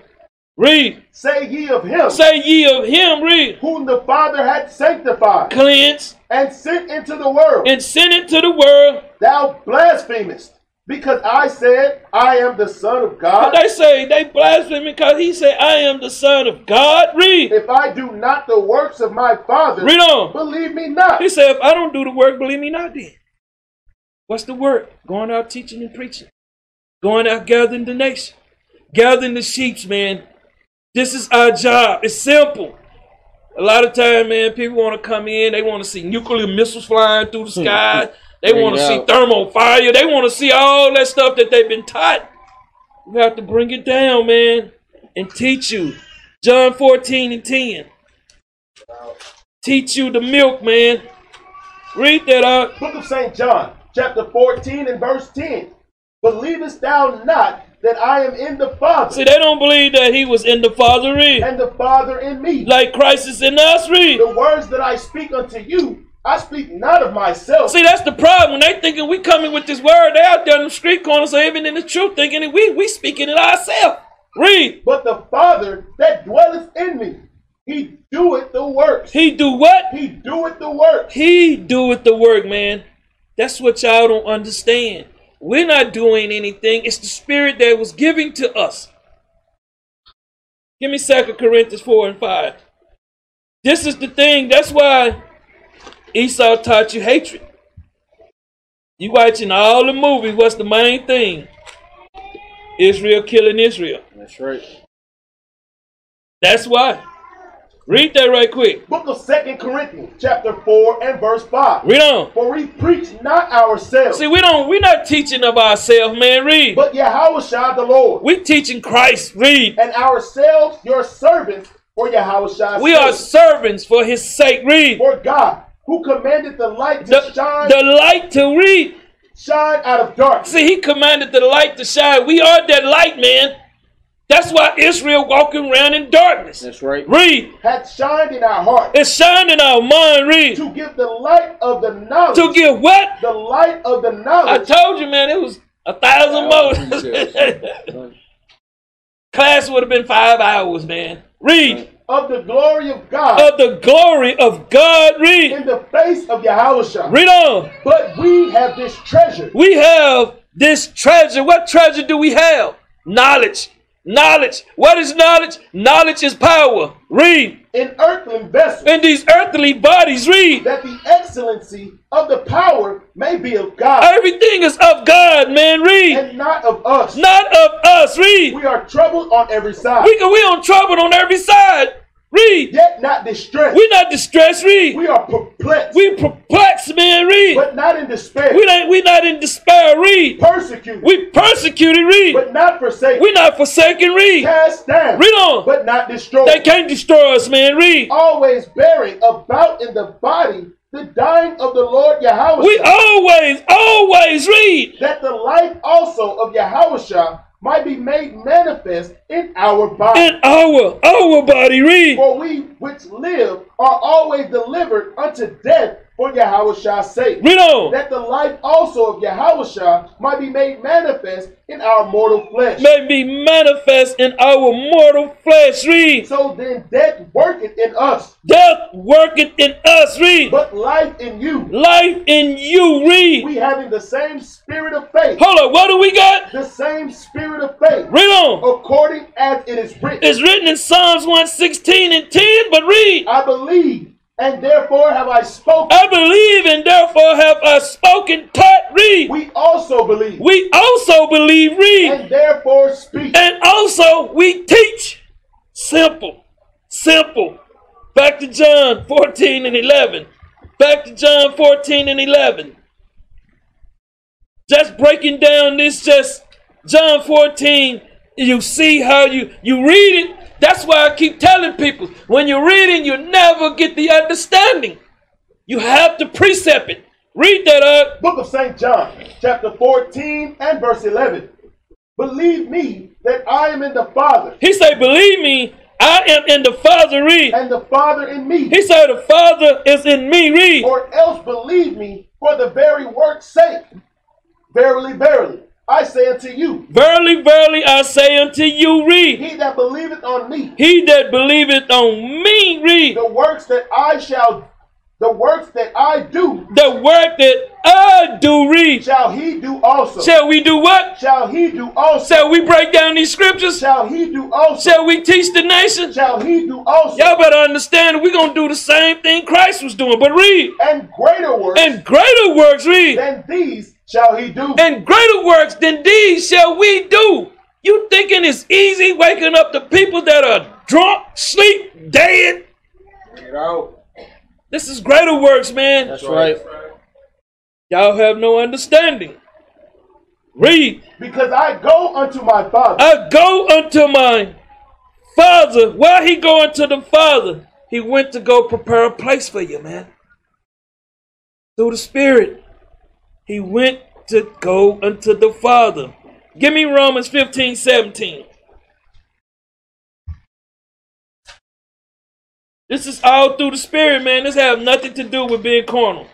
Speaker 1: Read.
Speaker 7: Say ye of him.
Speaker 1: Say ye of him, read.
Speaker 7: Whom the Father hath sanctified.
Speaker 1: Cleanse.
Speaker 7: And sent into the world.
Speaker 1: And sent into the world.
Speaker 7: Thou blasphemest. Because I said, I am the Son of God.
Speaker 1: But they say they blaspheme because he said, I am the Son of God. Read.
Speaker 7: If I do not the works of my Father,
Speaker 1: Read on.
Speaker 7: believe me not.
Speaker 1: He said, if I don't do the work, believe me not then. What's the work? Going out teaching and preaching. Going out gathering the nation. Gathering the sheep, man. This is our job. It's simple. A lot of time, man, people want to come in. They want to see nuclear missiles flying through the sky. They
Speaker 6: Hmm. Bring
Speaker 1: want to
Speaker 6: it
Speaker 1: see
Speaker 6: out.
Speaker 1: thermal fire. They want to see all that stuff that they've been taught. We have to bring it down, man, and teach you. John 14 and 10. Teach you the milk, man. Read that out.
Speaker 7: Book of St. John, chapter 14 and verse 10. Believest thou not that I am in the Father,
Speaker 1: See, they don't believe that he was in the Father. Read.
Speaker 7: and the Father in me?
Speaker 1: Like Christ is in us. Read.
Speaker 7: The words that I speak unto you, I speak not of myself,
Speaker 1: See, that's the problem. When they thinking we coming with this word, they out there in the street corners or even in the truth thinking that we we speaking it ourselves. Read.
Speaker 7: but the Father that dwelleth in me. He doeth the works.
Speaker 1: He do what?
Speaker 7: He doeth the works.
Speaker 1: He doeth the work, man. That's what y'all don't understand. We're not doing anything. It's the spirit that was given to us. Give me 2 Corinthians 4 and 5. This is the thing. That's why Esau taught you hatred. You watching all the movies. What's the main thing? Israel killing Israel.
Speaker 6: That's right.
Speaker 1: That's why. Read that right quick.
Speaker 7: Book of Second Corinthians, chapter 4 and verse 5.
Speaker 1: Read on.
Speaker 7: For we preach not ourselves,
Speaker 1: See, we don't we're not teaching of ourselves, man. Read.
Speaker 7: but Yahushua the Lord,
Speaker 1: We teaching Christ. Read.
Speaker 7: and ourselves your servants for Yahushua.
Speaker 1: We are servants for his sake. Read.
Speaker 7: for God, who commanded the light to
Speaker 1: The,
Speaker 7: shine,
Speaker 1: the light to read.
Speaker 7: shine out of darkness.
Speaker 1: See, he commanded the light to shine. We are that light, man. That's why Israel walking around in darkness.
Speaker 6: That's right.
Speaker 1: Read.
Speaker 7: hath shined in our hearts
Speaker 1: It's shining our mind. Read.
Speaker 7: to give the light of the knowledge,
Speaker 1: To get what?
Speaker 7: the light of the
Speaker 1: I
Speaker 7: knowledge
Speaker 1: told you, man, it was a thousand more. Class would have been five hours, man. Read.
Speaker 7: of the glory of God
Speaker 1: Of the glory of God. Read.
Speaker 7: in the face of Yahushua.
Speaker 1: Read on.
Speaker 7: But we have this treasure
Speaker 1: We have this treasure. What treasure do we have? Knowledge. Knowledge. What is knowledge? Knowledge is power. Read.
Speaker 7: in earthly vessels,
Speaker 1: In these earthly bodies. Read.
Speaker 7: that the excellency of the power may be of God
Speaker 1: Everything is of God, man. Read.
Speaker 7: and not of us.
Speaker 1: Not of us. Read.
Speaker 7: We are troubled on every side,
Speaker 1: We, we on trouble on every side. Read.
Speaker 7: yet not distressed.
Speaker 1: We're not distressed. Read.
Speaker 7: We are perplexed,
Speaker 1: We perplexed, man. Read.
Speaker 7: but not in despair.
Speaker 1: We not, we not in despair. Read.
Speaker 7: Persecuted,
Speaker 1: We persecuted. Read.
Speaker 7: but not forsaken.
Speaker 1: We not forsaken. Read.
Speaker 7: cast down,
Speaker 1: Read on.
Speaker 7: but not destroyed.
Speaker 1: They can't destroy us, man. Read.
Speaker 7: Always bearing about in the body the dying of the Lord Yahweh,
Speaker 1: We always, always read.
Speaker 7: that the life also of Yahweh might be made manifest in our body.
Speaker 1: In our our body read.
Speaker 7: For we which live are always delivered unto death for Yahushua's sake.
Speaker 1: Read on.
Speaker 7: That the life also of Yahushua might be made manifest in our mortal flesh.
Speaker 1: May be manifest in our mortal flesh. Read.
Speaker 7: So then death worketh in us,
Speaker 1: Death worketh in us. Read.
Speaker 7: but life in you.
Speaker 1: Life in you. Read.
Speaker 7: We having the same spirit of faith.
Speaker 1: Hold on. What do we got?
Speaker 7: the same spirit of faith,
Speaker 1: Read
Speaker 7: Oh,
Speaker 1: on.
Speaker 7: according as it is written.
Speaker 1: It's written in Psalms 116 and 10, but read.
Speaker 7: I believe, and therefore have I spoken.
Speaker 1: I believe and therefore have I spoken. Taught. Read.
Speaker 7: We also believe,
Speaker 1: We also believe. Read.
Speaker 7: and therefore speak.
Speaker 1: And also, we teach. Simple. Simple. Back to John 14 and 11. Back to John 14 and 11. Just breaking down this, just John 14, you see how you, you read it. That's why I keep telling people when you're reading, you never get the understanding. You have to precept it. Read that up.
Speaker 7: Book of St. John, chapter 14 and verse 11. Believe me that I am in the Father,
Speaker 1: He said, Believe me, I am in the Father. Read.
Speaker 7: and the Father in me.
Speaker 1: He said, The Father is in me. Read.
Speaker 7: or else believe me for the very work's sake. Verily, verily, I say unto you,
Speaker 1: Verily, verily, I say unto you, read.
Speaker 7: he that believeth on me,
Speaker 1: He that believeth on me, read.
Speaker 7: the works that I shall, the works that I do,
Speaker 1: The work that I do, read.
Speaker 7: shall he do also.
Speaker 1: Shall we do what?
Speaker 7: Shall he do also.
Speaker 1: Shall we break down these scriptures?
Speaker 7: Shall he do also.
Speaker 1: Shall we teach the nation?
Speaker 7: Shall he do also.
Speaker 1: Y'all better understand we're going to do the same thing Christ was doing. But read.
Speaker 7: And greater works
Speaker 1: And greater works, read.
Speaker 7: than these shall he do.
Speaker 1: and greater works than these shall we do. You thinking it's easy waking up the people that are drunk, sleep, dead? This is greater works, man. That's
Speaker 6: right.
Speaker 1: Y'all have no understanding. Read.
Speaker 7: because I go unto my Father.
Speaker 1: I go unto my father. Why he going to the father? He went to go prepare a place for you, man. Through the Spirit. He went to go unto the Father. Give me Romans 15, 17. This is all through the Spirit, man. This have nothing to do with being carnal.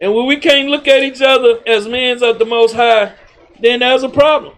Speaker 1: And when we can't look at each other as men of the Most High, then there's a problem.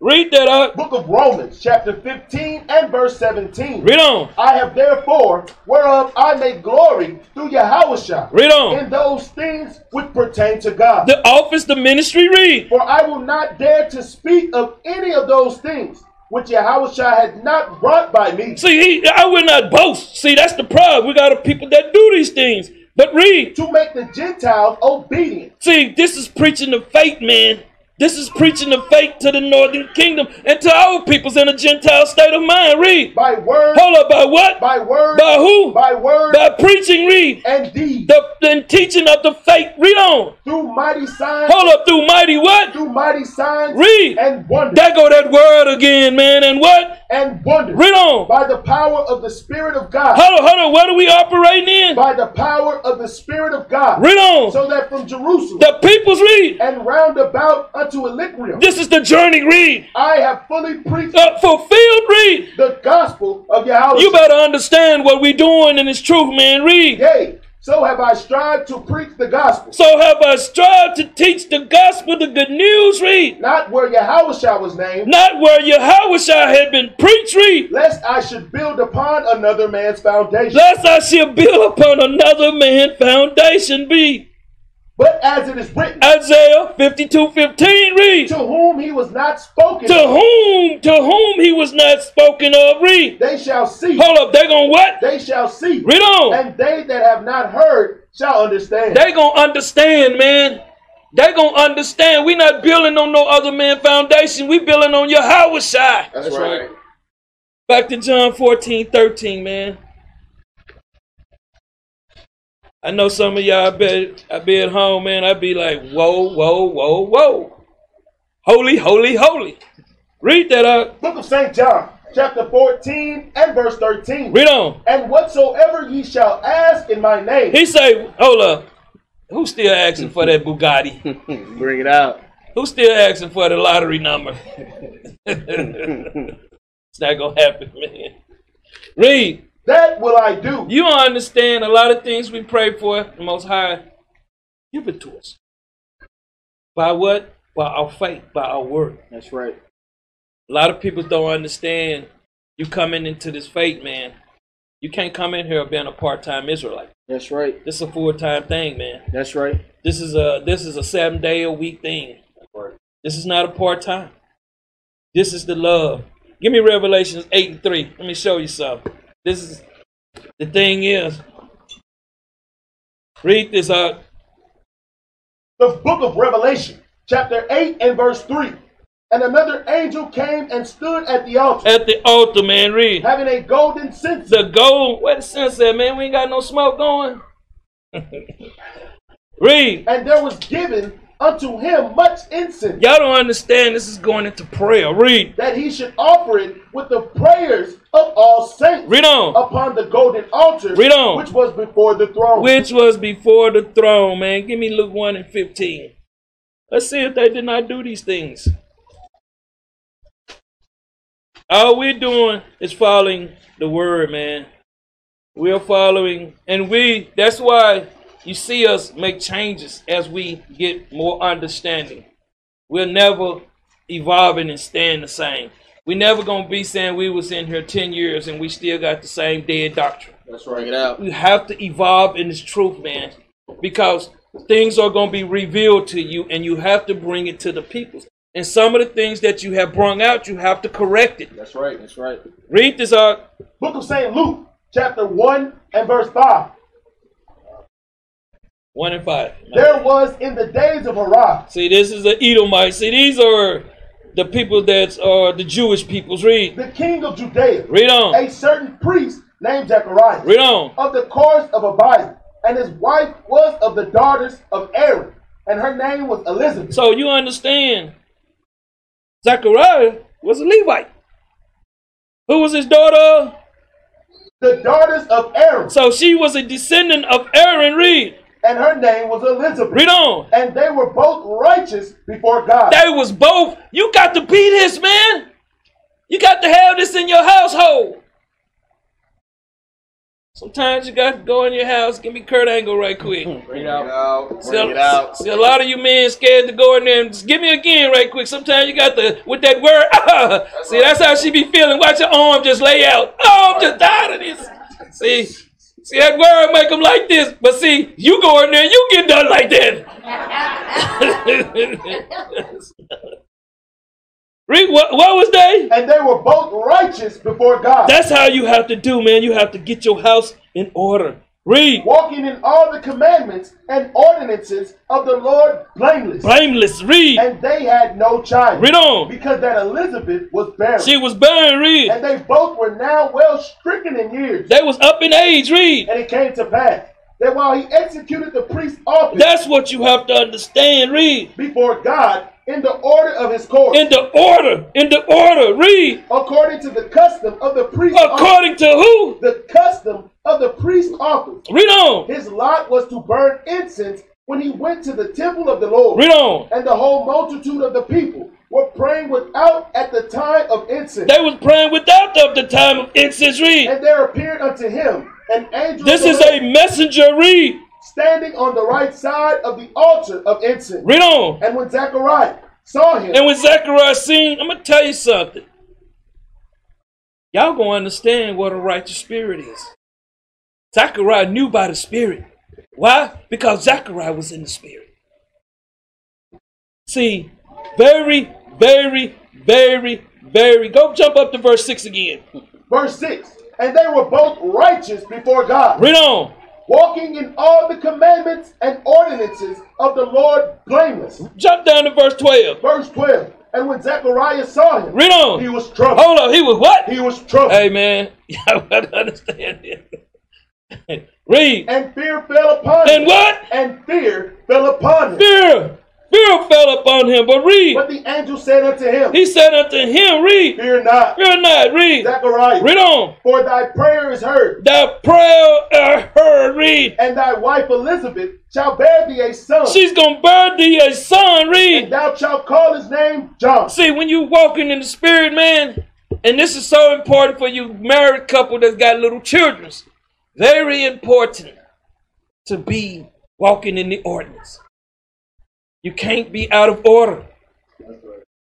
Speaker 1: Read that out.
Speaker 7: Book of Romans, chapter 15 and verse 17.
Speaker 1: Read on.
Speaker 7: I have therefore, whereof I may glory through Yahusha,
Speaker 1: Read on.
Speaker 7: in those things which pertain to God.
Speaker 1: The office, the ministry, read.
Speaker 7: For I will not dare to speak of any of those things which Yahusha had not brought by me.
Speaker 1: See, he, I will not boast. See, that's the problem. We got a people that do these things. But read.
Speaker 7: to make the Gentiles obedient.
Speaker 1: See, this is preaching the faith, man. This is preaching the faith to the northern kingdom and to our peoples in a Gentile state of mind. Read.
Speaker 7: By word,
Speaker 1: Hold up, by what?
Speaker 7: by word,
Speaker 1: By who?
Speaker 7: by word,
Speaker 1: By preaching, read.
Speaker 7: and deed.
Speaker 1: The, the teaching of the faith. Read on.
Speaker 7: through mighty signs,
Speaker 1: Hold up, through mighty what?
Speaker 7: through mighty signs,
Speaker 1: Read.
Speaker 7: and wonders,
Speaker 1: There go that word again, man. And what?
Speaker 7: and wonders.
Speaker 1: Read on.
Speaker 7: by the power of the Spirit of God.
Speaker 1: Hold up, hold up. What are we operating in?
Speaker 7: By the power of the Spirit of God.
Speaker 1: Read on.
Speaker 7: so that from Jerusalem
Speaker 1: The people's read.
Speaker 7: and round about unto Elycrium,
Speaker 1: This is the journey read.
Speaker 7: I have fully preached
Speaker 1: Uh, fulfilled read.
Speaker 7: the gospel of Yahweh.
Speaker 1: You better understand what we doing and it's truth, man. Read.
Speaker 7: Yea, so have I strived to preach the gospel,
Speaker 1: So have I strived to teach the gospel, the good news read.
Speaker 7: not where Yahusha was named,
Speaker 1: Not where Yahusha had been preached read.
Speaker 7: lest I should build upon another man's foundation.
Speaker 1: Lest I shall build upon another man foundation be.
Speaker 7: But as it is written,
Speaker 1: Isaiah 52:15 read.
Speaker 7: to whom he was not spoken,
Speaker 1: To
Speaker 7: of,
Speaker 1: whom, to whom he was not spoken of read.
Speaker 7: they shall see,
Speaker 1: Hold up, they gonna what?
Speaker 7: they shall see,
Speaker 1: Read on.
Speaker 7: and they that have not heard shall understand.
Speaker 1: They gonna understand, man. They gonna understand. We not building on no other man foundation. We building on your Howard
Speaker 6: That's, right.
Speaker 1: Back to John 14, 13, man. I know some of y'all be I be at home, man. I be like, whoa, whoa, whoa, whoa. Holy, holy, holy. Read that up.
Speaker 7: Book of St. John, chapter 14 and verse 13.
Speaker 1: Read on.
Speaker 7: And whatsoever ye shall ask in my name,
Speaker 1: He say, hold up. Who still asking for that Bugatti?
Speaker 6: Bring it out.
Speaker 1: Who still asking for the lottery number? it's not gonna happen, man. Read.
Speaker 7: that will I do.
Speaker 1: You don't understand a lot of things we pray for, the Most High, give it to us. By what? By our faith, by our work.
Speaker 6: That's right.
Speaker 1: A lot of people don't understand you coming into this faith, man. You can't come in here being a part time Israelite.
Speaker 6: That's right.
Speaker 1: This is a full time thing, man.
Speaker 6: That's right.
Speaker 1: This is a this is a seven day a week thing. This is not a part time. This is the love. Give me Revelations 8 and 3. Let me show you something. This is the thing is. Read this uh, out.
Speaker 7: The book of Revelation, chapter 8 and verse 3. And another angel came and stood at the altar,
Speaker 1: At the altar, man, read.
Speaker 7: having a golden censer,
Speaker 1: The gold, where the sunset, man? We ain't got no smoke going. read.
Speaker 7: and there was given unto him much incense.
Speaker 1: Y'all don't understand this is going into prayer. Read.
Speaker 7: that he should offer it with the prayers of all saints
Speaker 1: Read on.
Speaker 7: upon the golden altar
Speaker 1: Read on.
Speaker 7: which was before the
Speaker 6: Oh.
Speaker 7: throne.
Speaker 1: Which was before the throne, man. Give me Luke 1 and 15. Let's see if they did not do these things. All we're doing is following the word, man. We are following, and we, that's why you see us make changes as we get more understanding. We'll never evolving and staying the same. We never gonna be saying we was in here ten years and we still got the same dead doctrine.
Speaker 6: Let's bring it out.
Speaker 1: You have to evolve in this truth, man, because things are gonna be revealed to you, and you have to bring it to the people. And some of the things that you have brung out, you have to correct it.
Speaker 6: That's right. That's right.
Speaker 1: Read this uh,
Speaker 7: Book of St. Luke, chapter 1 and verse 5.
Speaker 1: one and five.
Speaker 7: There was in the days of Herod,
Speaker 1: See, this is the Edomite. See, these are the people that are the Jewish peoples. Read,
Speaker 7: the king of Judea,
Speaker 1: read on,
Speaker 7: a certain priest named Zechariah,
Speaker 1: read on.
Speaker 7: of the course of Abiah, and his wife was of the daughters of Aaron, and her name was Elizabeth.
Speaker 1: So you understand, Zechariah was a Levite. Who was his daughter?
Speaker 7: The daughters of Aaron,
Speaker 1: So she was a descendant of Aaron. Read,
Speaker 7: and her name was Elizabeth.
Speaker 1: read on.
Speaker 7: And they were both righteous before God.
Speaker 1: They was both. You got to be this, man. You got to have this in your household. Sometimes you got to go in your house. Give me Kurt Angle right quick.
Speaker 6: Bring it out. Bring
Speaker 1: See a,
Speaker 6: it out.
Speaker 1: see, a lot of you men scared to go in there and just give me again right quick. Sometimes you got the with that word. see, that's how she be feeling. Watch her arm just lay out. Oh, I'm just tired of this. See, see that word make them like this. But see, you go in there, you get done like that. Rick, what, what was they?
Speaker 7: And they were both righteous before God,
Speaker 1: That's how you have to do, man. You have to get your house in order. Read.
Speaker 7: walking in all the commandments and ordinances of the Lord blameless.
Speaker 1: Blameless. Read.
Speaker 7: And they had no child.
Speaker 1: Read on.
Speaker 7: Because that Elizabeth was barren.
Speaker 1: She was barren. Read.
Speaker 7: and they both were now well stricken in years.
Speaker 1: They was up in age. Read.
Speaker 7: And it came to pass that while he executed the priest's office
Speaker 1: That's what you have to understand. Read.
Speaker 7: before God in the order of his course,
Speaker 1: In the order. In the order. Read.
Speaker 7: according to the custom of the priest's office,
Speaker 1: According to who?
Speaker 7: the custom of the priest's office,
Speaker 1: Read on.
Speaker 7: his lot was to burn incense when he went to the temple of the Lord.
Speaker 1: Read on.
Speaker 7: And the whole multitude of the people were praying without at the time of incense.
Speaker 1: They was praying without of the time of incense. Read.
Speaker 7: and there appeared unto him an angel
Speaker 1: This
Speaker 7: of
Speaker 1: is
Speaker 7: the Lord
Speaker 1: a messenger. Read.
Speaker 7: standing on the right side of the altar of incense.
Speaker 1: Read on.
Speaker 7: And when Zechariah saw him,
Speaker 1: And when Zechariah seen, I'm gonna tell you something. Y'all gonna understand what a righteous spirit is. Zechariah knew by the spirit. Why? Because Zechariah was in the spirit. See, very, very, very, very. Go jump up to verse six again.
Speaker 7: verse 6, and they were both righteous before God,
Speaker 1: Read on.
Speaker 7: walking in all the commandments and ordinances of the Lord blameless.
Speaker 1: Jump down to verse twelve.
Speaker 7: Verse 12, and when Zechariah saw him,
Speaker 1: Read on.
Speaker 7: he was troubled.
Speaker 1: Hold up. He was what?
Speaker 7: He was troubled.
Speaker 1: Hey man, y'all gotta understand this. Read.
Speaker 7: And fear fell upon him.
Speaker 1: And what?
Speaker 7: And fear fell upon him.
Speaker 1: fear. Fear fell upon him. But read.
Speaker 7: But the angel said unto him,
Speaker 1: He said unto him, Read.
Speaker 7: Fear not,
Speaker 1: Fear not. Read.
Speaker 7: Zechariah,
Speaker 1: Read on.
Speaker 7: for thy prayer is heard.
Speaker 1: Thy prayer are heard. Read.
Speaker 7: and thy wife Elizabeth shall bear thee a son,
Speaker 1: She's going to bear thee a son.
Speaker 7: and
Speaker 1: Read.
Speaker 7: thou shalt call his name John.
Speaker 1: See, when you walking in the spirit, man, and this is so important for you married couple that's got little children. Very important to be walking in the ordinance. You can't be out of order.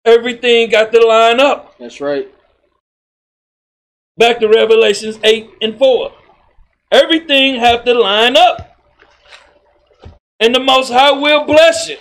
Speaker 1: Everything got to line up.
Speaker 6: That's right.
Speaker 1: back to revelations 8 and 4 everything have to line up and the most high will bless you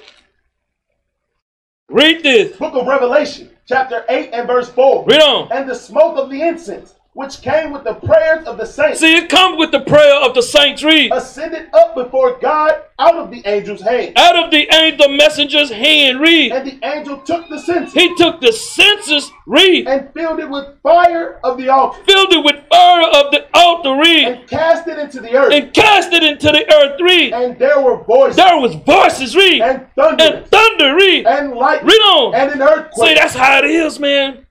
Speaker 1: read this
Speaker 7: Book of Revelation, chapter 8 and verse 4.
Speaker 1: read on
Speaker 7: And the smoke of the incense, which came with the prayers of the saints,
Speaker 1: see it comes with the prayer of the saints read
Speaker 7: ascended up before God out of the angel's hand.
Speaker 1: out of the angel messenger's hand read
Speaker 7: And the angel took the censer
Speaker 1: he took the census read
Speaker 7: and filled it with fire of the altar
Speaker 1: filled it with fire of the altar read
Speaker 7: and cast it into the earth.
Speaker 1: and cast it into the earth read
Speaker 7: And there were voices
Speaker 1: there was voices read
Speaker 7: and
Speaker 1: and
Speaker 7: thunder
Speaker 1: thunder read
Speaker 7: and lightning
Speaker 1: read on
Speaker 7: and an
Speaker 1: See,
Speaker 7: earthquake.
Speaker 1: that's how it is, man.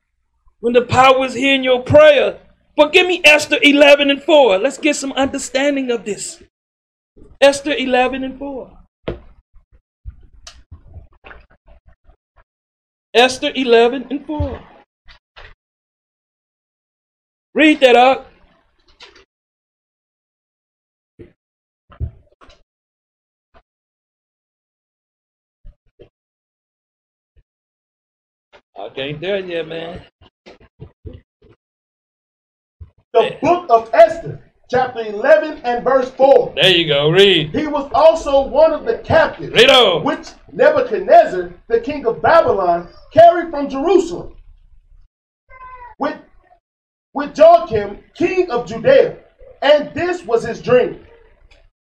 Speaker 1: When the power is here in your prayer. But give me Esther 11 and 4. Let's get some understanding of this. Esther 11 and 4. Esther 11 and 4. Read that up.
Speaker 13: I can't tell you, man.
Speaker 7: The book of Esther, chapter 11 and verse 4.
Speaker 13: There you go. Read.
Speaker 7: He was also one of the captives
Speaker 13: Read on.
Speaker 7: which Nebuchadnezzar, the king of Babylon, carried from Jerusalem with, with Joachim, king of Judea. And this was his dream.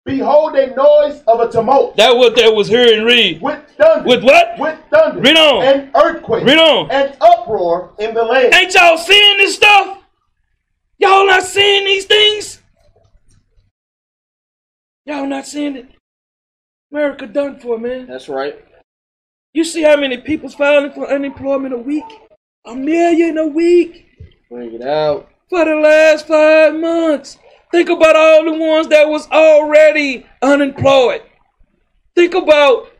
Speaker 7: Behold, a noise of a tumult
Speaker 1: That what that was heard and read.
Speaker 7: with thunder.
Speaker 1: With what?
Speaker 7: With thunder.
Speaker 1: Read on.
Speaker 7: And earthquake.
Speaker 1: Read on.
Speaker 7: And uproar in the land.
Speaker 1: Ain't y'all seeing this stuff? Y'all not seeing these things? Y'all not seeing it? America done for, man.
Speaker 6: That's right.
Speaker 1: You see how many people's filing for unemployment a week? A million a week
Speaker 6: Bring it out.
Speaker 1: for the last five months. Think about all the ones that was already unemployed. Think about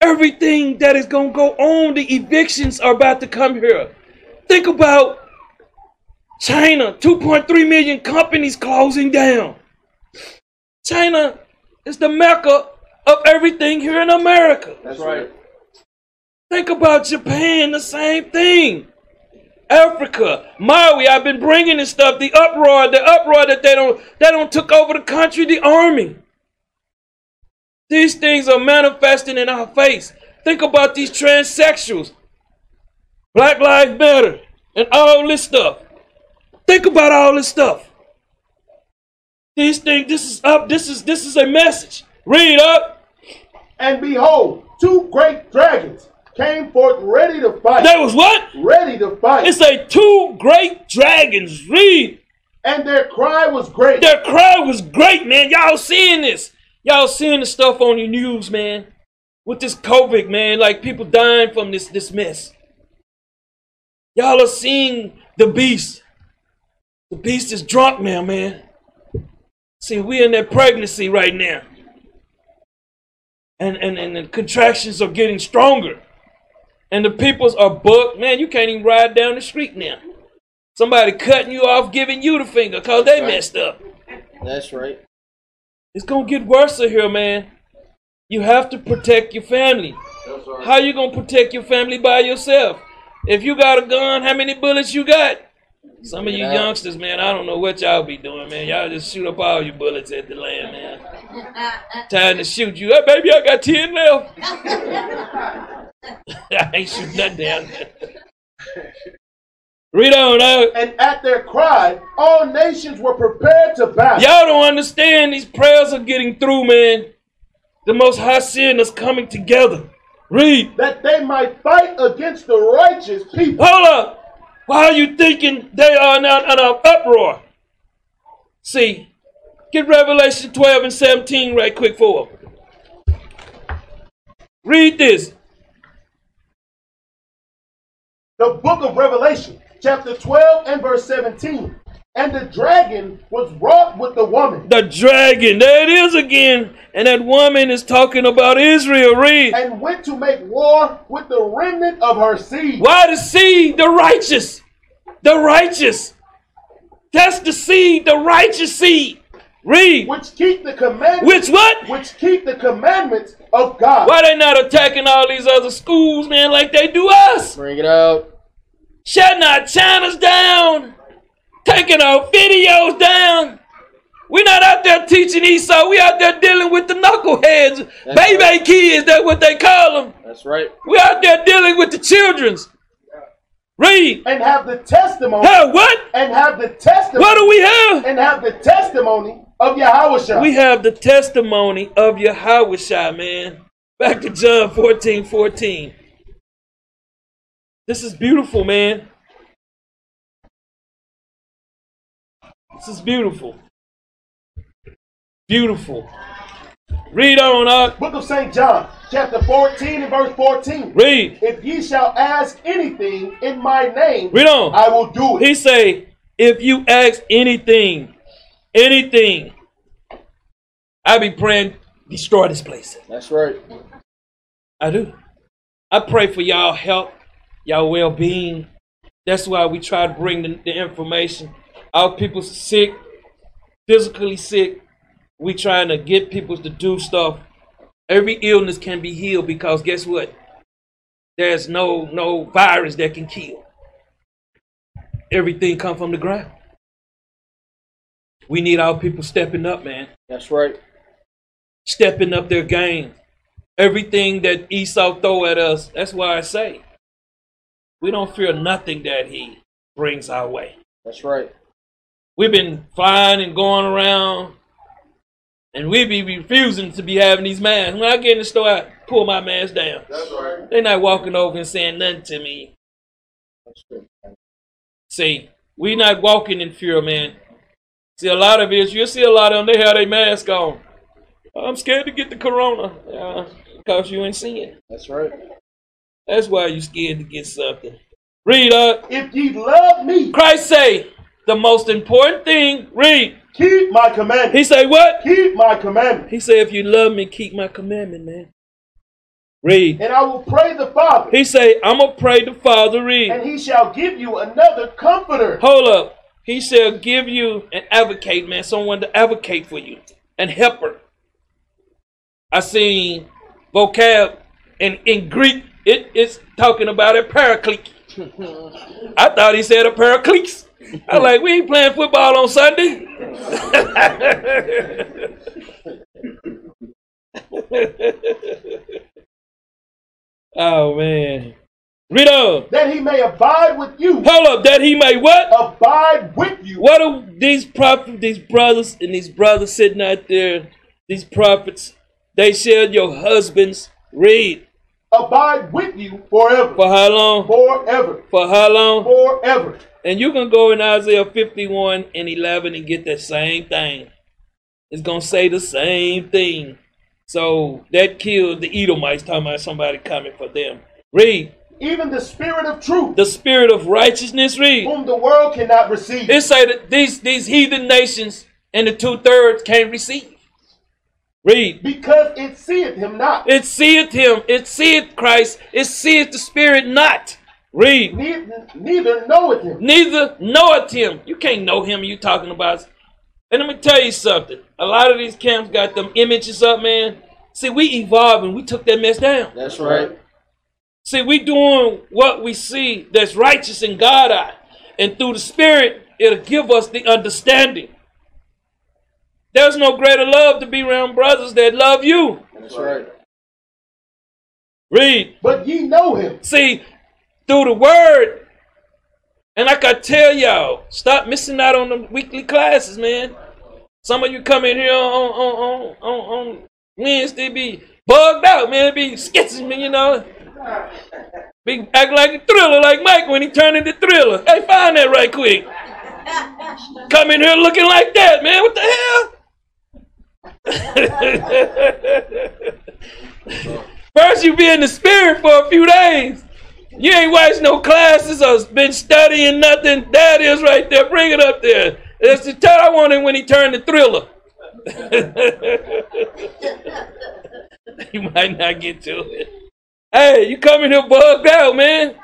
Speaker 1: everything that is gonna go on. The evictions are about to come here. Think about China, 2.3 million companies closing down. China is the mecca of everything here in America.
Speaker 6: That's right.
Speaker 1: Think about Japan, the same thing. Africa, Maui, I've been bringing this stuff. The uproar, the uproar that they don't, they don't took over the country, the army. These things are manifesting in our face. Think about these transsexuals, Black Lives Matter, and all this stuff. Think about all this stuff. These things, this is up. This is this is a message. Read up.
Speaker 7: And behold, two great dragons came forth ready to fight.
Speaker 1: That was what?
Speaker 7: ready to fight.
Speaker 1: It's a two great dragons. Read.
Speaker 7: and their cry was great.
Speaker 1: Their cry was great, man. Y'all seeing this. Y'all seeing the stuff on your news, man. With this COVID, man, like people dying from this this mess. Y'all are seeing the beast. The beast is drunk now, man. See, we in that pregnancy right now. And and, and the contractions are getting stronger. And the peoples are booked. Man, you can't even ride down the street now. Somebody cutting you off, giving you the finger, cause they messed up.
Speaker 6: That's right.
Speaker 1: It's gonna get worse in here, man. You have to protect your family.
Speaker 6: That's right.
Speaker 1: How you gonna protect your family by yourself? If you got a gun, how many bullets you got? Some of
Speaker 6: Bring it
Speaker 1: you
Speaker 6: out.
Speaker 1: youngsters, man, I don't know what y'all be doing, man. Y'all just shoot up all your bullets at the land, man. Time to shoot you. Hey, baby, I got 10 left. I ain't shooting nothing down. Read on out.
Speaker 7: and at their cry, all nations were prepared to battle.
Speaker 1: Y'all don't understand. These prayers are getting through, man. The Most High sin is coming together. Read.
Speaker 7: That they might fight against the righteous people.
Speaker 1: Hold up. Why are you thinking they are not in an uproar? See, get Revelation 12 and 17 right quick for them. Read this.
Speaker 7: The book of Revelation, chapter 12 and verse 17. And the dragon was wrought with the woman
Speaker 1: The dragon. There it is again. And that woman is talking about Israel. Read.
Speaker 7: and went to make war with the remnant of her seed.
Speaker 1: Why the seed? The righteous. The righteous. That's the seed, the righteous seed. Read.
Speaker 7: Which keep the commandments
Speaker 1: Which what?
Speaker 7: which keep the commandments of God.
Speaker 1: Why they not attacking all these other schools, man, like they do us?
Speaker 6: Bring it out.
Speaker 1: Shutting our channels down, taking our videos down. We're not out there teaching Esau. We out there dealing with the knuckleheads, baby kids. That's what they call them.
Speaker 6: That's right.
Speaker 1: We out there dealing with the childrens. Read.
Speaker 7: And have the testimony
Speaker 1: Hey, what?
Speaker 7: and have the testimony
Speaker 1: What do we have?
Speaker 7: and have the testimony of Yahweh.
Speaker 1: We have the testimony of Yahushua, man. Back to John 14, 14. This is beautiful, man. This is beautiful. Beautiful. Read on up.
Speaker 7: Book of St. John, chapter 14 and verse 14.
Speaker 1: Read.
Speaker 7: If ye shall ask anything in my name,
Speaker 1: Read on.
Speaker 7: I will do it.
Speaker 1: He say, if you ask anything, anything, I be praying, destroy this place.
Speaker 6: That's right.
Speaker 1: I do. I pray for y'all help, y'all well being. That's why we try to bring the, the information. Our people's sick, physically sick. We trying to get people to do stuff. Every illness can be healed because guess what? There's no no virus that can kill. Everything come from the ground. We need our people stepping up, man.
Speaker 6: That's right.
Speaker 1: Stepping up their game. Everything that Esau throw at us, that's why I say we don't fear nothing that he brings our way.
Speaker 6: That's right.
Speaker 1: We've been flying and going around, and we be refusing to be having these masks. When I get in the store, I pull my mask down.
Speaker 6: That's right.
Speaker 1: They're not walking over and saying nothing to me.
Speaker 6: That's good.
Speaker 1: See, we not walking in fear, man. See, a lot of it, you'll see a lot of them, they have their mask on. I'm scared to get the corona. Yeah, because you ain't seeing it.
Speaker 6: That's right.
Speaker 1: That's why you scared to get something. Read up.
Speaker 7: If ye love me,
Speaker 1: Christ say, the most important thing, read.
Speaker 7: Keep my commandments.
Speaker 1: He say what?
Speaker 7: Keep my commandments.
Speaker 1: He say, if you love me, keep my commandment, man. Read.
Speaker 7: And I will pray the Father,
Speaker 1: He say, I'm going to pray the Father, read.
Speaker 7: and he shall give you another comforter.
Speaker 1: Hold up. He shall give you an advocate, man, someone to advocate for you, an helper. I seen vocab in, in Greek, it, it's talking about a paraclete. I thought he said a paraclete. I like, we ain't playing football on Sunday. oh, man. Read on.
Speaker 7: That he may abide with you.
Speaker 1: Hold up, that he may what?
Speaker 7: Abide with you.
Speaker 1: What are these prophets, these brothers, and these brothers sitting out there? These prophets, they shall your husbands read
Speaker 7: Abide with you forever.
Speaker 1: for how long?
Speaker 7: Forever.
Speaker 1: For how long?
Speaker 7: Forever.
Speaker 1: And you can go in Isaiah 51 and 11 and get that same thing. It's gonna say the same thing. So that killed the Edomites. Talking about somebody coming for them. Read
Speaker 7: Even the spirit of truth,
Speaker 1: the spirit of righteousness. Read.
Speaker 7: whom the world cannot receive.
Speaker 1: It say that these these heathen nations and the two thirds can't receive. Read.
Speaker 7: because it seeth him not.
Speaker 1: It seeth him. It seeth Christ. It seeth the Spirit not. Read.
Speaker 7: neither, neither knoweth him.
Speaker 1: Neither knoweth him. You can't know him. You talking about? And let me tell you something. A lot of these camps got them images up, man. See, we evolving. We took that mess down.
Speaker 6: That's right.
Speaker 1: See, we doing what we see that's righteous in God eye. And through the Spirit, it'll give us the understanding. There's no greater love to be around brothers that love you.
Speaker 6: That's right.
Speaker 1: Read.
Speaker 7: But ye know him,
Speaker 1: See, through the word. And like I tell y'all, stop missing out on the weekly classes, man. Some of you come in here on on on on, on Wednesday be bugged out, man, be sketching me, you know. Be acting like a thriller, like Mike when he turned into thriller. Hey, find that right quick. Come in here looking like that, man. What the hell? First, you be in the spirit for a few days. You ain't watched no classes or been studying nothing. That is right there. Bring it up there. That's the time I wanted when he turned the thriller. you might not get to it. Hey, you coming here bugged out, man.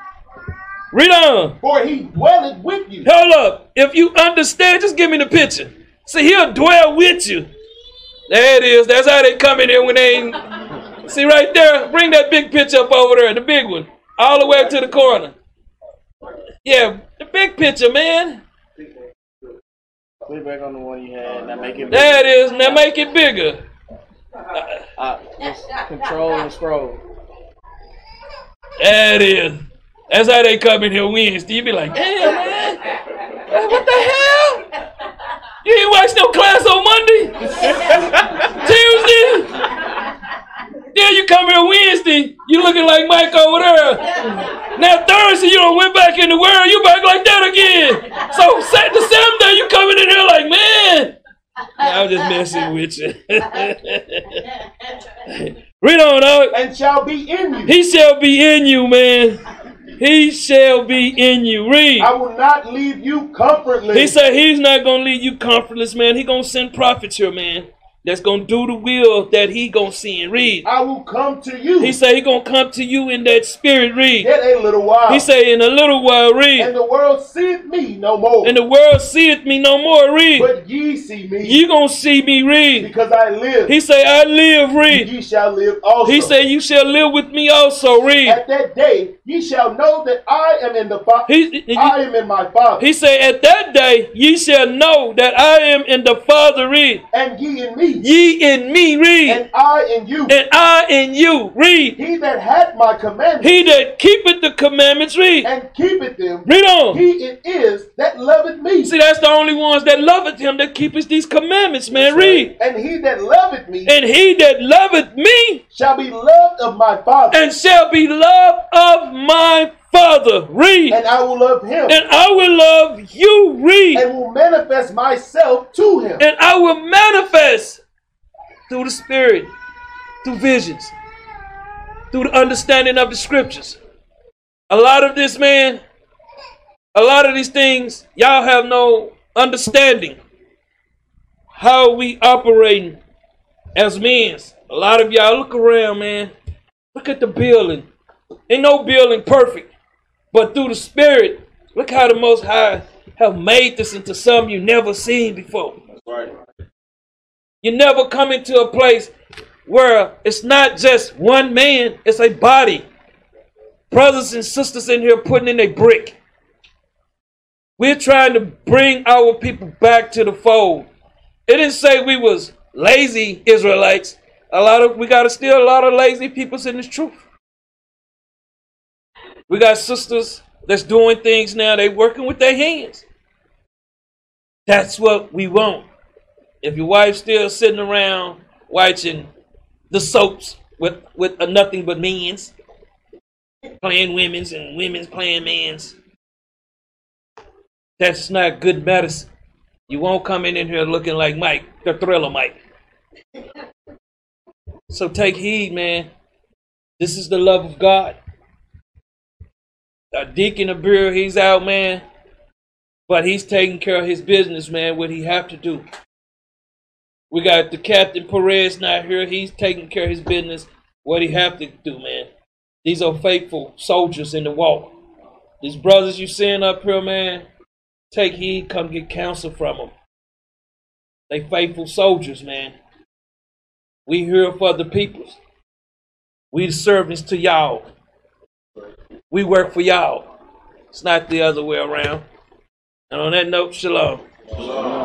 Speaker 1: Read on.
Speaker 7: for he dwelleth with you.
Speaker 1: Hold up. If you understand, just give me the picture. See, he'll dwell with you. There it is. That's how they come in here when they ain't. See right there. Bring that big picture up over there, the big one, all the way up to the corner. Yeah, the big picture, man.
Speaker 6: Put it back on the one you had. Now make it.
Speaker 1: There it is. Now make it bigger.
Speaker 6: Uh, just control and scroll.
Speaker 1: There it is. That's how they come in here Wednesday. You be like, damn, man. Uh, What the hell? You ain't watch no class on Monday? Tuesday? Then you come here Wednesday, you looking like Mike over there. Now Thursday, you don't went back in the world, you back like that again. So Saturday, Sunday, you coming in here like, man. Nah, I'm just messing with you. Read on, dog.
Speaker 7: And shall be in you.
Speaker 1: He shall be in you, man. He shall be in you. Read.
Speaker 7: I will not leave you comfortless.
Speaker 1: He said he's not gonna leave you comfortless, man. He gonna send prophets here, man. that's gonna do the will that he gonna see and read.
Speaker 7: I will come to you.
Speaker 1: He said he gonna come to you in that spirit read.
Speaker 7: Yet a little while.
Speaker 1: He say in a little while read.
Speaker 7: And the world seeth me no more.
Speaker 1: And the world seeth me no more read.
Speaker 7: But ye see me.
Speaker 1: You gonna see me read.
Speaker 7: Because I live.
Speaker 1: He say I live read.
Speaker 7: Ye shall live also.
Speaker 1: He say you shall live with me also read.
Speaker 7: At that day ye shall know that I am in the Father. I am in my Father.
Speaker 1: He say at that day ye shall know that I am in the Father read.
Speaker 7: And ye in me.
Speaker 1: Ye in me read.
Speaker 7: And I in you.
Speaker 1: And I in you read.
Speaker 7: He that hath my commandments.
Speaker 1: He that keepeth the commandments read.
Speaker 7: And keepeth them.
Speaker 1: Read on.
Speaker 7: He it is that loveth me.
Speaker 1: See, that's the only ones that loveth him that keepeth these commandments, man.
Speaker 7: Right.
Speaker 1: Read.
Speaker 7: And he that loveth me.
Speaker 1: And he that loveth me
Speaker 7: shall be loved of my Father.
Speaker 1: And shall be loved of my Father, read.
Speaker 7: And I will love him.
Speaker 1: And I will love you, read.
Speaker 7: And will manifest myself to him.
Speaker 1: And I will manifest through the Spirit, through visions, through the understanding of the scriptures. A lot of this, man, a lot of these things, y'all have no understanding how we operating as men. A lot of y'all look around, man. Look at the building. Ain't no building perfect, but through the Spirit, look how the Most High have made this into something you never seen before.
Speaker 6: That's right.
Speaker 1: You never come into a place where it's not just one man; it's a body. Brothers and sisters in here putting in a brick. We're trying to bring our people back to the fold. It didn't say we was lazy Israelites. A lot of we got still a lot of lazy peoples in this truth. We got sisters that's doing things now, they working with their hands. That's what we want. If your wife's still sitting around watching the soaps with, with a nothing but men's, playing women's and women's playing men's, that's not good medicine. You won't come in, in here looking like Mike, the thriller Mike. So take heed, man. This is the love of God a deacon of bureau, he's out, man. But he's taking care of his business, man, what he have to do. We got the Captain Perez not here. He's taking care of his business, what he have to do, man. These are faithful soldiers in the walk. These brothers you seeing up here, man, take heed, come get counsel from them. They faithful soldiers, man. We here for the peoples. We the servants to y'all. We work for y'all. It's not the other way around. And on that note, shalom.
Speaker 6: Shalom.